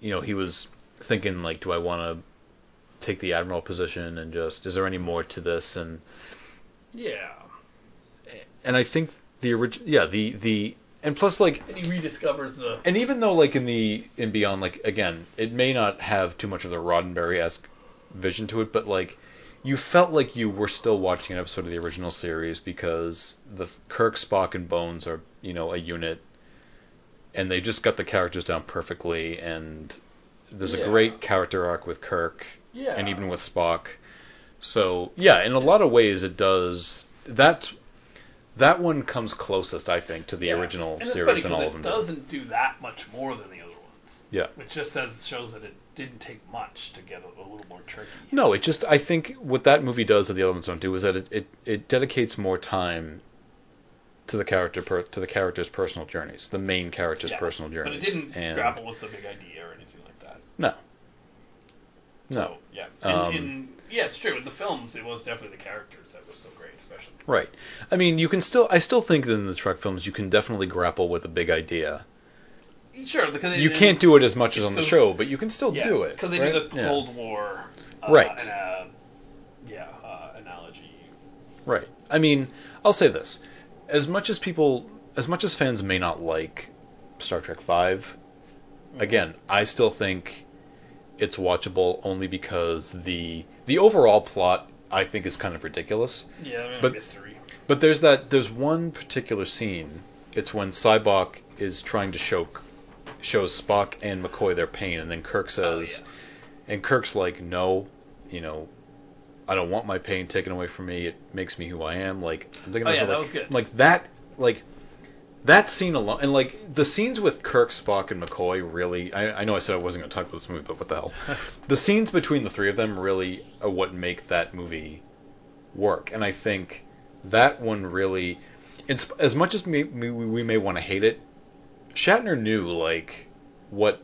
Speaker 2: you know, he was thinking like do I want to take the admiral position and just is there any more to this and
Speaker 1: Yeah,
Speaker 2: and I think the original yeah the the and plus like
Speaker 1: and he rediscovers the
Speaker 2: and even though like in the in beyond like again it may not have too much of the Roddenberry esque vision to it but like you felt like you were still watching an episode of the original series because the Kirk Spock and Bones are you know a unit and they just got the characters down perfectly and there's
Speaker 1: Yeah.
Speaker 2: a great character arc with Kirk
Speaker 1: yeah
Speaker 2: and even with Spock. So yeah, in a lot of ways, it does. That's that one comes closest, I think, to the
Speaker 1: Yeah.
Speaker 2: original
Speaker 1: And it's funny
Speaker 2: series and
Speaker 1: 'cause it
Speaker 2: all of them. do.
Speaker 1: doesn't do that much more than the other ones.
Speaker 2: Yeah.
Speaker 1: which just says shows that it didn't take much to get a, a little more tricky.
Speaker 2: No, it just I think what that movie does that the other ones don't do is that it, it, it dedicates more time to the character per, to the character's personal journeys, the main character's
Speaker 1: Yes,
Speaker 2: personal journeys.
Speaker 1: But it didn't
Speaker 2: and
Speaker 1: grapple with the big idea or anything like that.
Speaker 2: No. No.
Speaker 1: So, yeah. In,
Speaker 2: Um,
Speaker 1: in, yeah, it's true. In the films, it was definitely the characters that was so great, especially.
Speaker 2: Right. I mean, you can still. I still think that in the Trek films, you can definitely grapple with a big idea.
Speaker 1: Sure, because
Speaker 2: You can't do it as much as on the
Speaker 1: those-
Speaker 2: show, but you can still do it.
Speaker 1: because they
Speaker 2: right?
Speaker 1: do the
Speaker 2: Yeah.
Speaker 1: Cold War. Uh,
Speaker 2: Right.
Speaker 1: And, uh, yeah, uh, analogy.
Speaker 2: Right. I mean, I'll say this: as much as people, as much as fans may not like Star Trek Five, again, I still think it's watchable only because the the overall plot I think is kind of ridiculous.
Speaker 1: Yeah, I mean,
Speaker 2: But-
Speaker 1: mystery.
Speaker 2: But there's that there's one particular scene. It's when Cybok is trying to show shows Spock and McCoy their pain, and then Kirk
Speaker 1: Uh,
Speaker 2: says, and Kirk's like, no, you know, I don't want my pain taken away from me. It makes me who I am. Like, I'm thinking
Speaker 1: Oh,
Speaker 2: to
Speaker 1: yeah,
Speaker 2: myself,
Speaker 1: that
Speaker 2: like,
Speaker 1: was good.
Speaker 2: Like that, like that scene alone, and like the scenes with Kirk, Spock, and McCoy really. I, I know I said I wasn't going to talk about this movie, but what the hell? the scenes between the three of them really are what make that movie work, and I think that one really, in sp- as much as we, we, we may want to hate it, Shatner knew like what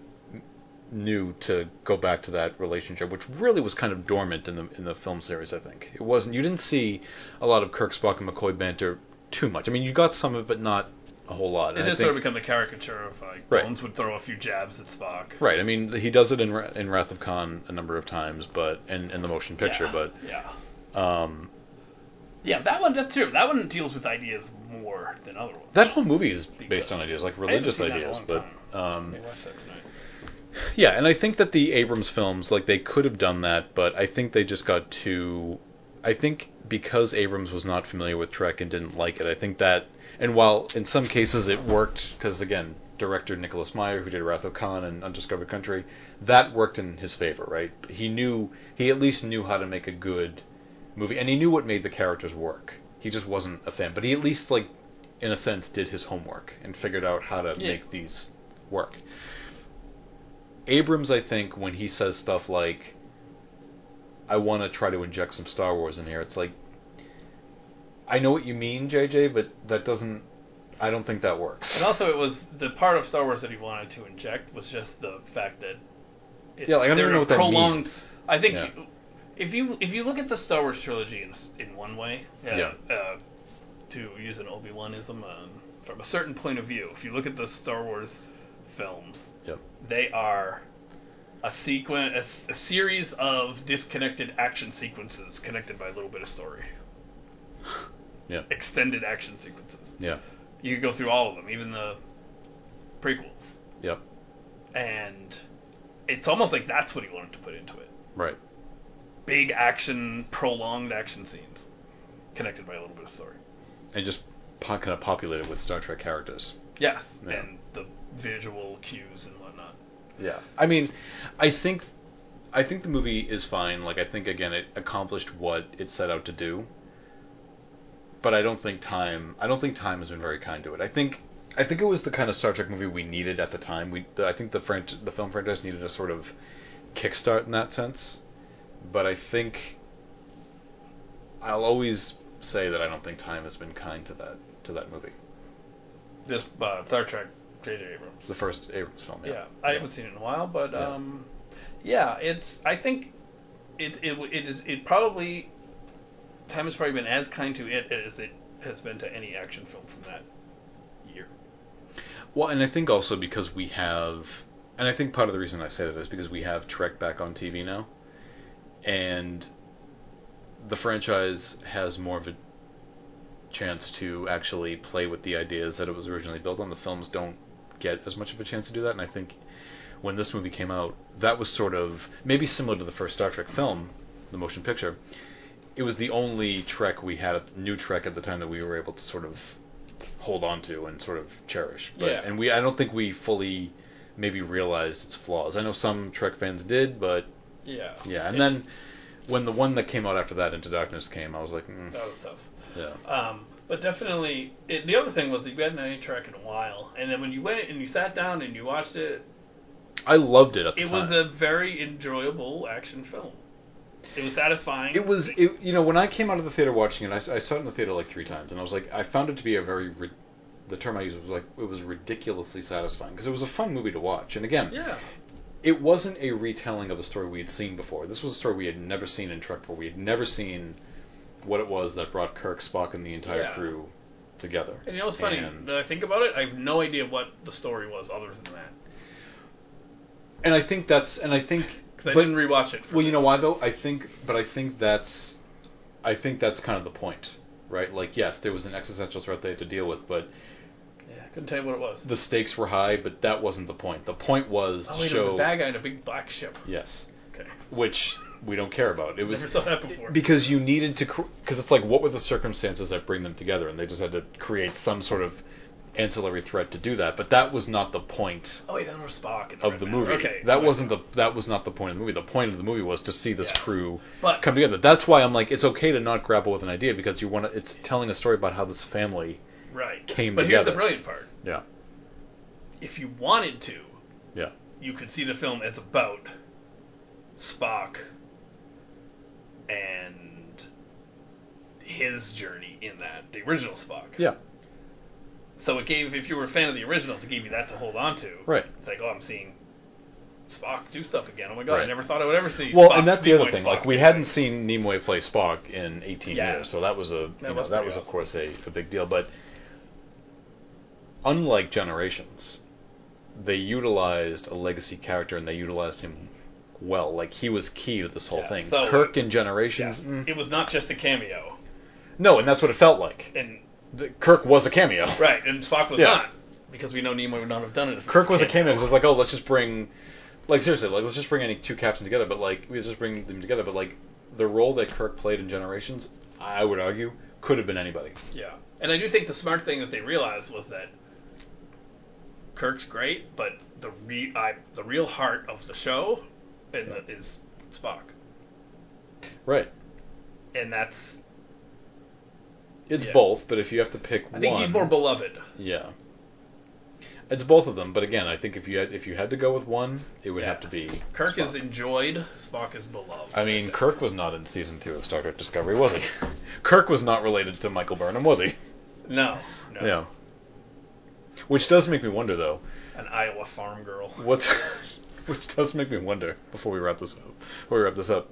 Speaker 2: knew to go back to that relationship, which really was kind of dormant in the in the film series. I think it wasn't. You didn't see a lot of Kirk, Spock, and McCoy banter too much. I mean, you got some of it, but not a whole lot.
Speaker 1: It
Speaker 2: And I
Speaker 1: did sort of
Speaker 2: think-
Speaker 1: become the caricature of like
Speaker 2: Right.
Speaker 1: Bones would throw a few jabs at Spock.
Speaker 2: right. I mean, he does it in Ra- in Wrath of Khan a number of times, but and in the motion picture,
Speaker 1: Yeah,
Speaker 2: but
Speaker 1: yeah.
Speaker 2: um,
Speaker 1: Yeah, that one. That's true. That one deals with ideas more than other ones.
Speaker 2: that whole movie is
Speaker 1: Because-
Speaker 2: based on ideas like
Speaker 1: I haven't
Speaker 2: religious
Speaker 1: seen that in a
Speaker 2: ideas,
Speaker 1: long
Speaker 2: but.
Speaker 1: time.
Speaker 2: Um,
Speaker 1: I watched that tonight.
Speaker 2: Yeah, and I think that the Abrams films, like they could have done that, but I think they just got too. I think because Abrams was not familiar with Trek and didn't like it, I think that, and while in some cases it worked, because again, director Nicholas Meyer, who did Wrath of Khan and Undiscovered Country, that worked in his favor, right? He knew he at least knew how to make a good movie, and he knew what made the characters work. He just wasn't a fan, but he at least like, in a sense, did his homework and figured out how to
Speaker 1: Yeah.
Speaker 2: make these work. Abrams, I think, when he says stuff like, "I want to try to inject some Star Wars in here," it's like, I know what you mean, JJ, but that doesn't. I don't think that works.
Speaker 1: And also, it was the part of Star Wars that he wanted to inject was just the fact that it's,
Speaker 2: Yeah, like, I don't
Speaker 1: they're
Speaker 2: even know what that
Speaker 1: prolonged.
Speaker 2: means.
Speaker 1: I think
Speaker 2: Yeah.
Speaker 1: you- if you if you look at the Star Wars trilogy in s- in one way, uh, uh, to use an Obi Wanism um, from a certain point of view, if you look at the Star Wars films,
Speaker 2: Yep.
Speaker 1: they are a sequence, a s- a, series of disconnected action sequences connected by a little bit of story.
Speaker 2: Yeah.
Speaker 1: Extended action sequences.
Speaker 2: Yeah.
Speaker 1: You could go through all of them, even the prequels,
Speaker 2: Yep.
Speaker 1: and it's almost like that's what he wanted to put into it.
Speaker 2: Right.
Speaker 1: Big action, prolonged action scenes connected by a little bit of story.
Speaker 2: And just po- kind of populate it with Star Trek characters.
Speaker 1: Yes,
Speaker 2: Yeah.
Speaker 1: and the visual cues and whatnot.
Speaker 2: Yeah. I mean, I think I think the movie is fine. Like I think again it accomplished what it set out to do. But I don't think time I don't think time has been very kind to it. I think I think it was the kind of Star Trek movie we needed at the time. We I think the French the film franchise needed a sort of kickstart in that sense. But I think I'll always say that I don't think time has been kind to that to that movie.
Speaker 1: This uh, Star Trek, J.J. Abrams.
Speaker 2: It's the first Abrams film.
Speaker 1: yeah, I haven't seen it in a while, but
Speaker 2: Yeah.
Speaker 1: um, yeah, it's. I think it it it is it probably time has probably been as kind to it as it has been to any action film from that year.
Speaker 2: Well, and I think also because we have, and I think part of the reason I say that is because we have Trek back on TV now, and the franchise has more of a chance to actually play with the ideas that it was originally built on. The films don't get as much of a chance to do that, and I think when this movie came out, that was sort of maybe similar to the first Star Trek film, the motion picture. It was the only Trek we had, new Trek at the time that we were able to sort of hold on to and sort of cherish. But,
Speaker 1: Yeah.
Speaker 2: And we, I don't think we fully maybe realized its flaws. I know some Trek fans did, but
Speaker 1: Yeah.
Speaker 2: yeah. And then when the one that came out after that, Into Darkness, came, I was like, mm,
Speaker 1: that was tough.
Speaker 2: yeah,
Speaker 1: Um, but definitely, it, the other thing was that you hadn't had any track in a while, and then when you went and you sat down and you watched it,
Speaker 2: I loved it at the
Speaker 1: it
Speaker 2: time.
Speaker 1: was a very enjoyable action film. It was satisfying.
Speaker 2: It was, it, you know, when I came out of the theater watching it, I, s- I saw it in the theater like three times, and I was like, I found it to be a very, ri- the term I used was like, it was ridiculously satisfying because it was a fun movie to watch, and again,
Speaker 1: Yeah.
Speaker 2: it wasn't a retelling of a story we had seen before. This was a story we had never seen in Trek before. We had never seen what it was that brought Kirk, Spock, and the entire
Speaker 1: Yeah.
Speaker 2: crew together.
Speaker 1: And you know what's funny?
Speaker 2: And-
Speaker 1: Now I think about it, I have no idea what the story was other than that.
Speaker 2: and I think that's and I think
Speaker 1: Because I
Speaker 2: but-
Speaker 1: didn't rewatch it. For
Speaker 2: Well, you know
Speaker 1: this.
Speaker 2: why though? I think, but I think that's, I think that's kind of the point, right? Like, yes, there was an existential threat they had to deal with, but
Speaker 1: Yeah, I couldn't tell you what it was.
Speaker 2: the stakes were high. But that wasn't the point. The point was
Speaker 1: Oh,
Speaker 2: to
Speaker 1: wait,
Speaker 2: show.
Speaker 1: it was a bad guy in a big black ship.
Speaker 2: Yes,
Speaker 1: Okay.
Speaker 2: which we don't care about. It was
Speaker 1: Never saw that before.
Speaker 2: because you needed to, because it's like, what were the circumstances that bring them together? And they just had to create some sort of ancillary threat to do that. But that was not the point
Speaker 1: oh, wait, that was Spock. and
Speaker 2: of the
Speaker 1: Redman.
Speaker 2: movie.
Speaker 1: Okay.
Speaker 2: that
Speaker 1: okay.
Speaker 2: wasn't the that was not the point of the movie. The point of the movie was to see this
Speaker 1: Yes.
Speaker 2: crew
Speaker 1: But-
Speaker 2: come together. That's why I'm like it's okay to not grapple with an idea because you want to, it's telling a story about how this family
Speaker 1: Right.
Speaker 2: came
Speaker 1: but here's the
Speaker 2: together.
Speaker 1: brilliant part.
Speaker 2: yeah
Speaker 1: If you wanted to,
Speaker 2: yeah
Speaker 1: you could see the film as about Spock and his journey in that, the original Spock.
Speaker 2: yeah
Speaker 1: So it gave, if you were a fan of the originals, it gave you that to hold on to.
Speaker 2: right.
Speaker 1: It's like, oh, I'm seeing Spock do stuff again. Oh my god, I
Speaker 2: Right.
Speaker 1: never thought I would ever see.
Speaker 2: Well,
Speaker 1: Spock,
Speaker 2: and that's the
Speaker 1: Nimoy
Speaker 2: other thing.
Speaker 1: Spock
Speaker 2: Like we
Speaker 1: do
Speaker 2: hadn't
Speaker 1: things.
Speaker 2: seen Nimoy play Spock in 18
Speaker 1: Yeah.
Speaker 2: years, so that was a
Speaker 1: That
Speaker 2: you know,
Speaker 1: was
Speaker 2: that
Speaker 1: pretty
Speaker 2: was of
Speaker 1: awesome.
Speaker 2: course a, a big deal. But unlike Generations, they utilized a legacy character and they utilized him well. Like he was key to this whole
Speaker 1: Yeah,
Speaker 2: thing.
Speaker 1: so-
Speaker 2: Kirk in Generations,
Speaker 1: Yes.
Speaker 2: mm,
Speaker 1: It was not just a cameo,
Speaker 2: no, and that's what it felt like.
Speaker 1: and
Speaker 2: The- Kirk was a cameo.
Speaker 1: right, and Spock was
Speaker 2: Yeah.
Speaker 1: not because we know Nimoy would not have done it. if it
Speaker 2: Kirk was a cameo because it's like, oh, let's just bring, like seriously, like let's just bring any two captains together, but like we just bring them together. But like the role that Kirk played in Generations, I would argue, could have been anybody.
Speaker 1: Yeah, and I do think the smart thing that they realized was that Kirk's great, but the re- I, the real heart of the show and the, is Spock,
Speaker 2: Right.
Speaker 1: and that's
Speaker 2: It's
Speaker 1: Yeah.
Speaker 2: both, but if you have to pick
Speaker 1: I think
Speaker 2: one,
Speaker 1: he's more beloved.
Speaker 2: yeah. It's both of them, but again, I think if you had if you had to go with one, it would
Speaker 1: Yeah.
Speaker 2: have to be
Speaker 1: Kirk
Speaker 2: Spock.
Speaker 1: is enjoyed, Spock is beloved.
Speaker 2: I mean, Kirk was not in season two of Star Trek Discovery, was he? Kirk was not related to Michael Burnham, was he?
Speaker 1: no, no,
Speaker 2: Yeah. Which does make me wonder, though.
Speaker 1: an Iowa farm girl.
Speaker 2: What's which does make me wonder before we wrap this up. Before we wrap this up,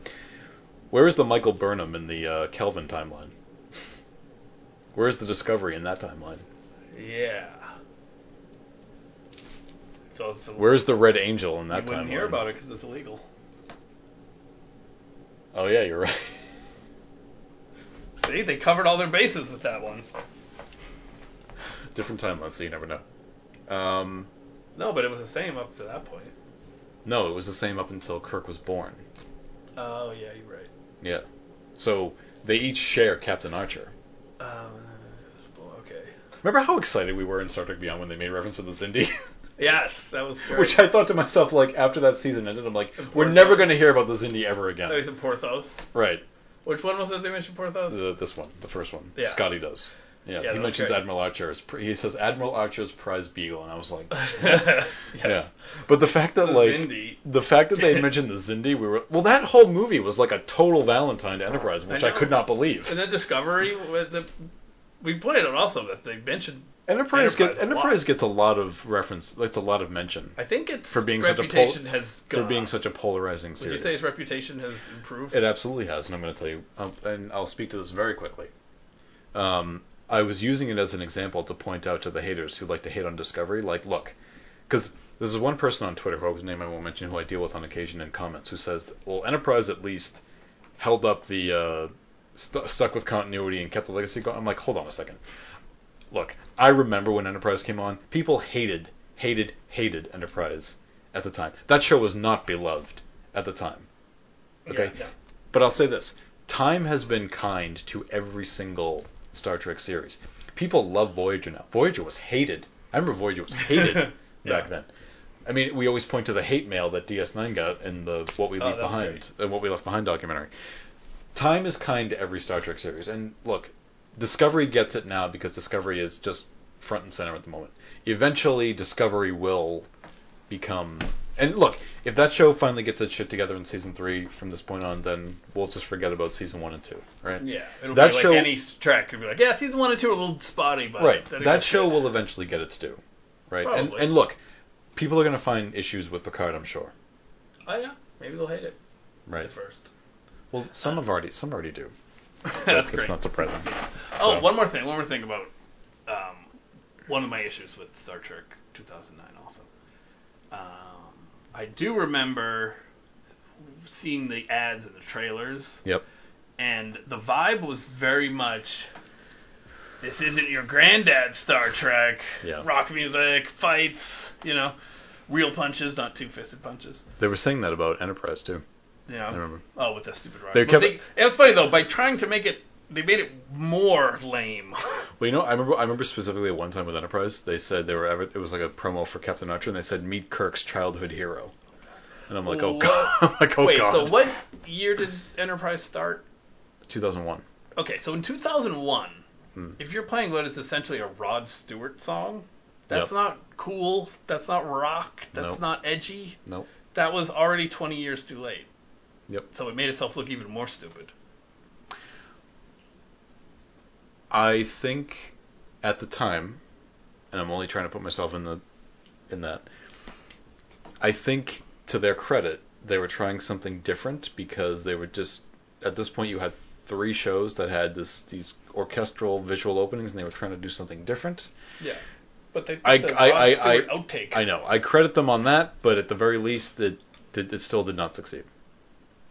Speaker 2: where is the Michael Burnham in the uh, Kelvin timeline? Where is the Discovery in that timeline?
Speaker 1: Yeah. So it's
Speaker 2: Where is the Red Angel in
Speaker 1: you
Speaker 2: that
Speaker 1: wouldn't
Speaker 2: timeline?
Speaker 1: hear about it because it's illegal.
Speaker 2: Oh yeah, you're right.
Speaker 1: See, they covered all their bases with that one.
Speaker 2: Different timeline, so you never know. Um,
Speaker 1: No, but it was the same up to that point.
Speaker 2: no, it was the same up until Kirk was born.
Speaker 1: Oh yeah, you're right.
Speaker 2: Yeah. So they each share Captain Archer.
Speaker 1: Um, well, okay.
Speaker 2: Remember how excited we were in Star Trek Beyond when they made reference to the Zindi?
Speaker 1: Yes, that was great.
Speaker 2: Which I thought to myself, like after that season ended, I'm like, we're
Speaker 1: Poor
Speaker 2: never
Speaker 1: guy.
Speaker 2: going to hear about the Zindi ever
Speaker 1: That was
Speaker 2: again.
Speaker 1: in Porthos.
Speaker 2: Right.
Speaker 1: Which one was it they mentioned Porthos?
Speaker 2: The, this one, the first one.
Speaker 1: Yeah.
Speaker 2: Scotty does.
Speaker 1: Yeah,
Speaker 2: Yeah, he
Speaker 1: that was
Speaker 2: mentions
Speaker 1: great.
Speaker 2: Admiral Archer. as pri- He says Admiral Archer's prize beagle, and I was like,
Speaker 1: yes.
Speaker 2: yeah. But the fact that
Speaker 1: The
Speaker 2: like
Speaker 1: Zindi.
Speaker 2: the fact that they had mentioned the Zindi, we were well, that whole movie was like a total Valentine to Enterprise, which I,
Speaker 1: I know.
Speaker 2: could not believe.
Speaker 1: And then Discovery, with the, we pointed out also that they mentioned.
Speaker 2: Enterprise, gets
Speaker 1: Enterprise a lot.
Speaker 2: Enterprise gets a lot of reference, that's a lot of mention
Speaker 1: I think its
Speaker 2: For being such a pol-
Speaker 1: reputation has gone.
Speaker 2: for being such a polarizing
Speaker 1: Would you
Speaker 2: series.
Speaker 1: say its reputation has improved?
Speaker 2: It uh, absolutely has, and I'm going to tell you, um, and I'll speak to this very quickly. Um, I was using it as an example to point out to the haters who like to hate on Discovery, like, look, because this is one person on Twitter whose name I won't mention, who I deal with on occasion in comments, who says, well, Enterprise at least held up the uh, stu stuck with continuity and kept the legacy going. I'm like, hold on a second. Look, I remember when Enterprise came on, people hated, hated, hated Enterprise at the time. That show was not beloved at the time. Okay.
Speaker 1: Yeah, yeah.
Speaker 2: But I'll say this: time has been kind to every single Star Trek series. People love Voyager now. Voyager was hated. I remember Voyager was hated
Speaker 1: Yeah.
Speaker 2: back then. I mean, we always point to the hate mail that DS9 got in the "What We
Speaker 1: Oh,
Speaker 2: Leave
Speaker 1: that's
Speaker 2: Behind" and "What We Left Behind" documentary. Time is kind to every Star Trek series, and look, Discovery gets it now because Discovery is just front and center at the moment. Eventually, Discovery will become. And look, if that show finally gets its shit together in season three from this point on, then we'll just forget about season one and two, right?
Speaker 1: Yeah, it'll
Speaker 2: That
Speaker 1: be like
Speaker 2: show-
Speaker 1: any track. It'll be like, yeah, season one and two are a little spotty, but
Speaker 2: Right.
Speaker 1: then it
Speaker 2: That
Speaker 1: gets
Speaker 2: show
Speaker 1: good.
Speaker 2: will eventually get its due, right? And,
Speaker 1: Probably.
Speaker 2: and look, people are going to find issues with Picard, I'm sure.
Speaker 1: Oh yeah, maybe they'll hate it
Speaker 2: Right.
Speaker 1: at first.
Speaker 2: Well, some have already some already do.
Speaker 1: That's
Speaker 2: it's
Speaker 1: great.
Speaker 2: not surprising.
Speaker 1: Oh,
Speaker 2: So-
Speaker 1: one more thing. One more thing about um, one of my issues with Star Trek 2009. Also, um, I do remember seeing the ads and the trailers,
Speaker 2: Yep.
Speaker 1: and the vibe was very much. This isn't your granddad's Star Trek.
Speaker 2: Yeah.
Speaker 1: Rock music, fights, you know, real punches, not two-fisted punches.
Speaker 2: They were saying that about Enterprise too.
Speaker 1: You know,
Speaker 2: I remember.
Speaker 1: Oh, with that stupid rock.
Speaker 2: They
Speaker 1: They
Speaker 2: kept-
Speaker 1: it was funny though. By trying to make it, they made it more lame.
Speaker 2: Well, you know, I remember I remember specifically one time with Enterprise, they said they were ever it was like a promo for Captain Archer, and they said meet Kirk's childhood hero, and I'm like, oh
Speaker 1: What?
Speaker 2: god, I'm like, oh
Speaker 1: Wait,
Speaker 2: god,
Speaker 1: so what year did Enterprise start?
Speaker 2: 2001.
Speaker 1: Okay, so in 2001,
Speaker 2: Hmm.
Speaker 1: if you're playing what is essentially a Rod Stewart song, that's
Speaker 2: Yep.
Speaker 1: not cool. That's not rock. That's
Speaker 2: Nope.
Speaker 1: not edgy.
Speaker 2: Nope.
Speaker 1: That was already 20 years too late.
Speaker 2: Yep.
Speaker 1: So it made itself look even more stupid.
Speaker 2: I think at the time, and I'm only trying to put myself in the in that. I think to their credit, they were trying something different because they were just at this point you had three shows that had this these orchestral visual openings, and they were trying to do something different.
Speaker 1: Yeah. But they
Speaker 2: I-
Speaker 1: put the
Speaker 2: I-
Speaker 1: Rod
Speaker 2: I-
Speaker 1: Stewart
Speaker 2: I-
Speaker 1: outtake.
Speaker 2: I know. I credit them on that, but at the very least, it did, it still did not succeed.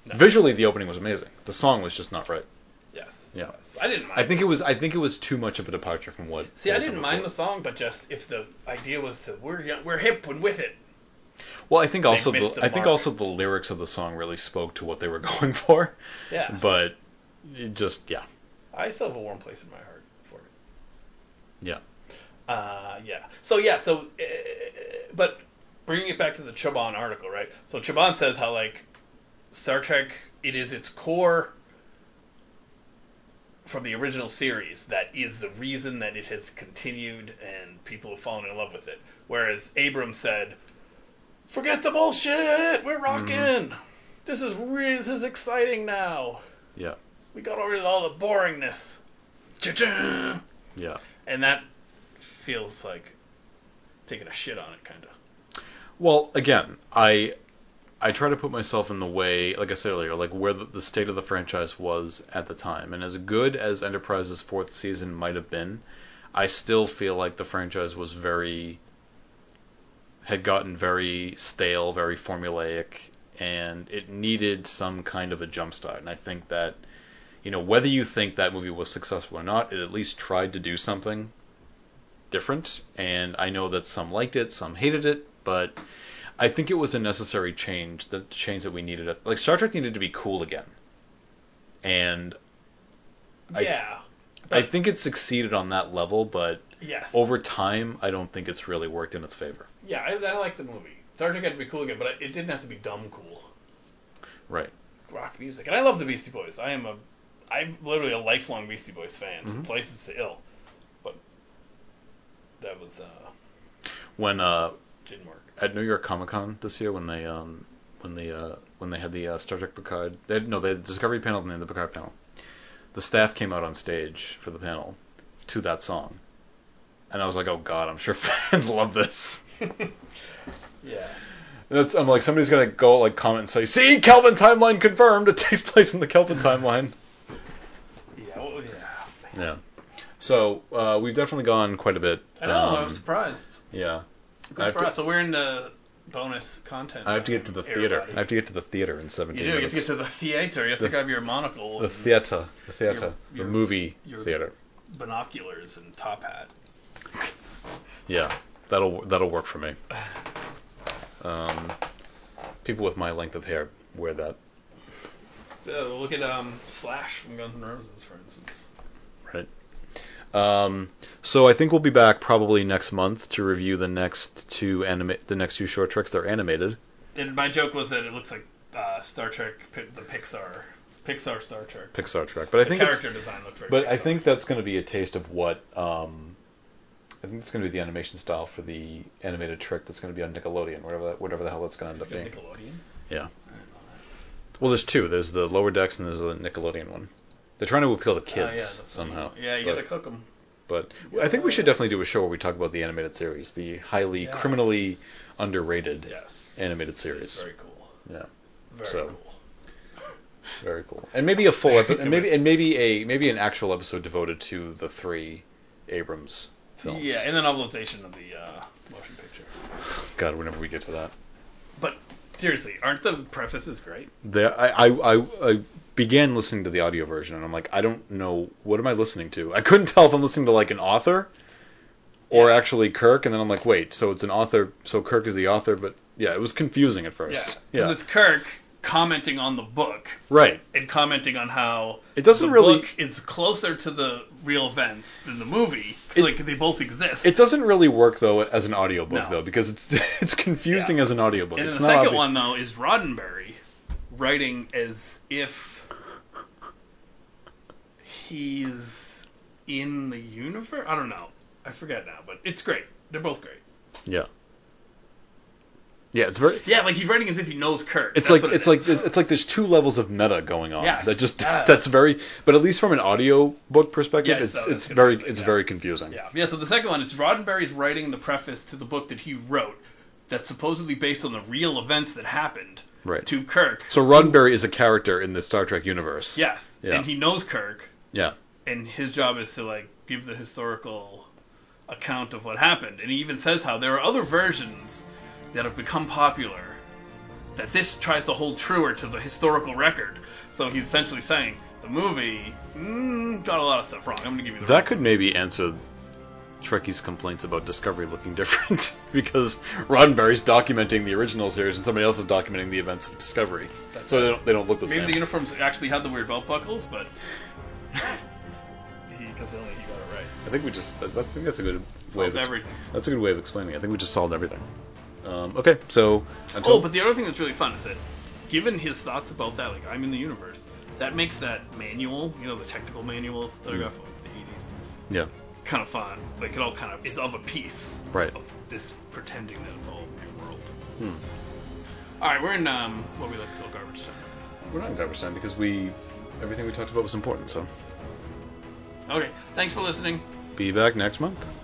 Speaker 1: No.
Speaker 2: Visually, the opening was amazing. The song was just not right.
Speaker 1: Yes.
Speaker 2: Yeah.
Speaker 1: yes. I didn't mind.
Speaker 2: I think it was. I think it was too much of a departure from what.
Speaker 1: See, I
Speaker 2: they had
Speaker 1: didn't
Speaker 2: done
Speaker 1: mind the
Speaker 2: before.
Speaker 1: song, but just if the idea was to we're young, we're hip and with it.
Speaker 2: Well, I think also the,
Speaker 1: missed the
Speaker 2: I think
Speaker 1: mark.
Speaker 2: also the lyrics of the song really spoke to what they were going for,
Speaker 1: Yeah.
Speaker 2: but it just yeah
Speaker 1: I still have a warm place in my heart for it.
Speaker 2: yeah
Speaker 1: Uh, yeah. So yeah. So, uh, but bringing it back to the Chaban article, right? So Chaban says how like Star Trek, it is its core from the original series that is the reason that it has continued and people have fallen in love with it. Whereas Abrams said, "Forget the bullshit. We're rocking. This is re- this is exciting now.
Speaker 2: yeah
Speaker 1: We got rid of all the boringness." Cha-ching!
Speaker 2: yeah.
Speaker 1: and that feels like taking a shit on it, kind of.
Speaker 2: Well, again, I I try to put myself in the way, like I said earlier, like where the, the state of the franchise was at the time, and as good as Enterprise's fourth season might have been, I still feel like the franchise was very had gotten very stale, very formulaic, and it needed some kind of a jumpstart. And I think that, you know, whether you think that movie was successful or not, it at least tried to do something different. And I know that some liked it, some hated it, but I think it was a necessary change, the change that we needed. at- Like Star Trek needed to be cool again, and I f-
Speaker 1: yeah.
Speaker 2: I think it succeeded on that level, but
Speaker 1: Yes.
Speaker 2: over time, I don't think it's really worked in its favor.
Speaker 1: yeah, I, I like the movie. Star Trek had to be cool again, but it didn't have to be dumb cool.
Speaker 2: Right.
Speaker 1: Rock music, and I love the Beastie Boys. I am a, I'm literally a lifelong Beastie Boys fan. since License to Ill, but that was uh,
Speaker 2: When uh,
Speaker 1: didn't work.
Speaker 2: at New York Comic Con this year, when they um, when the uh, when they had the uh, Star Trek Picard, they had, no, they had the Discovery panel and then the Picard panel. The staff came out on stage for the panel to that song, and I was like, oh god, I'm sure fans love this.
Speaker 1: Yeah.
Speaker 2: That's, I'm like, somebody's gonna go like comment and say, "See, Kelvin timeline confirmed. It takes place in the Kelvin timeline."
Speaker 1: Yeah. Well, yeah.
Speaker 2: Yeah. So uh, we've definitely gone quite a bit.
Speaker 1: I know. I
Speaker 2: um,
Speaker 1: was surprised.
Speaker 2: yeah. I
Speaker 1: Good
Speaker 2: have
Speaker 1: for
Speaker 2: to-
Speaker 1: us. So we're in the bonus content.
Speaker 2: I have to get to the theater.
Speaker 1: everybody.
Speaker 2: I have to get to the theater in 17
Speaker 1: You do. You have
Speaker 2: minutes.
Speaker 1: to get to the theater. You have to
Speaker 2: The-
Speaker 1: grab your monocle.
Speaker 2: the
Speaker 1: and-
Speaker 2: theater. The theater.
Speaker 1: your-
Speaker 2: the movie
Speaker 1: your-
Speaker 2: theater.
Speaker 1: binoculars and top hat.
Speaker 2: Yeah, that'll that'll work for me. Um, people with my length of hair wear that,
Speaker 1: Uh, look at um, Slash from Guns N' Roses, for instance.
Speaker 2: right? Um, so I think we'll be back probably next month to review the next two anima- the next two short tricks. They're animated.
Speaker 1: And my joke was that it looks like uh, Star Trek, pi- the Pixar, Pixar Star Trek.
Speaker 2: Pixar track, but I
Speaker 1: The
Speaker 2: think it's,
Speaker 1: character design looked very.
Speaker 2: but I
Speaker 1: Pixar.
Speaker 2: think that's going to be a taste of what um, I think it's going to be the animation style for the animated trick that's going to be on Nickelodeon, whatever that, whatever the hell that's going to end up being.
Speaker 1: Nickelodeon.
Speaker 2: Yeah. Well, there's two. There's the lower decks and there's the Nickelodeon one. They're trying to appeal to
Speaker 1: Oh, yeah,
Speaker 2: kids
Speaker 1: that's-
Speaker 2: somehow.
Speaker 1: Yeah, you
Speaker 2: but,
Speaker 1: gotta cook them.
Speaker 2: But I think we should definitely do a show where we talk about the animated series, the highly
Speaker 1: Yes.
Speaker 2: criminally underrated
Speaker 1: Yes.
Speaker 2: animated
Speaker 1: It's
Speaker 2: series.
Speaker 1: very cool.
Speaker 2: Yeah.
Speaker 1: Very
Speaker 2: So-
Speaker 1: cool.
Speaker 2: Very cool. And maybe a full episode, and maybe and maybe a maybe an actual episode devoted to the three Abrams films.
Speaker 1: Yeah, and the novelization of the uh, motion picture.
Speaker 2: God, whenever we get to that,
Speaker 1: But seriously, aren't the prefaces great?
Speaker 2: there, I, I, I, I began listening to the audio version, and I'm like, I don't know what am I listening to. I couldn't tell if I'm listening to like an author or actually Kirk, and then I'm like, wait, so it's an author, so Kirk is the author, but yeah, it was confusing at
Speaker 1: Yeah,
Speaker 2: first.
Speaker 1: 'Cause it's Kirk commenting on the book
Speaker 2: right.
Speaker 1: and commenting on how
Speaker 2: It doesn't
Speaker 1: the
Speaker 2: really-
Speaker 1: book is closer to the real events than the movie. 'cause,
Speaker 2: It-
Speaker 1: like they both exist.
Speaker 2: It doesn't really work though as an audiobook
Speaker 1: No.
Speaker 2: though because it's it's confusing
Speaker 1: Yeah.
Speaker 2: as an audiobook.
Speaker 1: and
Speaker 2: it's
Speaker 1: then the second
Speaker 2: obvi-
Speaker 1: one though is Roddenberry writing as if he's in the universe. I don't know. I forget now, but it's great. They're both great.
Speaker 2: Yeah. Yeah, it's very
Speaker 1: Yeah, like he's writing as if he knows Kirk.
Speaker 2: It's
Speaker 1: That's
Speaker 2: like
Speaker 1: what
Speaker 2: it's
Speaker 1: it
Speaker 2: like
Speaker 1: is.
Speaker 2: it's, it's like there's two levels of meta going on.
Speaker 1: Yes.
Speaker 2: That just
Speaker 1: Yes.
Speaker 2: that's very but at least from an audio book perspective
Speaker 1: Yes,
Speaker 2: it's
Speaker 1: so
Speaker 2: it's
Speaker 1: it's
Speaker 2: very
Speaker 1: confusing,
Speaker 2: it's
Speaker 1: yeah.
Speaker 2: very confusing.
Speaker 1: Yeah, yeah. So the second one is Roddenberry's writing the preface to the book that he wrote, that's supposedly based on the real events that happened
Speaker 2: Right.
Speaker 1: to Kirk.
Speaker 2: So Roddenberry is a character in the Star Trek universe.
Speaker 1: yes,
Speaker 2: Yeah.
Speaker 1: and he knows Kirk,
Speaker 2: Yeah.
Speaker 1: and his job is to like give the historical account of what happened. And he even says how there are other versions that have become popular that this tries to hold truer to the historical record. So he's essentially saying the movie mm, got a lot of stuff wrong. I'm gonna give you the
Speaker 2: That
Speaker 1: rest
Speaker 2: could maybe answer Trekkie's complaints about Discovery looking different because Roddenberry's documenting the original series and somebody else is documenting the events of Discovery. so they don't they don't look the
Speaker 1: Maybe
Speaker 2: same.
Speaker 1: the uniforms actually had the weird belt buckles, but he because he only he got it right.
Speaker 2: I think we just. I I think that's a good way. Of
Speaker 1: Solved everything.
Speaker 2: That's a good way of explaining. it. I think we just solved everything. Um, okay, so until
Speaker 1: Oh, but the other thing that's really fun is that, given his thoughts about that, like I'm in the universe, that makes that manual, you know, the technical manual that I got from the 80s,
Speaker 2: yeah,
Speaker 1: kind of fun. Like it all kind of is of a piece
Speaker 2: Right.
Speaker 1: of this pretending that it's all new world. All right, we're in um what we like to call garbage time.
Speaker 2: we're not in garbage time because we everything we talked about was important. So
Speaker 1: Okay, thanks for listening.
Speaker 2: be back next month.